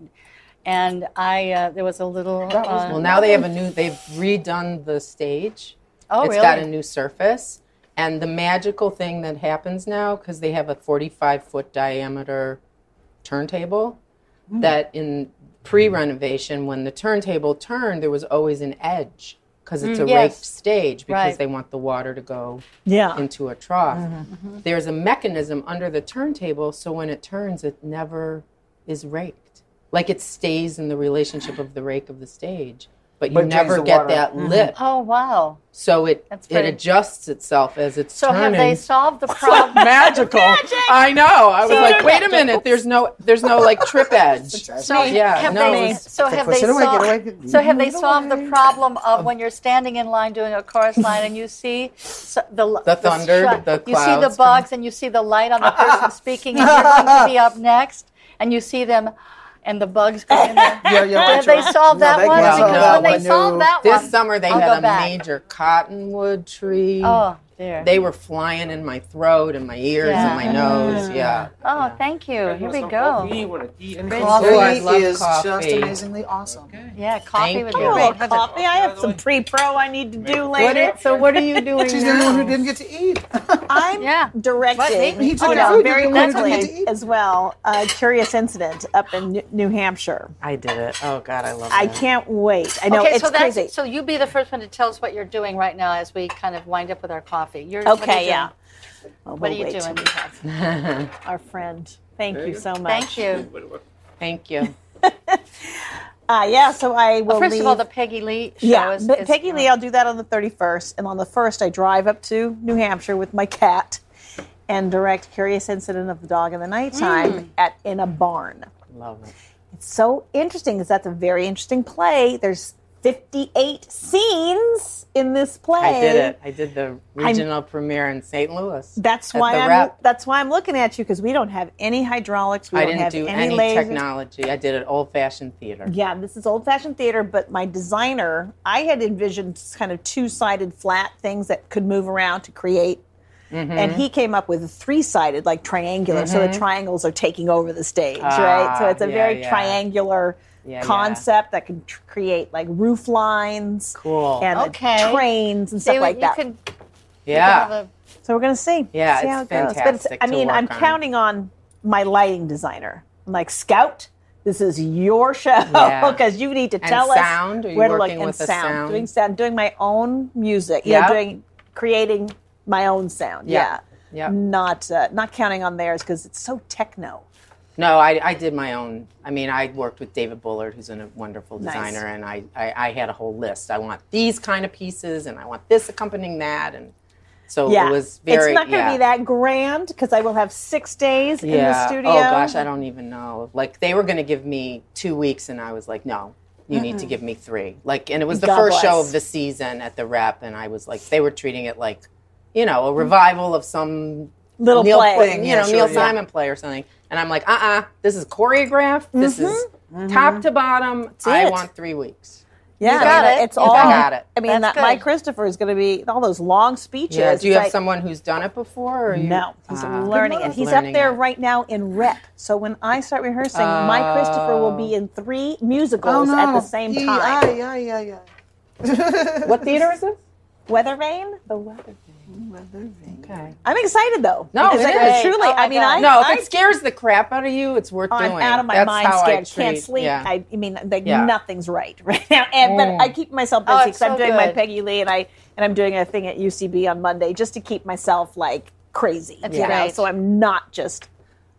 [SPEAKER 1] and I, uh, there was a little. uh,
[SPEAKER 6] Well, now they have a new. They've redone the stage.
[SPEAKER 1] Oh,
[SPEAKER 6] It's got a
[SPEAKER 1] really?
[SPEAKER 6] new surface, And the magical thing that happens now, because they have a 45 foot diameter turntable,
[SPEAKER 1] Hmm.
[SPEAKER 6] that in pre renovation, when the turntable turned, there was always an edge because it's a
[SPEAKER 1] Hmm, Yes.
[SPEAKER 6] raked stage because
[SPEAKER 1] Right.
[SPEAKER 6] they want the water to go
[SPEAKER 3] Yeah.
[SPEAKER 6] into a trough.
[SPEAKER 1] Mm-hmm.
[SPEAKER 6] There's a mechanism under the turntable, so when it turns, it never is raked. Like it stays in the relationship of the rake of the stage, but you
[SPEAKER 4] But it drains
[SPEAKER 6] never
[SPEAKER 4] the
[SPEAKER 6] get
[SPEAKER 4] water.
[SPEAKER 6] that lip.
[SPEAKER 1] Oh wow!
[SPEAKER 6] So it
[SPEAKER 1] That's
[SPEAKER 6] it
[SPEAKER 1] pretty-
[SPEAKER 6] adjusts itself as it's
[SPEAKER 1] So
[SPEAKER 6] turning.
[SPEAKER 1] have they solved the problem?
[SPEAKER 6] magical. I know. I was like, wait a minute. There's no there's no like trip edge.
[SPEAKER 1] So
[SPEAKER 6] Yeah,
[SPEAKER 1] have
[SPEAKER 6] no,
[SPEAKER 1] they?
[SPEAKER 6] it's-
[SPEAKER 1] So
[SPEAKER 4] It's like,
[SPEAKER 1] have
[SPEAKER 4] well,
[SPEAKER 1] they
[SPEAKER 4] sit away,
[SPEAKER 1] solved?
[SPEAKER 4] get away,
[SPEAKER 1] So have they
[SPEAKER 4] get
[SPEAKER 1] solved the
[SPEAKER 4] away.
[SPEAKER 1] problem of when you're standing in line doing a chorus line and you see s- the l-
[SPEAKER 6] The thunder,
[SPEAKER 1] shot-
[SPEAKER 6] the
[SPEAKER 1] you see the
[SPEAKER 6] clouds
[SPEAKER 1] bugs and you see the light on the person speaking and you're going to be up next and you see them and the bugs go in there.
[SPEAKER 4] Yeah, yeah,
[SPEAKER 1] Have
[SPEAKER 4] that's
[SPEAKER 1] they
[SPEAKER 4] right.
[SPEAKER 1] solved
[SPEAKER 4] No,
[SPEAKER 1] that
[SPEAKER 4] they
[SPEAKER 1] one?
[SPEAKER 6] can't
[SPEAKER 1] Because
[SPEAKER 6] solve
[SPEAKER 1] when
[SPEAKER 6] that
[SPEAKER 1] they
[SPEAKER 4] one.
[SPEAKER 1] solved that
[SPEAKER 6] This
[SPEAKER 1] one,
[SPEAKER 6] summer they
[SPEAKER 1] I'll
[SPEAKER 6] had
[SPEAKER 1] go
[SPEAKER 6] a
[SPEAKER 1] back.
[SPEAKER 6] major cottonwood tree.
[SPEAKER 1] oh dear.
[SPEAKER 6] They were flying in my throat and my ears
[SPEAKER 1] Yeah.
[SPEAKER 6] and my nose. Yeah.
[SPEAKER 1] oh, thank you. Here we go.
[SPEAKER 4] And
[SPEAKER 1] coffee.
[SPEAKER 4] coffee
[SPEAKER 6] Oh, I love
[SPEAKER 4] is just
[SPEAKER 6] coffee.
[SPEAKER 4] amazingly awesome.
[SPEAKER 1] Yeah, coffee
[SPEAKER 6] Thank
[SPEAKER 1] would be
[SPEAKER 6] you.
[SPEAKER 3] I'm a little
[SPEAKER 1] great.
[SPEAKER 3] coffee. I have some pre-pro I need to do
[SPEAKER 6] What
[SPEAKER 3] later.
[SPEAKER 6] it, so what are you doing
[SPEAKER 4] She's the only one who
[SPEAKER 6] now?
[SPEAKER 4] didn't get to eat.
[SPEAKER 3] I'm
[SPEAKER 1] Yeah.
[SPEAKER 3] directing.
[SPEAKER 1] What?
[SPEAKER 4] He took
[SPEAKER 3] oh,
[SPEAKER 4] it
[SPEAKER 3] no,
[SPEAKER 4] out.
[SPEAKER 3] very
[SPEAKER 4] He wanted to
[SPEAKER 3] quickly
[SPEAKER 4] eat.
[SPEAKER 3] as well. A curious incident up in New- New Hampshire.
[SPEAKER 6] I did it. Oh God, I love it.
[SPEAKER 3] I can't wait. I know
[SPEAKER 1] okay,
[SPEAKER 3] it's
[SPEAKER 1] so that's
[SPEAKER 3] crazy.
[SPEAKER 1] so you be the first one to tell us what you're doing right now as we kind of wind up with our coffee. You're what are you
[SPEAKER 3] okay,
[SPEAKER 1] doing?
[SPEAKER 3] yeah. Oh,
[SPEAKER 1] What are
[SPEAKER 3] we'll
[SPEAKER 1] you
[SPEAKER 3] wait.
[SPEAKER 1] doing?
[SPEAKER 3] Our friend. Thank you so much.
[SPEAKER 1] Thank you.
[SPEAKER 6] Thank you.
[SPEAKER 3] Uh, yeah, so I will
[SPEAKER 1] Well, first
[SPEAKER 3] leave.
[SPEAKER 1] of all, the Peggy Lee show
[SPEAKER 3] yeah,
[SPEAKER 1] is,
[SPEAKER 3] but
[SPEAKER 1] is-
[SPEAKER 3] Peggy Lee, I'll do that on the 31st. And on the 1st, I drive up to New Hampshire with my cat and direct Curious Incident of the Dog in the Nighttime
[SPEAKER 6] Mm.
[SPEAKER 3] at in a barn.
[SPEAKER 6] love it.
[SPEAKER 3] so interesting because that's a very interesting play. There's 58 scenes in this play.
[SPEAKER 6] I did it. I did the regional premiere in St. Louis.
[SPEAKER 3] That's
[SPEAKER 6] at
[SPEAKER 3] why
[SPEAKER 6] the
[SPEAKER 3] I'm
[SPEAKER 6] rep.
[SPEAKER 3] that's why I'm looking at you because we don't have any hydraulics. We
[SPEAKER 6] I
[SPEAKER 3] don't
[SPEAKER 6] didn't
[SPEAKER 3] have
[SPEAKER 6] do
[SPEAKER 3] any,
[SPEAKER 6] any,
[SPEAKER 3] lasers.
[SPEAKER 6] technology. I did it old fashioned theater.
[SPEAKER 3] Yeah, this is old fashioned theater, but my designer, I had envisioned kind of two sided flat things that could move around to create. And
[SPEAKER 6] Mm-hmm.
[SPEAKER 3] he came up with a three sided, like triangular. So the triangles are taking over the stage, right? So
[SPEAKER 6] Ah,
[SPEAKER 3] it's a
[SPEAKER 6] yeah,
[SPEAKER 3] very
[SPEAKER 6] yeah.
[SPEAKER 3] triangular
[SPEAKER 6] Yeah, yeah.
[SPEAKER 3] concept that can tr- create like roof lines
[SPEAKER 6] Cool.
[SPEAKER 3] and like,
[SPEAKER 1] Okay.
[SPEAKER 3] trains and stuff
[SPEAKER 1] you,
[SPEAKER 3] like
[SPEAKER 1] you
[SPEAKER 3] that.
[SPEAKER 1] Could have
[SPEAKER 6] yeah.
[SPEAKER 1] a,
[SPEAKER 3] So we're gonna see.
[SPEAKER 6] Yeah,
[SPEAKER 3] see
[SPEAKER 6] it's
[SPEAKER 3] how it goes. But
[SPEAKER 6] fantastic
[SPEAKER 3] it's, I
[SPEAKER 6] to
[SPEAKER 3] mean,
[SPEAKER 6] work
[SPEAKER 3] I'm
[SPEAKER 6] on.
[SPEAKER 3] counting on my lighting designer. I'm like, Scout, this is your show
[SPEAKER 6] Yeah.
[SPEAKER 3] because you need to
[SPEAKER 6] And
[SPEAKER 3] tell
[SPEAKER 6] sound? Are
[SPEAKER 3] us
[SPEAKER 6] you
[SPEAKER 3] where to look
[SPEAKER 6] working
[SPEAKER 3] and
[SPEAKER 6] with the
[SPEAKER 3] sound.
[SPEAKER 6] sound?
[SPEAKER 3] Doing sound, doing my own music. Yeah,
[SPEAKER 6] Yeah.
[SPEAKER 3] doing creating my own sound.
[SPEAKER 6] Yeah.
[SPEAKER 3] Yeah.
[SPEAKER 6] Yeah.
[SPEAKER 3] Not uh, not counting on theirs because it's so techno.
[SPEAKER 6] No, I, I did my own. I mean, I worked with David Bullard, who's a wonderful designer, and I, I, I had a whole list. I want these kind of pieces, and I want this accompanying that, and so
[SPEAKER 3] Yeah,
[SPEAKER 6] it was very.
[SPEAKER 3] it's not going to
[SPEAKER 6] yeah.
[SPEAKER 3] be that grand because I will have six days in the
[SPEAKER 6] Yeah.
[SPEAKER 3] studio.
[SPEAKER 6] Oh gosh, I don't even know. Like they were going to give me two weeks, and I was like, no. You need to give me three. Like, and it was the
[SPEAKER 3] God
[SPEAKER 6] first show
[SPEAKER 3] bless.
[SPEAKER 6] of the season at the rep, and I was like, they were treating it like, you know, a revival of some
[SPEAKER 3] Little
[SPEAKER 6] Neil,
[SPEAKER 3] play.
[SPEAKER 6] Quinn, you
[SPEAKER 4] Yeah,
[SPEAKER 6] know,
[SPEAKER 4] sure,
[SPEAKER 6] Neil
[SPEAKER 4] yeah.
[SPEAKER 6] Simon play or something. And I'm like, uh uh this is choreographed. This is top to bottom. I
[SPEAKER 3] Mm-hmm. it.
[SPEAKER 6] want three weeks.
[SPEAKER 3] Yeah,
[SPEAKER 1] got
[SPEAKER 3] I mean,
[SPEAKER 1] it.
[SPEAKER 3] It's
[SPEAKER 1] You
[SPEAKER 3] all.
[SPEAKER 6] got it.
[SPEAKER 3] I mean,
[SPEAKER 1] That's
[SPEAKER 3] that, Mike
[SPEAKER 1] good.
[SPEAKER 3] Christopher is going to be all those long speeches.
[SPEAKER 6] Yeah. Do you
[SPEAKER 3] It's
[SPEAKER 6] have
[SPEAKER 3] like-
[SPEAKER 6] someone who's done it before? Or you,
[SPEAKER 3] No, he's
[SPEAKER 6] Ah.
[SPEAKER 3] learning it. He's
[SPEAKER 6] Learning
[SPEAKER 3] up there
[SPEAKER 6] it.
[SPEAKER 3] right now in rep. So when I start rehearsing, Mike Christopher will
[SPEAKER 6] Oh.
[SPEAKER 3] be in three
[SPEAKER 4] Oh,
[SPEAKER 3] musicals at the same
[SPEAKER 4] He-
[SPEAKER 3] time.
[SPEAKER 4] aye, aye, aye, aye.
[SPEAKER 6] What theater is this?
[SPEAKER 3] Weather Vane.
[SPEAKER 6] The weather. Okay.
[SPEAKER 3] I'm excited though.
[SPEAKER 6] No,
[SPEAKER 3] Because
[SPEAKER 6] it
[SPEAKER 3] I-
[SPEAKER 6] is.
[SPEAKER 3] truly.
[SPEAKER 1] Oh, my
[SPEAKER 3] I mean,
[SPEAKER 1] God.
[SPEAKER 3] I
[SPEAKER 6] No,
[SPEAKER 3] I,
[SPEAKER 6] if it scares the crap out of you, it's worth
[SPEAKER 3] I'm
[SPEAKER 6] doing.
[SPEAKER 3] out of my
[SPEAKER 6] That's
[SPEAKER 3] mind.
[SPEAKER 6] how
[SPEAKER 3] Scared.
[SPEAKER 6] I treat,
[SPEAKER 3] Can't sleep.
[SPEAKER 6] Yeah.
[SPEAKER 3] I, I mean, like
[SPEAKER 6] Yeah.
[SPEAKER 3] nothing's right right now. And but I keep myself busy
[SPEAKER 1] Oh,
[SPEAKER 3] because
[SPEAKER 1] it's
[SPEAKER 3] I'm
[SPEAKER 1] so
[SPEAKER 3] doing my
[SPEAKER 1] good.
[SPEAKER 3] Peggy Lee and I and I'm doing a thing at UCB on Monday just to keep myself like crazy.
[SPEAKER 1] That's
[SPEAKER 3] you know,
[SPEAKER 1] great.
[SPEAKER 3] so I'm not just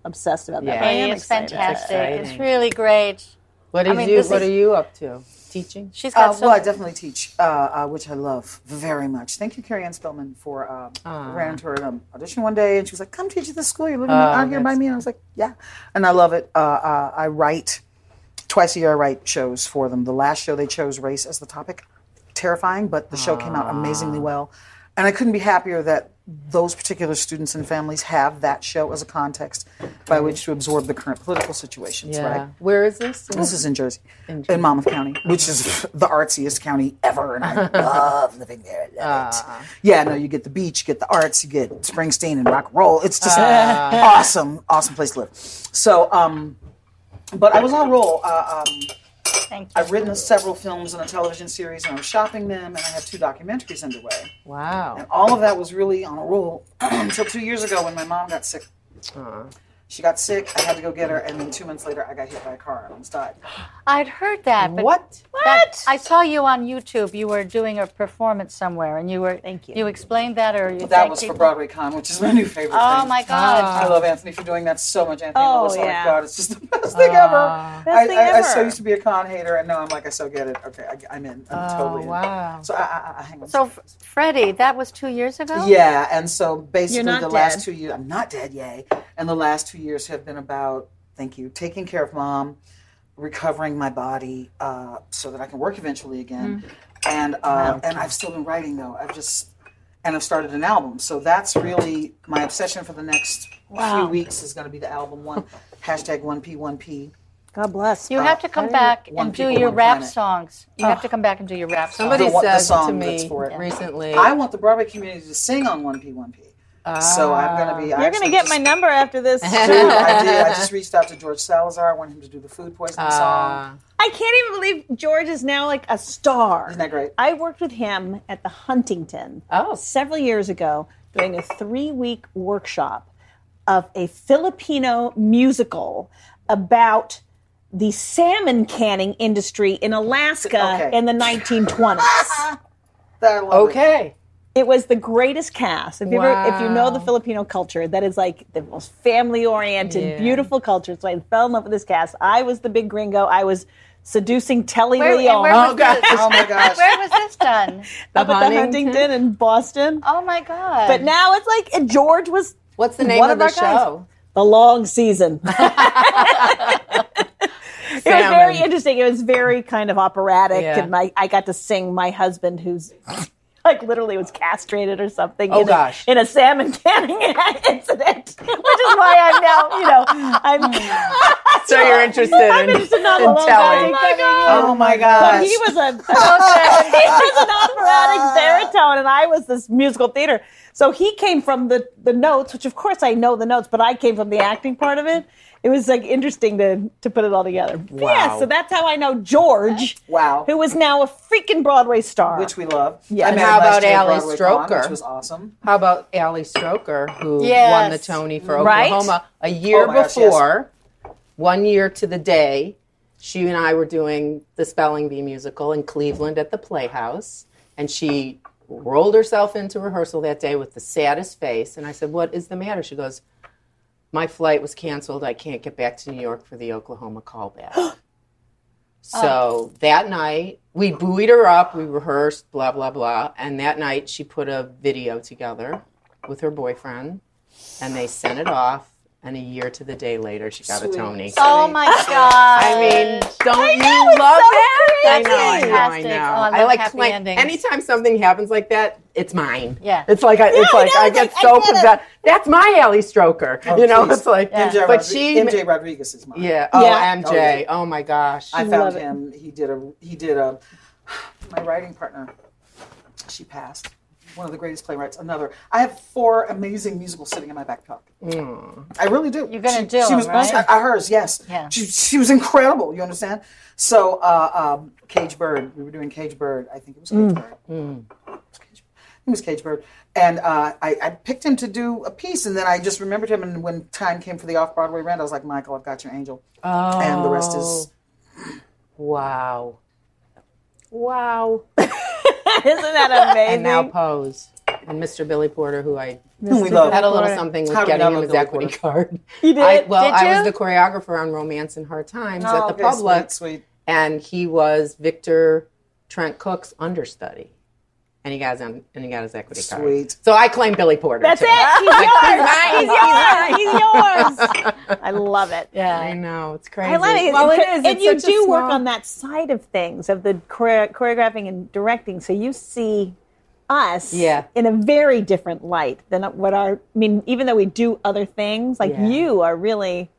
[SPEAKER 3] obsessed about that.
[SPEAKER 6] Yeah.
[SPEAKER 3] But I
[SPEAKER 1] Hey,
[SPEAKER 3] am
[SPEAKER 1] it's
[SPEAKER 3] excited.
[SPEAKER 1] fantastic. It's
[SPEAKER 6] Exciting.
[SPEAKER 1] really great.
[SPEAKER 6] what is
[SPEAKER 1] mean,
[SPEAKER 6] you?
[SPEAKER 1] this
[SPEAKER 6] What
[SPEAKER 1] is-
[SPEAKER 6] are you up to? Teaching?
[SPEAKER 1] She's got
[SPEAKER 3] Oh,
[SPEAKER 4] Uh,
[SPEAKER 1] so
[SPEAKER 4] well, I definitely teach, uh, uh, which I love very much. Thank you, Carrie Ann Spellman, for um, I ran into her at an audition one day, and she was like, "Come teach at this school. You're
[SPEAKER 1] Oh,
[SPEAKER 4] living out here by me." And I was like, "Yeah," and I love it. Uh, uh, I write twice a year. I write shows for them. The last show they chose race as the topic, terrifying, but the show came out amazingly well, and I couldn't be happier that those particular students and families have that show as a context by which to absorb the current political situations. Right.
[SPEAKER 6] Where is this?
[SPEAKER 4] This is in Jersey, in, Monmouth County, which is the artsiest county ever, and I love living there. I love it. Yeah, no, you get the beach, you get the arts, you get Springsteen and rock and roll. It's just an awesome, awesome place to live. So, um, but I was on a roll. Uh, um,
[SPEAKER 1] Thank you.
[SPEAKER 4] I've written several films and a television series, and I'm shopping them, and I have two documentaries underway.
[SPEAKER 6] Wow.
[SPEAKER 4] And all of that was really on a roll until two years ago when my mom got sick.
[SPEAKER 6] Aw.
[SPEAKER 4] She got sick. I had to go get her, and then two months later, I got hit by a car and almost died.
[SPEAKER 1] I'd heard that. But
[SPEAKER 4] What?
[SPEAKER 1] That, I saw you on YouTube. You were doing a performance somewhere, and you were.
[SPEAKER 3] Thank you.
[SPEAKER 1] You explained that, or you.
[SPEAKER 4] That
[SPEAKER 1] thanked
[SPEAKER 4] was for
[SPEAKER 1] people?
[SPEAKER 4] Broadway Con, which is my new favorite
[SPEAKER 1] Oh
[SPEAKER 4] thing.
[SPEAKER 1] my God!
[SPEAKER 4] I
[SPEAKER 3] Ah.
[SPEAKER 4] love Anthony for doing that so much. Anthony
[SPEAKER 3] Oh,
[SPEAKER 4] Lewis, oh
[SPEAKER 3] yeah.
[SPEAKER 4] my God, it's just the best thing
[SPEAKER 6] Oh. Uh,
[SPEAKER 4] ever.
[SPEAKER 3] Best
[SPEAKER 4] I,
[SPEAKER 3] thing
[SPEAKER 4] I, I
[SPEAKER 3] ever.
[SPEAKER 4] so used to be a con hater, and now I'm like, I so get it. Okay, I, am in. I'm totally in.
[SPEAKER 6] uh, Oh, wow.
[SPEAKER 4] So I, I, I hang on.
[SPEAKER 1] so, F- Freddie, that was two years ago.
[SPEAKER 4] Yeah, and so basically, the
[SPEAKER 3] not
[SPEAKER 4] last
[SPEAKER 3] dead.
[SPEAKER 4] two years, I'm not dead, yay. And the last two years have been about, thank you, taking care of mom, recovering my body uh, so that I can work eventually again.
[SPEAKER 3] Mm.
[SPEAKER 4] And uh, and I've still been writing though. I've just and I've started an album, so that's really my obsession for the next few weeks is going to be the album one hashtag one p one p.
[SPEAKER 3] God bless.
[SPEAKER 1] You have to come back
[SPEAKER 4] one
[SPEAKER 1] and do
[SPEAKER 4] people,
[SPEAKER 1] your
[SPEAKER 4] one
[SPEAKER 1] rap
[SPEAKER 4] planet.
[SPEAKER 1] songs. You have to come back and do your rap songs.
[SPEAKER 6] Somebody
[SPEAKER 4] The one- the
[SPEAKER 6] said to
[SPEAKER 4] song that's
[SPEAKER 6] me
[SPEAKER 4] for it.
[SPEAKER 6] recently. uh,
[SPEAKER 4] I want the Broadway community to sing on one p one p. So I'm going to be.
[SPEAKER 3] You're gonna get my number after this.
[SPEAKER 4] Dude,
[SPEAKER 3] I
[SPEAKER 4] I did. I just reached out to George Salazar. I want him to do the food poisoning
[SPEAKER 6] Ah.
[SPEAKER 4] song.
[SPEAKER 3] can't even believe George is now like a star.
[SPEAKER 4] Isn't that great?
[SPEAKER 3] I worked with him at the Huntington
[SPEAKER 6] Oh.
[SPEAKER 3] several years ago doing a three week workshop of a Filipino musical about the salmon canning industry in Alaska
[SPEAKER 4] Okay.
[SPEAKER 3] in the 1920s.
[SPEAKER 4] That I love it.
[SPEAKER 6] Okay.
[SPEAKER 3] it was the greatest cast. If you, ever, if you know the
[SPEAKER 6] Wow.
[SPEAKER 3] Filipino culture, that is like the most family oriented,
[SPEAKER 6] Yeah.
[SPEAKER 3] beautiful culture. So I fell in love with this cast. I was the big gringo. I was seducing Telly
[SPEAKER 1] Where, and
[SPEAKER 3] Leon
[SPEAKER 1] where, was
[SPEAKER 6] God.
[SPEAKER 1] this,
[SPEAKER 4] Oh my gosh.
[SPEAKER 1] where was this done?
[SPEAKER 3] up at the
[SPEAKER 6] Huntington?
[SPEAKER 3] Huntington in Boston.
[SPEAKER 1] Oh my God!
[SPEAKER 3] But now it's like and George was
[SPEAKER 6] What's the name
[SPEAKER 3] One of
[SPEAKER 6] of the
[SPEAKER 3] our guys.
[SPEAKER 6] show?
[SPEAKER 3] the long season. it was very interesting. It was very kind of operatic,
[SPEAKER 6] Yeah.
[SPEAKER 3] and my I got to sing my husband who's. Like literally was castrated or something.
[SPEAKER 6] Oh,
[SPEAKER 3] in
[SPEAKER 6] gosh.
[SPEAKER 3] A, in a salmon canning incident, which is why I'm now, you know, I'm
[SPEAKER 6] So you're interested
[SPEAKER 3] I'm
[SPEAKER 6] in,
[SPEAKER 3] interested in all the
[SPEAKER 6] in
[SPEAKER 3] long
[SPEAKER 6] telling.
[SPEAKER 3] magic.
[SPEAKER 4] Oh my
[SPEAKER 3] But
[SPEAKER 4] gosh.
[SPEAKER 3] he was a he was an operatic baritone, and I was this musical theater. So he came from the the notes, which of course I know the notes, but I came from the acting part of it. It was like interesting to to put it all together. But Yeah,
[SPEAKER 6] Wow.
[SPEAKER 3] so that's how I know George,
[SPEAKER 4] wow.
[SPEAKER 3] who is now a freaking Broadway star.
[SPEAKER 4] Which we love.
[SPEAKER 3] Yeah.
[SPEAKER 4] I
[SPEAKER 3] And
[SPEAKER 4] met
[SPEAKER 6] how
[SPEAKER 4] him last
[SPEAKER 6] about
[SPEAKER 4] year at
[SPEAKER 6] Ally
[SPEAKER 4] Broadway Con,
[SPEAKER 6] Stroker?
[SPEAKER 4] which was awesome.
[SPEAKER 6] How about Ali Stroker, who
[SPEAKER 1] Yes.
[SPEAKER 6] won the Tony for
[SPEAKER 3] Right?
[SPEAKER 6] Oklahoma a year
[SPEAKER 4] Oh my gosh, yes.
[SPEAKER 6] before, one year to the day? She and I were doing the Spelling Bee musical in Cleveland at the Playhouse, and she rolled herself into rehearsal that day with the saddest face. And I said, "What is the matter?" She goes, "My flight was canceled. I can't get back to New York for the Oklahoma callback." So that night, we buoyed her up, we rehearsed, blah, blah, blah. And that night, she put a video together with her boyfriend, and they sent it off. And a year to the day later, she got a Tony.
[SPEAKER 1] oh my God!
[SPEAKER 6] I mean, don't you love
[SPEAKER 3] it's so
[SPEAKER 6] that? I know, I
[SPEAKER 1] creative.
[SPEAKER 6] know, I
[SPEAKER 1] Fantastic.
[SPEAKER 6] know.
[SPEAKER 1] Oh, I love
[SPEAKER 6] I like
[SPEAKER 1] happy
[SPEAKER 6] like,
[SPEAKER 1] endings.
[SPEAKER 6] anytime something happens like that, it's mine.
[SPEAKER 1] Yeah.
[SPEAKER 6] it's like I, it's like I get so possessed. That's my Ally Stroker. you know,
[SPEAKER 4] please.
[SPEAKER 6] it's like,
[SPEAKER 1] Yeah.
[SPEAKER 4] MJ,
[SPEAKER 6] but
[SPEAKER 4] Rodri-
[SPEAKER 6] she,
[SPEAKER 4] MJ Rodriguez is mine.
[SPEAKER 6] yeah, oh
[SPEAKER 3] Yeah.
[SPEAKER 6] MJ,
[SPEAKER 4] Oh, yeah.
[SPEAKER 6] oh my gosh,
[SPEAKER 4] I
[SPEAKER 3] Love
[SPEAKER 4] found
[SPEAKER 3] it.
[SPEAKER 4] him. He did a. He did a. My writing partner. She passed. One of the greatest playwrights. Another. I have four amazing musicals sitting in my back pocket. I really do.
[SPEAKER 1] You're gonna
[SPEAKER 4] she,
[SPEAKER 1] do
[SPEAKER 4] She
[SPEAKER 1] them,
[SPEAKER 4] was
[SPEAKER 1] right?
[SPEAKER 4] I- I- hers. Yes.
[SPEAKER 1] Yeah.
[SPEAKER 4] She, she was incredible. You understand? So uh, um, Cage Bird. We were doing Cage Bird. I think it was Cage Bird. It was Cage Bird. And uh, I, I picked him to do a piece, and then I just remembered him. And when time came for the off Broadway rent, I was like, Michael, I've got your angel.
[SPEAKER 6] oh,
[SPEAKER 4] And the rest is
[SPEAKER 6] wow, wow,
[SPEAKER 3] Isn't that amazing?
[SPEAKER 6] and now pose. And Mr. Billy Porter, who I
[SPEAKER 4] who we love.
[SPEAKER 6] had a little something with
[SPEAKER 4] How did we
[SPEAKER 6] getting
[SPEAKER 4] not
[SPEAKER 6] him
[SPEAKER 4] love
[SPEAKER 6] his
[SPEAKER 4] Billy
[SPEAKER 6] equity
[SPEAKER 4] Porter?
[SPEAKER 6] card.
[SPEAKER 3] you did.
[SPEAKER 6] I, well,
[SPEAKER 1] Did
[SPEAKER 6] I was
[SPEAKER 1] you?
[SPEAKER 6] the choreographer on Romance in Hard Times at the
[SPEAKER 4] Oh, okay,
[SPEAKER 6] Public,
[SPEAKER 4] Sweet, sweet.
[SPEAKER 6] and he was Victor Trent Cook's understudy, and he got his and he got his equity card.
[SPEAKER 4] Sweet.
[SPEAKER 6] So I claim Billy Porter.
[SPEAKER 3] That's
[SPEAKER 6] too.
[SPEAKER 3] it. He's
[SPEAKER 6] mine.
[SPEAKER 3] yours. He's yours. He's yours. I love it.
[SPEAKER 6] I know it's crazy.
[SPEAKER 3] I love it.
[SPEAKER 6] Well, it is.
[SPEAKER 3] And
[SPEAKER 6] It's
[SPEAKER 3] you
[SPEAKER 6] such a
[SPEAKER 3] do work
[SPEAKER 6] small-
[SPEAKER 3] on that side of things, of the chore- choreographing and directing. So you see us
[SPEAKER 6] Yeah.
[SPEAKER 3] in a very different light than what our, I mean, even though we do other things, like
[SPEAKER 6] Yeah.
[SPEAKER 3] you are really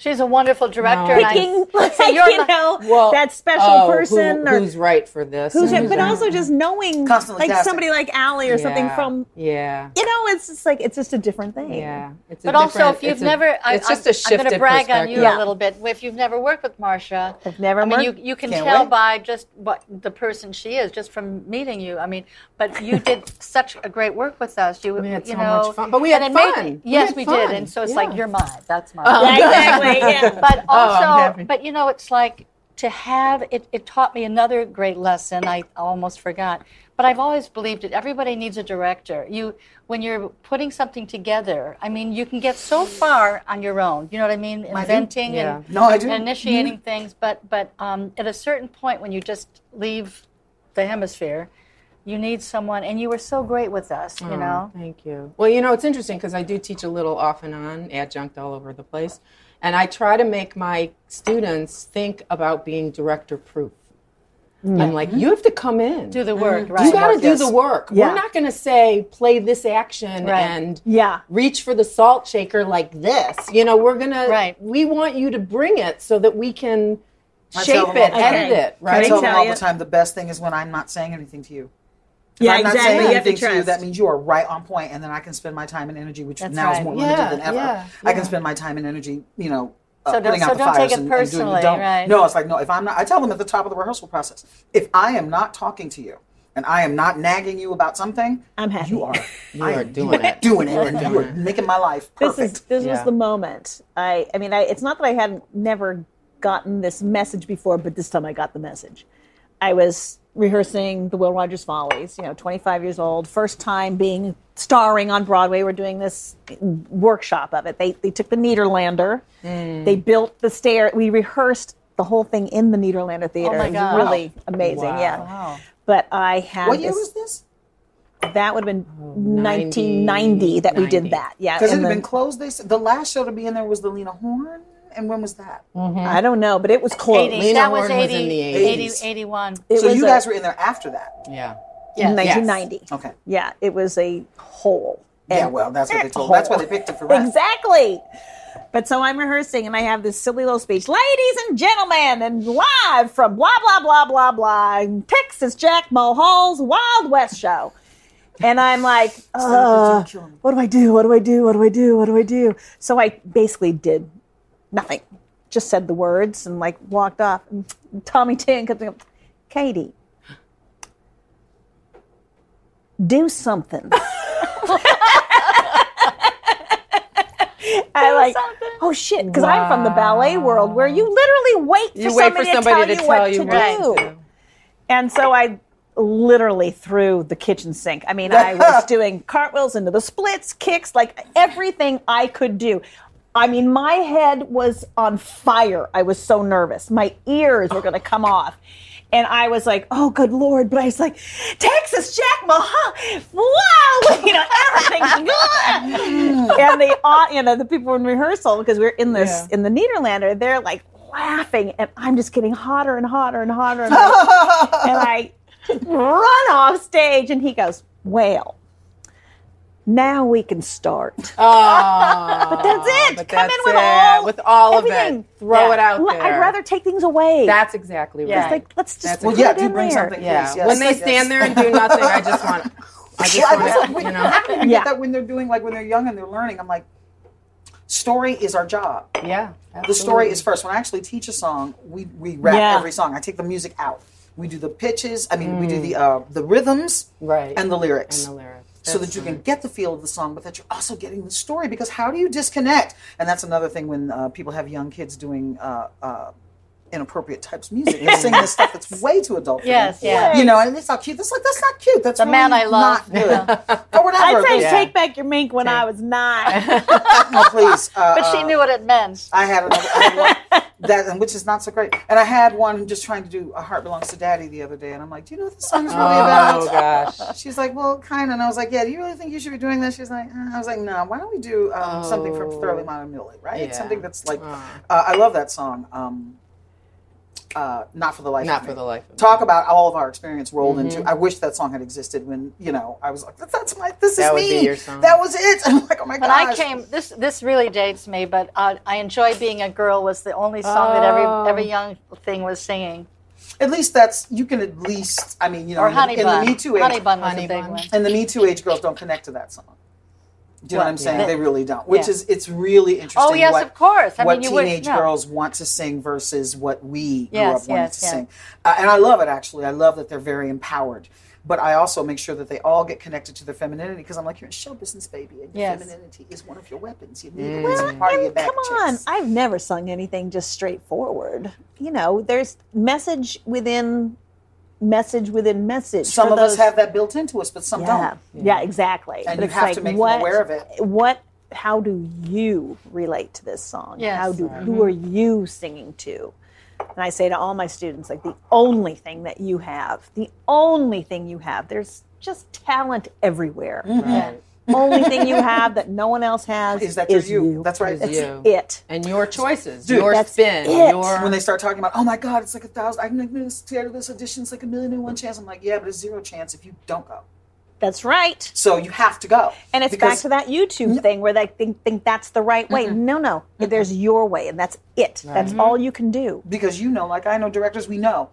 [SPEAKER 1] She's a wonderful director. and I-
[SPEAKER 3] picking like
[SPEAKER 1] So you're
[SPEAKER 3] you
[SPEAKER 1] like-
[SPEAKER 3] know
[SPEAKER 6] Well,
[SPEAKER 3] that special
[SPEAKER 6] oh, who-
[SPEAKER 3] person or
[SPEAKER 6] who's right for this.
[SPEAKER 3] who's
[SPEAKER 6] and
[SPEAKER 3] it, but also just knowing
[SPEAKER 4] Constantly
[SPEAKER 3] like
[SPEAKER 4] dancing.
[SPEAKER 3] somebody like Allie or something
[SPEAKER 6] Yeah,
[SPEAKER 3] from
[SPEAKER 6] Yeah.
[SPEAKER 3] you know it's just like it's just a different thing.
[SPEAKER 6] Yeah. It's a
[SPEAKER 1] But also,
[SPEAKER 6] different-
[SPEAKER 1] if you've
[SPEAKER 6] it's a-
[SPEAKER 1] never, I,
[SPEAKER 6] it's just
[SPEAKER 1] I'm,
[SPEAKER 6] a shift
[SPEAKER 1] I'm going to brag on you
[SPEAKER 3] perspective.
[SPEAKER 1] a
[SPEAKER 3] Yeah.
[SPEAKER 1] little bit. If you've never worked with Marsha,
[SPEAKER 3] I've never
[SPEAKER 1] I mean,
[SPEAKER 3] met-
[SPEAKER 1] you, you can
[SPEAKER 4] Can't
[SPEAKER 1] tell
[SPEAKER 4] wait.
[SPEAKER 1] by just what the person she is, just from meeting you. I mean, but you did such a great work with us. You,
[SPEAKER 6] had
[SPEAKER 1] you
[SPEAKER 6] so
[SPEAKER 1] know,
[SPEAKER 6] much fun. But we had
[SPEAKER 1] and it made-
[SPEAKER 6] fun. We
[SPEAKER 1] yes,
[SPEAKER 6] had
[SPEAKER 1] we,
[SPEAKER 6] fun. Oh,
[SPEAKER 1] did, and so it's
[SPEAKER 6] Yeah.
[SPEAKER 1] like you're mine. That's mine.
[SPEAKER 3] Yeah, exactly. Yeah.
[SPEAKER 1] but
[SPEAKER 6] Oh, I'm
[SPEAKER 1] also,
[SPEAKER 6] happy.
[SPEAKER 1] but you know, it's like to have it, it taught me another great lesson I almost forgot. But I've always believed it. Everybody needs a director. You, when you're putting something together, I mean, you can get so far on your own. You know what I mean? Inventing and
[SPEAKER 4] No, I do.
[SPEAKER 1] and initiating things, but but um, at a certain point when you just leave the hemisphere, you need someone, and you were so great with us, you know.
[SPEAKER 6] Thank you. Well, you know, it's interesting because I do teach a little off and on, adjunct all over the place. And I try to make my students think about being director proof.
[SPEAKER 3] Mm-hmm.
[SPEAKER 6] I'm like, you have to come in.
[SPEAKER 1] Do the work, right?
[SPEAKER 6] Mm-hmm. you got to do
[SPEAKER 4] yes.
[SPEAKER 6] the work.
[SPEAKER 3] Yeah.
[SPEAKER 6] We're not going to say, play this action
[SPEAKER 1] Right.
[SPEAKER 6] and
[SPEAKER 3] Yeah.
[SPEAKER 6] reach for the salt shaker like this. You know, we're going
[SPEAKER 1] Right.
[SPEAKER 6] to, we want you to bring it so that we can
[SPEAKER 4] I tell
[SPEAKER 6] shape
[SPEAKER 4] them
[SPEAKER 6] it,
[SPEAKER 4] all the
[SPEAKER 3] time.
[SPEAKER 6] edit it,
[SPEAKER 4] I
[SPEAKER 6] right?
[SPEAKER 4] tell them all
[SPEAKER 3] Italian.
[SPEAKER 4] the time the best thing is when I'm not saying anything to you. If
[SPEAKER 3] Yeah,
[SPEAKER 4] I'm not
[SPEAKER 3] exactly.
[SPEAKER 4] saying
[SPEAKER 3] You have to
[SPEAKER 4] anything to you,
[SPEAKER 3] trust.
[SPEAKER 4] that means you are right on point, and then I can spend my time and energy, which
[SPEAKER 1] That's
[SPEAKER 4] now is
[SPEAKER 1] right.
[SPEAKER 4] more
[SPEAKER 6] Yeah,
[SPEAKER 4] limited than ever.
[SPEAKER 6] yeah,
[SPEAKER 4] I can
[SPEAKER 6] yeah.
[SPEAKER 4] spend my time and energy, you know, uh,
[SPEAKER 1] So don't-
[SPEAKER 4] putting out
[SPEAKER 1] so
[SPEAKER 4] the
[SPEAKER 1] don't take
[SPEAKER 4] fires
[SPEAKER 1] it
[SPEAKER 4] and, and doing the
[SPEAKER 1] personally,
[SPEAKER 4] don't.
[SPEAKER 1] right.
[SPEAKER 4] No, it's like no. If I'm not, I tell them at the top of the rehearsal process, if I am not talking to you and I am not nagging you about something,
[SPEAKER 3] I'm happy.
[SPEAKER 4] You are.
[SPEAKER 6] You
[SPEAKER 4] I
[SPEAKER 6] are
[SPEAKER 4] am-
[SPEAKER 6] doing it.
[SPEAKER 4] Doing it.
[SPEAKER 6] You are
[SPEAKER 4] and
[SPEAKER 6] doing
[SPEAKER 4] you are
[SPEAKER 6] it.
[SPEAKER 4] making my life perfect.
[SPEAKER 3] This is this was
[SPEAKER 6] Yeah.
[SPEAKER 3] the moment. I I mean I it's not that I hadn't never gotten this message before, but this time I got the message. I was rehearsing the Will Rogers Follies, you know, 25 years old, first time being starring on Broadway. We're doing this workshop of it. They they took the Nederlander.
[SPEAKER 4] Mm.
[SPEAKER 3] They built the stair. We rehearsed the whole thing in the
[SPEAKER 4] Oh
[SPEAKER 3] Nederlander theater.
[SPEAKER 1] my
[SPEAKER 3] It was
[SPEAKER 1] God.
[SPEAKER 3] really amazing.
[SPEAKER 6] Wow.
[SPEAKER 3] Yeah. But I had
[SPEAKER 4] what year
[SPEAKER 3] this,
[SPEAKER 4] was this?
[SPEAKER 3] that would have been 1990 that we
[SPEAKER 6] 90.
[SPEAKER 3] did that. Yeah.
[SPEAKER 4] Because it
[SPEAKER 3] in
[SPEAKER 4] had
[SPEAKER 3] the-
[SPEAKER 4] been closed. They said the last show to be in there was the Lena Horn, and when was that?
[SPEAKER 3] I don't know, but it was close.
[SPEAKER 1] 80,
[SPEAKER 6] Lena
[SPEAKER 1] that was
[SPEAKER 6] Horne was
[SPEAKER 1] 80,
[SPEAKER 6] in the
[SPEAKER 1] 80,
[SPEAKER 4] 80s.
[SPEAKER 1] 81.
[SPEAKER 3] It
[SPEAKER 4] so
[SPEAKER 3] was
[SPEAKER 4] you
[SPEAKER 3] a-
[SPEAKER 4] guys were in there after that.
[SPEAKER 6] Yeah.
[SPEAKER 1] Yes.
[SPEAKER 3] 1990.
[SPEAKER 4] Okay.
[SPEAKER 3] Yeah, it was a hole.
[SPEAKER 4] Yeah,
[SPEAKER 3] And-
[SPEAKER 4] well, that's what they told. That's why they picked it for rent.
[SPEAKER 3] Exactly. But so I'm rehearsing and I have this silly little speech, ladies and gentlemen, and live from blah, blah, blah, blah, blah, in Texas Jack Mulhall's Wild West Show. And I'm like, uh, what do I do? What do I do? What do I do? What do I do? So I basically did nothing, just said the words and like walked off. And Tommy Tin comes up, Katie, do something. I like, oh shit, because I'm from the ballet world where you literally wait for,
[SPEAKER 6] You wait for
[SPEAKER 3] somebody, to
[SPEAKER 6] somebody to
[SPEAKER 3] tell
[SPEAKER 6] tell
[SPEAKER 3] you
[SPEAKER 6] you
[SPEAKER 3] what
[SPEAKER 6] what
[SPEAKER 3] to do. And so I literally threw the kitchen sink. I mean, I was doing cartwheels into the splits, kicks, like everything I could do. I mean, my head was on fire. I was so nervous. My ears were going to come off. And I was like, oh, good Lord. But I was like, Texas Jack Mahal. Wow. You know, everything's good. and the, au- you know, the people in rehearsal, because we are in this, in the Nederlander, they're like laughing. And I'm just getting hotter and hotter and hotter. And hotter and I run off stage, and he goes, "Well, now we can start."
[SPEAKER 6] Oh,
[SPEAKER 3] That's it.
[SPEAKER 6] but
[SPEAKER 3] Come
[SPEAKER 6] that's
[SPEAKER 3] in with
[SPEAKER 6] it.
[SPEAKER 3] all
[SPEAKER 6] with all of
[SPEAKER 3] everything.
[SPEAKER 6] it. Throw it
[SPEAKER 3] L-
[SPEAKER 6] out there.
[SPEAKER 3] I'd rather take things away.
[SPEAKER 6] That's exactly right.
[SPEAKER 1] Yeah.
[SPEAKER 3] It's like let's just
[SPEAKER 6] That's
[SPEAKER 4] Well,
[SPEAKER 3] put
[SPEAKER 4] yeah,
[SPEAKER 3] it
[SPEAKER 4] if you
[SPEAKER 3] in
[SPEAKER 4] bring
[SPEAKER 3] there.
[SPEAKER 4] something,
[SPEAKER 6] Yeah.
[SPEAKER 4] please, yes,
[SPEAKER 6] when they
[SPEAKER 4] yes.
[SPEAKER 6] stand there and do nothing, I just want. I just
[SPEAKER 4] Yeah, I was
[SPEAKER 6] want.
[SPEAKER 4] like, wait,
[SPEAKER 6] you know.
[SPEAKER 4] how do you
[SPEAKER 3] Yeah.
[SPEAKER 4] get that when they're doing like when they're young and they're learning? I'm like, story is our job.
[SPEAKER 6] Yeah.
[SPEAKER 4] The story
[SPEAKER 6] absolutely.
[SPEAKER 4] is first. When I actually teach a song, we we rap
[SPEAKER 3] Mm. Yeah.
[SPEAKER 4] every song. I take the music out. We do the pitches. I mean, we
[SPEAKER 3] Mm.
[SPEAKER 4] do the uh, the rhythms
[SPEAKER 6] right.
[SPEAKER 4] and the lyrics.
[SPEAKER 6] And the lyrics.
[SPEAKER 4] so that you can get the feel of the song, but that you're also getting the story. Because how do you disconnect? And that's another thing when uh, people have young kids doing uh, uh, inappropriate types of music, they're singing this stuff that's way too adult. For
[SPEAKER 1] Yes,
[SPEAKER 4] them.
[SPEAKER 1] yes.
[SPEAKER 4] You know, and it's not cute. That's like that's not cute. That's
[SPEAKER 1] The man
[SPEAKER 4] really
[SPEAKER 1] I love.
[SPEAKER 4] Not good. or whatever.
[SPEAKER 3] I'd say
[SPEAKER 4] There's-
[SPEAKER 3] take back your mink when I was nine.
[SPEAKER 4] oh, please. Uh,
[SPEAKER 1] But she
[SPEAKER 4] uh,
[SPEAKER 1] knew what it meant.
[SPEAKER 4] I had another I had one that, and which is not so great. And I had one just trying to do "A Heart Belongs to Daddy" the other day, and I'm like, "Do you know what this song is really about?"
[SPEAKER 6] Oh gosh.
[SPEAKER 4] She's like, well, kind of. And I was like, yeah, do you really think you should be doing this? She's like, uh. I was like, no, why don't we do um, something from
[SPEAKER 6] Oh.
[SPEAKER 4] Thoroughly Modern Millie, right?
[SPEAKER 6] Yeah.
[SPEAKER 4] Something that's like,
[SPEAKER 6] Oh.
[SPEAKER 4] uh, I love that song. Um, uh, not for the life.
[SPEAKER 6] Not
[SPEAKER 4] of
[SPEAKER 6] for
[SPEAKER 4] me.
[SPEAKER 6] the life of Mm-hmm. me.
[SPEAKER 4] Talk about all of our experience rolled into. I wish that song had existed when you know I was like, "That- that's my. This is
[SPEAKER 6] That would
[SPEAKER 4] me.
[SPEAKER 6] be your song.
[SPEAKER 4] That was it. I'm like, oh my
[SPEAKER 1] But I
[SPEAKER 4] gosh.
[SPEAKER 1] came. This this really dates me, but uh, I enjoy being a girl was the only song that
[SPEAKER 6] Oh.
[SPEAKER 1] every every young thing was singing.
[SPEAKER 4] At least that's you can at least. I mean, you know,
[SPEAKER 1] Or
[SPEAKER 4] in the-
[SPEAKER 1] Honey
[SPEAKER 4] in
[SPEAKER 1] Bun.
[SPEAKER 4] the Me Too age,
[SPEAKER 1] Honey Bun was
[SPEAKER 6] Honey
[SPEAKER 1] a big
[SPEAKER 6] Bun.
[SPEAKER 1] one.
[SPEAKER 4] and the Me Too age girls don't connect to that song. Do you know what I'm saying?
[SPEAKER 1] Yeah.
[SPEAKER 4] They really don't. Which
[SPEAKER 1] Yeah.
[SPEAKER 4] is it's really interesting.
[SPEAKER 1] Oh yes,
[SPEAKER 4] what-
[SPEAKER 1] of course. I
[SPEAKER 4] what
[SPEAKER 1] mean, you would,
[SPEAKER 4] teenage
[SPEAKER 1] yeah.
[SPEAKER 4] girls want to sing versus what we grew
[SPEAKER 1] Yes,
[SPEAKER 4] up wanting
[SPEAKER 1] yes,
[SPEAKER 4] to
[SPEAKER 1] yes.
[SPEAKER 4] sing. Uh, and I love it actually. I love that they're very empowered. But I also make sure that they all get connected to their femininity because I'm like, you're in show business, baby, and your
[SPEAKER 1] Yes.
[SPEAKER 4] femininity is one of your weapons. You need it. It's a part of your
[SPEAKER 3] And
[SPEAKER 4] back
[SPEAKER 3] come on,
[SPEAKER 4] checks.
[SPEAKER 3] I've never sung anything just straightforward. You know, there's message within message within message.
[SPEAKER 4] Some
[SPEAKER 3] for
[SPEAKER 4] of us
[SPEAKER 3] those-
[SPEAKER 4] have that built into us, but some
[SPEAKER 3] yeah,
[SPEAKER 4] don't.
[SPEAKER 3] yeah, exactly.
[SPEAKER 4] And
[SPEAKER 3] But
[SPEAKER 4] you
[SPEAKER 3] it's
[SPEAKER 4] have
[SPEAKER 3] like,
[SPEAKER 4] to make
[SPEAKER 3] what,
[SPEAKER 4] them aware of it.
[SPEAKER 3] What? How do you relate to this song?
[SPEAKER 1] Yes.
[SPEAKER 3] How do who are you singing to? And I say to all my students, like the only thing that you have, the only thing you have, there's just talent everywhere.
[SPEAKER 6] Right.
[SPEAKER 3] only thing you have that no one else has
[SPEAKER 4] Is that you're you. That's right.
[SPEAKER 6] Is you.
[SPEAKER 3] it.
[SPEAKER 6] And your choices,
[SPEAKER 4] Dude,
[SPEAKER 6] your
[SPEAKER 3] that's
[SPEAKER 6] spin,
[SPEAKER 3] it.
[SPEAKER 6] your
[SPEAKER 4] When they start talking about, oh my God, it's like a thousand, I can make this theater, this audition's like a million and one chance. I'm like, yeah, but it's zero chance if you don't go.
[SPEAKER 3] That's right.
[SPEAKER 4] So you have to go.
[SPEAKER 3] And it's back
[SPEAKER 4] Because-
[SPEAKER 3] to that YouTube thing where they think, think that's the right way. No, no. There's your way, and that's it. That's
[SPEAKER 6] Mm-hmm.
[SPEAKER 3] all you can do.
[SPEAKER 4] because you know, like I know directors, we know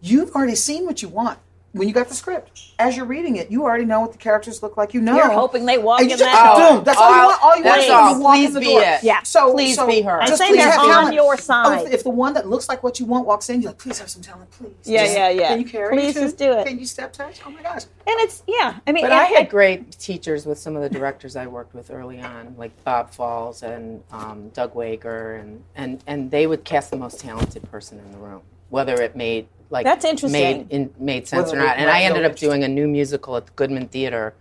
[SPEAKER 4] you've already seen what you want when you got the script. As you're reading it, you already know what the characters look like. You know,
[SPEAKER 3] You're hoping they walk
[SPEAKER 4] And you
[SPEAKER 3] in
[SPEAKER 4] just-
[SPEAKER 3] that
[SPEAKER 4] boom, that's all you want. All you want
[SPEAKER 6] that's
[SPEAKER 4] is to
[SPEAKER 6] all.
[SPEAKER 4] walk in
[SPEAKER 6] Please
[SPEAKER 4] the
[SPEAKER 6] be
[SPEAKER 4] door.
[SPEAKER 6] it.
[SPEAKER 3] Yeah.
[SPEAKER 4] So
[SPEAKER 6] Please
[SPEAKER 4] so
[SPEAKER 6] be her. I
[SPEAKER 4] Just
[SPEAKER 3] think
[SPEAKER 4] please
[SPEAKER 3] they're
[SPEAKER 4] have
[SPEAKER 3] on
[SPEAKER 4] talent.
[SPEAKER 3] your
[SPEAKER 4] Oh, if-
[SPEAKER 3] side.
[SPEAKER 4] If, the one that looks like what you want walks in, you're like, please have some talent, please.
[SPEAKER 3] Yeah,
[SPEAKER 4] Just-
[SPEAKER 3] yeah, yeah.
[SPEAKER 4] Can you carry?
[SPEAKER 3] Please
[SPEAKER 4] too?
[SPEAKER 3] just do it.
[SPEAKER 4] Can you step touch? Oh my gosh.
[SPEAKER 3] And it's, yeah. I mean,
[SPEAKER 6] But
[SPEAKER 3] and
[SPEAKER 6] I had great teachers with some of the directors I worked with early on, like Bob Falls and um, Doug Wager, and, and and they would cast the most talented person in the room, whether it made like
[SPEAKER 3] That's interesting.
[SPEAKER 6] made in, made sense
[SPEAKER 4] Whether
[SPEAKER 6] or
[SPEAKER 4] it
[SPEAKER 6] not. And I
[SPEAKER 4] might
[SPEAKER 6] ended
[SPEAKER 4] go
[SPEAKER 6] up doing a new musical at the Goodman Theater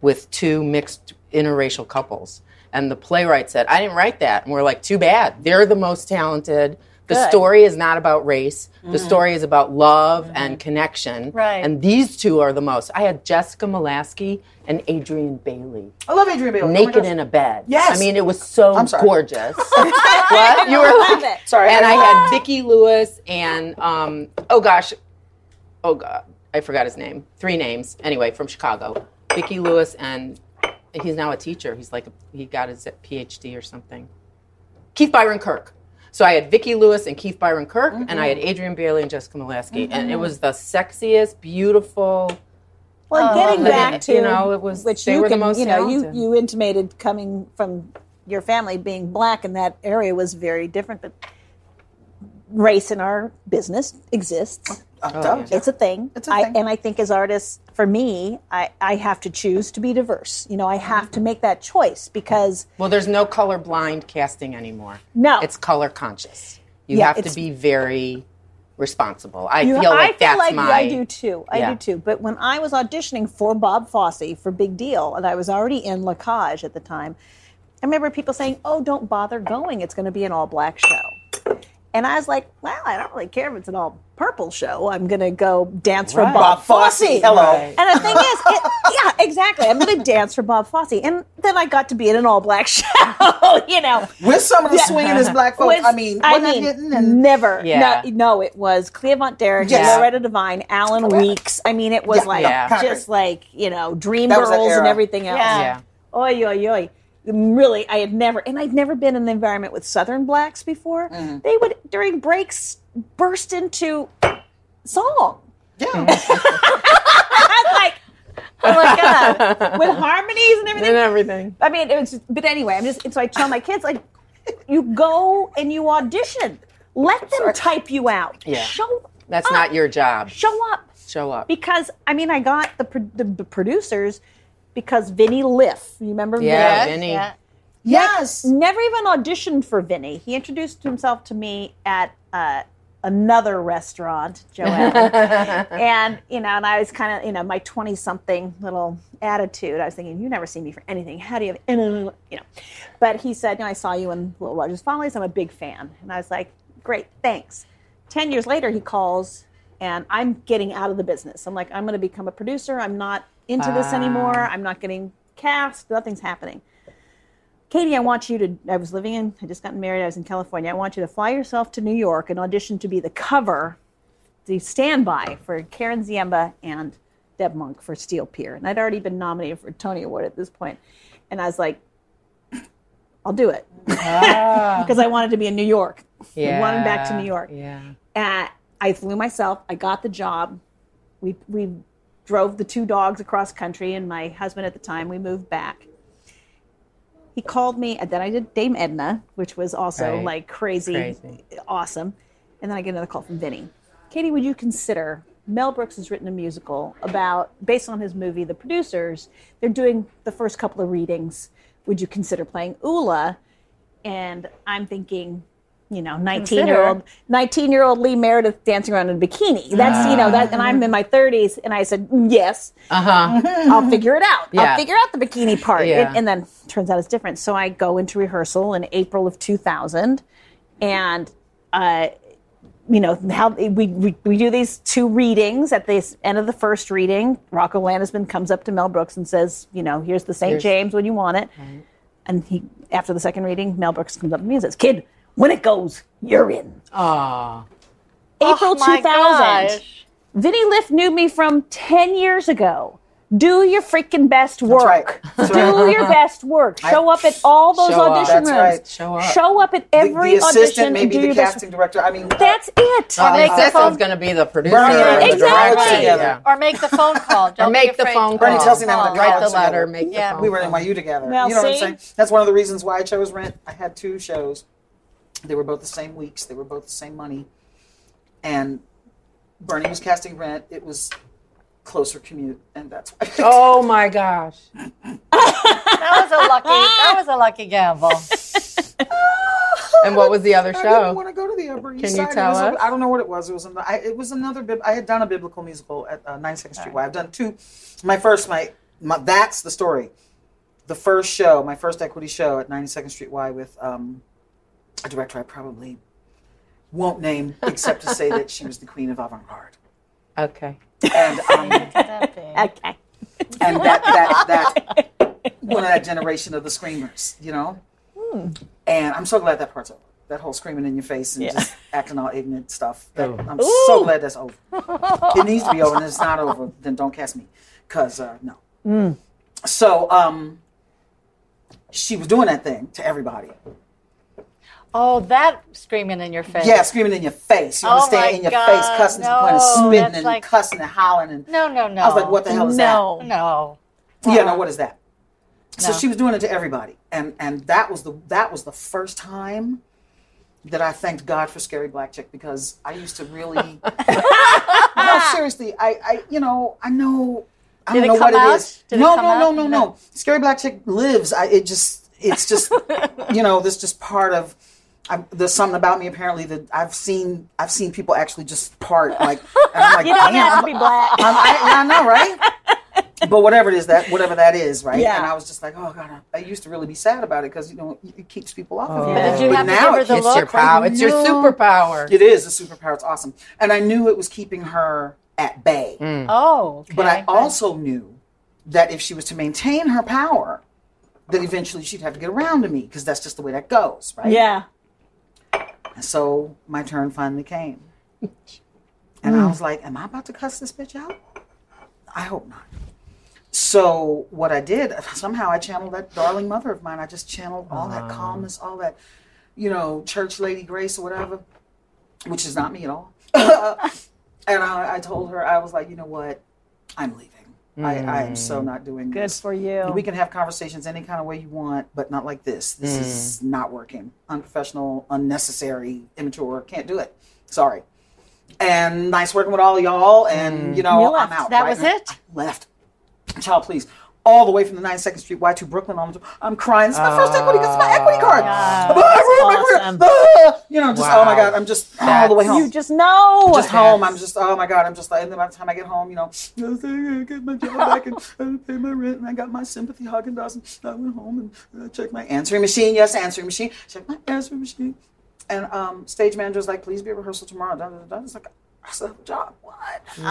[SPEAKER 6] with two mixed interracial couples, and the playwright said, "I didn't write that," and we're like, "Too bad. They're the most talented." The
[SPEAKER 3] Good. Mm-hmm.
[SPEAKER 6] story is not about race. The story is about love and connection.
[SPEAKER 1] Right.
[SPEAKER 6] And these two are the most. I had Jessica Molaski and Adrian Bailey
[SPEAKER 4] I love Adrian Bailey.
[SPEAKER 6] naked
[SPEAKER 4] oh
[SPEAKER 6] in a bed.
[SPEAKER 4] Yes.
[SPEAKER 6] I mean, it was so
[SPEAKER 4] I'm sorry.
[SPEAKER 6] gorgeous. what? You were
[SPEAKER 3] love
[SPEAKER 6] like-
[SPEAKER 3] it.
[SPEAKER 4] Sorry,
[SPEAKER 6] And
[SPEAKER 4] I-
[SPEAKER 6] I had Vicki Lewis and, um, oh gosh, oh God, I forgot his name. Three names. Anyway, from Chicago. Vicki Lewis and he's now a teacher. He's like, he got his PhD or something. Keith Byron Kirk. So I had Vicki Lewis and Keith Byron Kirk, and I had
[SPEAKER 3] Mm-hmm.
[SPEAKER 6] Adrian Bailey and Jessica Molaski, and it was the sexiest, beautiful.
[SPEAKER 3] Well, getting
[SPEAKER 6] but it-
[SPEAKER 3] back to
[SPEAKER 6] you know, it was-
[SPEAKER 3] which
[SPEAKER 6] they
[SPEAKER 3] you
[SPEAKER 6] were the
[SPEAKER 3] can,
[SPEAKER 6] most
[SPEAKER 3] you know, you
[SPEAKER 6] talented.
[SPEAKER 3] you intimated coming from your family being black in that area was very different, but race in our business exists.
[SPEAKER 6] Oh,
[SPEAKER 4] yeah.
[SPEAKER 3] It's a thing.
[SPEAKER 4] It's a
[SPEAKER 3] I,
[SPEAKER 4] thing.
[SPEAKER 3] and I think as artists, for me, I, I have to choose to be diverse. You know, I have to make that choice because
[SPEAKER 6] Well, there's no color blind casting anymore.
[SPEAKER 3] No.
[SPEAKER 6] It's color conscious. You
[SPEAKER 3] Yeah,
[SPEAKER 6] have to
[SPEAKER 3] it's-
[SPEAKER 6] be very responsible. I
[SPEAKER 3] you-
[SPEAKER 6] feel like
[SPEAKER 3] I feel
[SPEAKER 6] that's
[SPEAKER 3] like
[SPEAKER 6] my
[SPEAKER 3] I do too. I
[SPEAKER 6] Yeah.
[SPEAKER 3] do too. But when I was auditioning for Bob Fosse for Big Deal, and I was already in Lacage at the time, I remember people saying, "Oh, don't bother going. It's going to be an all-black show." And I was like, "Well, I don't really care if it's an all-purple show. I'm going to go dance for Bob
[SPEAKER 4] Bob Fosse,
[SPEAKER 3] Fosse."
[SPEAKER 4] hello.
[SPEAKER 6] Right.
[SPEAKER 3] And the thing is, it, yeah, exactly. I'm going to dance for Bob Fosse, and then I got to be in an all-black show. You know.
[SPEAKER 4] With some of the swinging as black folks,
[SPEAKER 3] Was-
[SPEAKER 4] I mean,
[SPEAKER 3] I
[SPEAKER 4] wasn't that
[SPEAKER 3] mean,
[SPEAKER 4] hitting and
[SPEAKER 3] never.
[SPEAKER 6] Yeah.
[SPEAKER 3] No, no, it was Cleavon Derrick,
[SPEAKER 4] Yes.
[SPEAKER 3] Loretta Devine, Alan Weeks. I mean, it was
[SPEAKER 4] Yeah,
[SPEAKER 3] like
[SPEAKER 6] yeah.
[SPEAKER 3] just like you know, Dream
[SPEAKER 4] That was that
[SPEAKER 3] Girls and
[SPEAKER 4] era.
[SPEAKER 3] everything else.
[SPEAKER 1] Yeah.
[SPEAKER 6] Yeah.
[SPEAKER 3] Oy, oy, oy. Really, I had never, and I'd never been in the environment with Southern blacks before.
[SPEAKER 4] Mm.
[SPEAKER 3] They would during breaks burst into song.
[SPEAKER 4] yeah.
[SPEAKER 3] I'm like, oh my god, with harmonies and everything.
[SPEAKER 6] and everything.
[SPEAKER 3] I mean, it was. Just, but anyway, I'm just. And so I tell my kids, like, you go and you audition. Let them type you out.
[SPEAKER 6] Yeah.
[SPEAKER 3] Show.
[SPEAKER 6] That's
[SPEAKER 3] up.
[SPEAKER 6] not your job.
[SPEAKER 3] Show up
[SPEAKER 6] Show up.
[SPEAKER 3] because I mean, I got the pro- the, the producers because Vinny Liff. You remember?
[SPEAKER 6] Yeah,
[SPEAKER 3] Vinny?
[SPEAKER 6] Vinny.
[SPEAKER 1] Yeah.
[SPEAKER 4] yes.
[SPEAKER 3] Never even auditioned for Vinny. He introduced himself to me at uh, another restaurant, Joanne. and you know, and I was kind of you know my twenty something little attitude. I was thinking, you never see me for anything. How do you? Have, you know, but he said, you know, I saw you in Little Rogers Follies. I'm a big fan, and I was like, great, thanks. Ten years later, he calls, and I'm getting out of the business. I'm like, I'm going to become a producer. I'm not into this anymore. I'm not getting cast. Nothing's happening. Katie, I want you to. I was living in, I just gotten married, I was in California. I want you to fly yourself to New York and audition to be the cover, the standby for Karen Ziemba and Deb Monk for Steel Pier. And I'd already been nominated for a Tony Award at this point. And I was like, I'll do it. Because I wanted to be in New York. I wanted back to New York.
[SPEAKER 6] Ah. Yeah.
[SPEAKER 3] Uh, I flew myself. I got the job. We we drove the two dogs across country, and my husband at the time we moved back. He called me, and then I did Dame Edna, which was also
[SPEAKER 6] Right.
[SPEAKER 3] like crazy,
[SPEAKER 6] Crazy.
[SPEAKER 3] awesome. And then I get another call from Vinny. Katie, would you consider? Mel Brooks has written a musical about, based on his movie The Producers. They're doing the first couple of readings. Would you consider playing Ula? And I'm thinking, you know, 19 year old, 19 year old Lee Meredith dancing around in a bikini. That's, you know, that, and
[SPEAKER 6] Ah.
[SPEAKER 3] I'm in my 30s. And I said, "Mm, yes,
[SPEAKER 6] Uh huh.
[SPEAKER 3] I'll figure it out.
[SPEAKER 6] Yeah.
[SPEAKER 3] I'll figure out the bikini part.
[SPEAKER 6] Yeah.
[SPEAKER 3] And, and then turns out it's different. So I go into rehearsal in April of 2000. And, uh, you know, how we, we, we do these two readings at the end of the first reading. Rocco Landisman comes up to Mel Brooks and says, you know, here's the St. James when you want it. And he, after the second reading, Mel Brooks comes up to me and says, kid, when it goes, you're in.
[SPEAKER 6] Aw.
[SPEAKER 3] April
[SPEAKER 1] Oh, my
[SPEAKER 3] 2000.
[SPEAKER 1] gosh.
[SPEAKER 3] Vinny Liff knew me from 10 years ago. Do your freaking best work.
[SPEAKER 4] That's right.
[SPEAKER 3] Do your best work. Show up at all those
[SPEAKER 6] Show up.
[SPEAKER 3] audition
[SPEAKER 4] That's
[SPEAKER 3] rooms.
[SPEAKER 4] right.
[SPEAKER 6] Show up.
[SPEAKER 3] Show up at
[SPEAKER 4] The-
[SPEAKER 3] every
[SPEAKER 4] the assistant,
[SPEAKER 3] audition and
[SPEAKER 4] maybe
[SPEAKER 3] do
[SPEAKER 4] the
[SPEAKER 3] your best.
[SPEAKER 4] casting director. I mean,
[SPEAKER 3] That's it.
[SPEAKER 6] Oh, the
[SPEAKER 1] make the
[SPEAKER 6] assistant's
[SPEAKER 1] phone-
[SPEAKER 6] going to be the producer.
[SPEAKER 4] Bernie
[SPEAKER 6] or
[SPEAKER 4] and
[SPEAKER 6] the
[SPEAKER 4] the
[SPEAKER 6] director.
[SPEAKER 4] director together.
[SPEAKER 6] Yeah.
[SPEAKER 1] Or make the phone call. Don't
[SPEAKER 6] Or
[SPEAKER 1] be
[SPEAKER 6] make the
[SPEAKER 1] afraid
[SPEAKER 6] phone
[SPEAKER 1] to
[SPEAKER 6] call.
[SPEAKER 4] Bernie tells me now
[SPEAKER 1] call.
[SPEAKER 4] to
[SPEAKER 6] Write the
[SPEAKER 4] Together.
[SPEAKER 6] letter. Make
[SPEAKER 1] Yeah.
[SPEAKER 6] the phone
[SPEAKER 4] we were
[SPEAKER 6] call.
[SPEAKER 4] in NYU together.
[SPEAKER 3] Well,
[SPEAKER 4] you know what I'm
[SPEAKER 3] see?
[SPEAKER 4] saying? That's one of the reasons why I chose Rent. I had two shows. They were both the same weeks. They were both the same money. And Bernie was casting Rent. It was closer commute, and that's why.
[SPEAKER 6] Oh my gosh.
[SPEAKER 1] That was a lucky. That was a lucky gamble.
[SPEAKER 6] And what was the other
[SPEAKER 4] I didn't
[SPEAKER 6] show?
[SPEAKER 4] want to go to the Upper East
[SPEAKER 6] Can you
[SPEAKER 4] Side. It
[SPEAKER 6] tell
[SPEAKER 4] was a-
[SPEAKER 6] us?
[SPEAKER 4] I don't know what it was. It was. An, I, it was another. Bib, I had done a biblical musical at uh, 92nd Street. Y. I've done two. My first, my, my that's the story. The first show, my first equity show at 92nd Street Y with um, a director I probably won't name, except to say that she was the queen of avant-garde.
[SPEAKER 6] Okay.
[SPEAKER 4] And um,
[SPEAKER 3] Okay.
[SPEAKER 4] and that that that one of that generation of the screamers, you know.
[SPEAKER 1] Hmm.
[SPEAKER 4] And I'm so glad that part's over. That whole screaming in your face and just acting all ignorant stuff. That, I'm so glad that's over. it needs to be over, and if it's not over, then don't cast me, cause uh, no.
[SPEAKER 1] Hmm.
[SPEAKER 4] So um, she was doing that thing to everybody.
[SPEAKER 1] Oh, that screaming in your face.
[SPEAKER 4] Yeah, screaming in your face. You
[SPEAKER 1] Oh
[SPEAKER 4] understand?
[SPEAKER 1] my
[SPEAKER 4] in your
[SPEAKER 1] God,
[SPEAKER 4] face, cussing,
[SPEAKER 1] no,
[SPEAKER 4] and spitting,
[SPEAKER 1] that's
[SPEAKER 4] and
[SPEAKER 1] like-
[SPEAKER 4] cussing and howling. And
[SPEAKER 1] No, no, no.
[SPEAKER 4] I was like, "What the hell is that?"
[SPEAKER 3] No.
[SPEAKER 1] No.
[SPEAKER 4] Yeah, no, what is that? So
[SPEAKER 1] No.
[SPEAKER 4] she was doing it to everybody, and and that was the that was the first time that I thanked God for Scary Black Chick because I used to really no seriously I I you know I know I
[SPEAKER 1] Did
[SPEAKER 4] don't
[SPEAKER 1] it
[SPEAKER 4] know what
[SPEAKER 1] come
[SPEAKER 4] it
[SPEAKER 1] out?
[SPEAKER 4] is
[SPEAKER 1] Did it
[SPEAKER 4] no
[SPEAKER 1] come
[SPEAKER 4] no no
[SPEAKER 1] out?
[SPEAKER 4] no
[SPEAKER 1] No.
[SPEAKER 4] no Scary Black Chick lives I it just it's just you know this just part of. I, there's something about me apparently that I've seen I've seen people actually just part like and I'm like
[SPEAKER 3] You don't
[SPEAKER 4] "Damn,
[SPEAKER 3] have
[SPEAKER 4] I'm-
[SPEAKER 3] to be black.
[SPEAKER 4] I'm, I, I know, right? but whatever it is, that whatever that is, right?
[SPEAKER 3] Yeah.
[SPEAKER 4] And I was just like, oh god, I, I used to really be sad about it because you know it keeps people off of you.
[SPEAKER 6] Oh.
[SPEAKER 3] But
[SPEAKER 1] did you
[SPEAKER 4] But
[SPEAKER 1] have to
[SPEAKER 4] now
[SPEAKER 1] give her
[SPEAKER 4] it
[SPEAKER 1] the
[SPEAKER 4] keeps-
[SPEAKER 6] It's your
[SPEAKER 1] look?
[SPEAKER 6] power. It's your
[SPEAKER 4] No.
[SPEAKER 6] superpower.
[SPEAKER 4] It is a superpower. It's awesome, and I knew it was keeping her at bay.
[SPEAKER 1] Oh. okay.
[SPEAKER 4] But I also knew that if she was to maintain her power, that eventually she'd have to get around to me because that's just the way that goes, right?
[SPEAKER 3] Yeah.
[SPEAKER 4] And so my turn finally came. And
[SPEAKER 3] Mm.
[SPEAKER 4] I was like, Am I about to cuss this bitch out? I hope not. So what I did, somehow I channeled that darling mother of mine. I just channeled all that calmness, all that, you know, church lady grace or whatever, which is not me at all. and I, I told her, I was like, you know what? I'm leaving. I, I am so not doing
[SPEAKER 3] Mm. Good
[SPEAKER 4] this.
[SPEAKER 3] for you.
[SPEAKER 4] We can have conversations any kind of way you want, but not like this. This is not working. Unprofessional, unnecessary, immature. Can't do it. Sorry. And nice working with all y'all. And you know,
[SPEAKER 3] You
[SPEAKER 4] I'm
[SPEAKER 3] left.
[SPEAKER 4] out.
[SPEAKER 1] That
[SPEAKER 4] right?
[SPEAKER 1] was it?
[SPEAKER 4] I left. Child, please. All the way from the 92nd Street Y to Brooklyn. I'm, I'm crying. This is my first equity. This is my equity card.
[SPEAKER 3] Yeah.
[SPEAKER 4] Ah, I ruined my career.
[SPEAKER 3] awesome.
[SPEAKER 4] Ah, you know, just oh my
[SPEAKER 6] Wow.
[SPEAKER 4] god. I'm just all the way home
[SPEAKER 3] You just know.
[SPEAKER 4] just home. I'm just oh my god. I'm just like. And then by the time I get home, you know, I get my job back and I pay my rent and I got my sympathy Haagen Dazs and I went home and I checked my answering machine. Yes, answering machine. Check my answering machine. And um, stage manager was like, "Please be at rehearsal tomorrow." Da, da, da, da. It's like I still have a job. What?
[SPEAKER 1] Oh,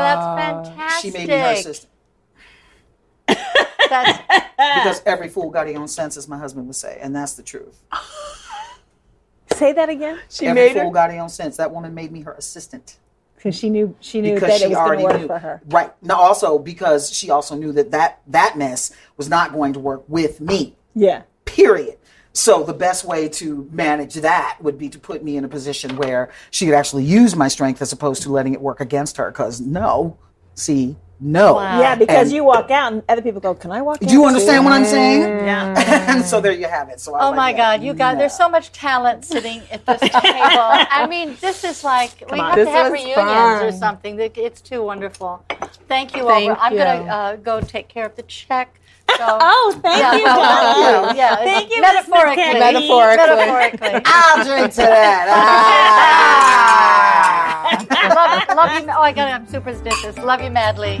[SPEAKER 1] that's fantastic.
[SPEAKER 4] She made me her assistant.
[SPEAKER 1] That's
[SPEAKER 4] because every fool got his own sense, as my husband would say, and that's the truth.
[SPEAKER 3] Say that again.
[SPEAKER 6] She
[SPEAKER 4] every
[SPEAKER 6] made
[SPEAKER 4] fool
[SPEAKER 6] her.
[SPEAKER 4] got his own sense. That woman made me her assistant
[SPEAKER 3] Because she knew she knew
[SPEAKER 4] because
[SPEAKER 3] that it
[SPEAKER 4] she
[SPEAKER 3] was going
[SPEAKER 4] already
[SPEAKER 3] to work
[SPEAKER 4] knew.
[SPEAKER 3] for her.
[SPEAKER 4] Right. Now, also because she also knew that that that mess was not going to work with me.
[SPEAKER 3] Yeah.
[SPEAKER 4] Period. So the best way to manage that would be to put me in a position where she could actually use my strength as opposed to letting it work against her. Because no, see, no.
[SPEAKER 1] Wow.
[SPEAKER 3] Yeah, because
[SPEAKER 4] And-
[SPEAKER 3] you walk out and other people go, "Can I walk?"
[SPEAKER 4] Do
[SPEAKER 3] out
[SPEAKER 4] you
[SPEAKER 3] too?"
[SPEAKER 4] understand what I'm saying?
[SPEAKER 3] Yeah.
[SPEAKER 4] and so there you have it. So I was
[SPEAKER 1] Oh
[SPEAKER 4] like, "Mm,
[SPEAKER 1] my
[SPEAKER 4] yeah,
[SPEAKER 1] God, you guys,
[SPEAKER 4] no.
[SPEAKER 1] there's so much talent sitting at this table. I mean, this is like, we have
[SPEAKER 6] This
[SPEAKER 1] to have
[SPEAKER 6] was
[SPEAKER 1] reunions or
[SPEAKER 6] fun.
[SPEAKER 1] something. It- It's too wonderful. Thank you all.
[SPEAKER 6] Thank
[SPEAKER 1] I'm going
[SPEAKER 6] you.
[SPEAKER 1] to uh, go take care of the check. So,
[SPEAKER 3] Oh, thank
[SPEAKER 1] yeah,
[SPEAKER 3] you.
[SPEAKER 1] so
[SPEAKER 3] Donna.
[SPEAKER 1] thank you. Yeah,
[SPEAKER 3] Thank you, Miss
[SPEAKER 1] metaphorically.
[SPEAKER 3] McKinney.
[SPEAKER 6] Metaphorically.
[SPEAKER 1] Metaphorically.
[SPEAKER 4] I'll drink to that.
[SPEAKER 1] love,
[SPEAKER 4] Ah.
[SPEAKER 1] love you. Oh, I got it. I'm superstitious. Love you madly.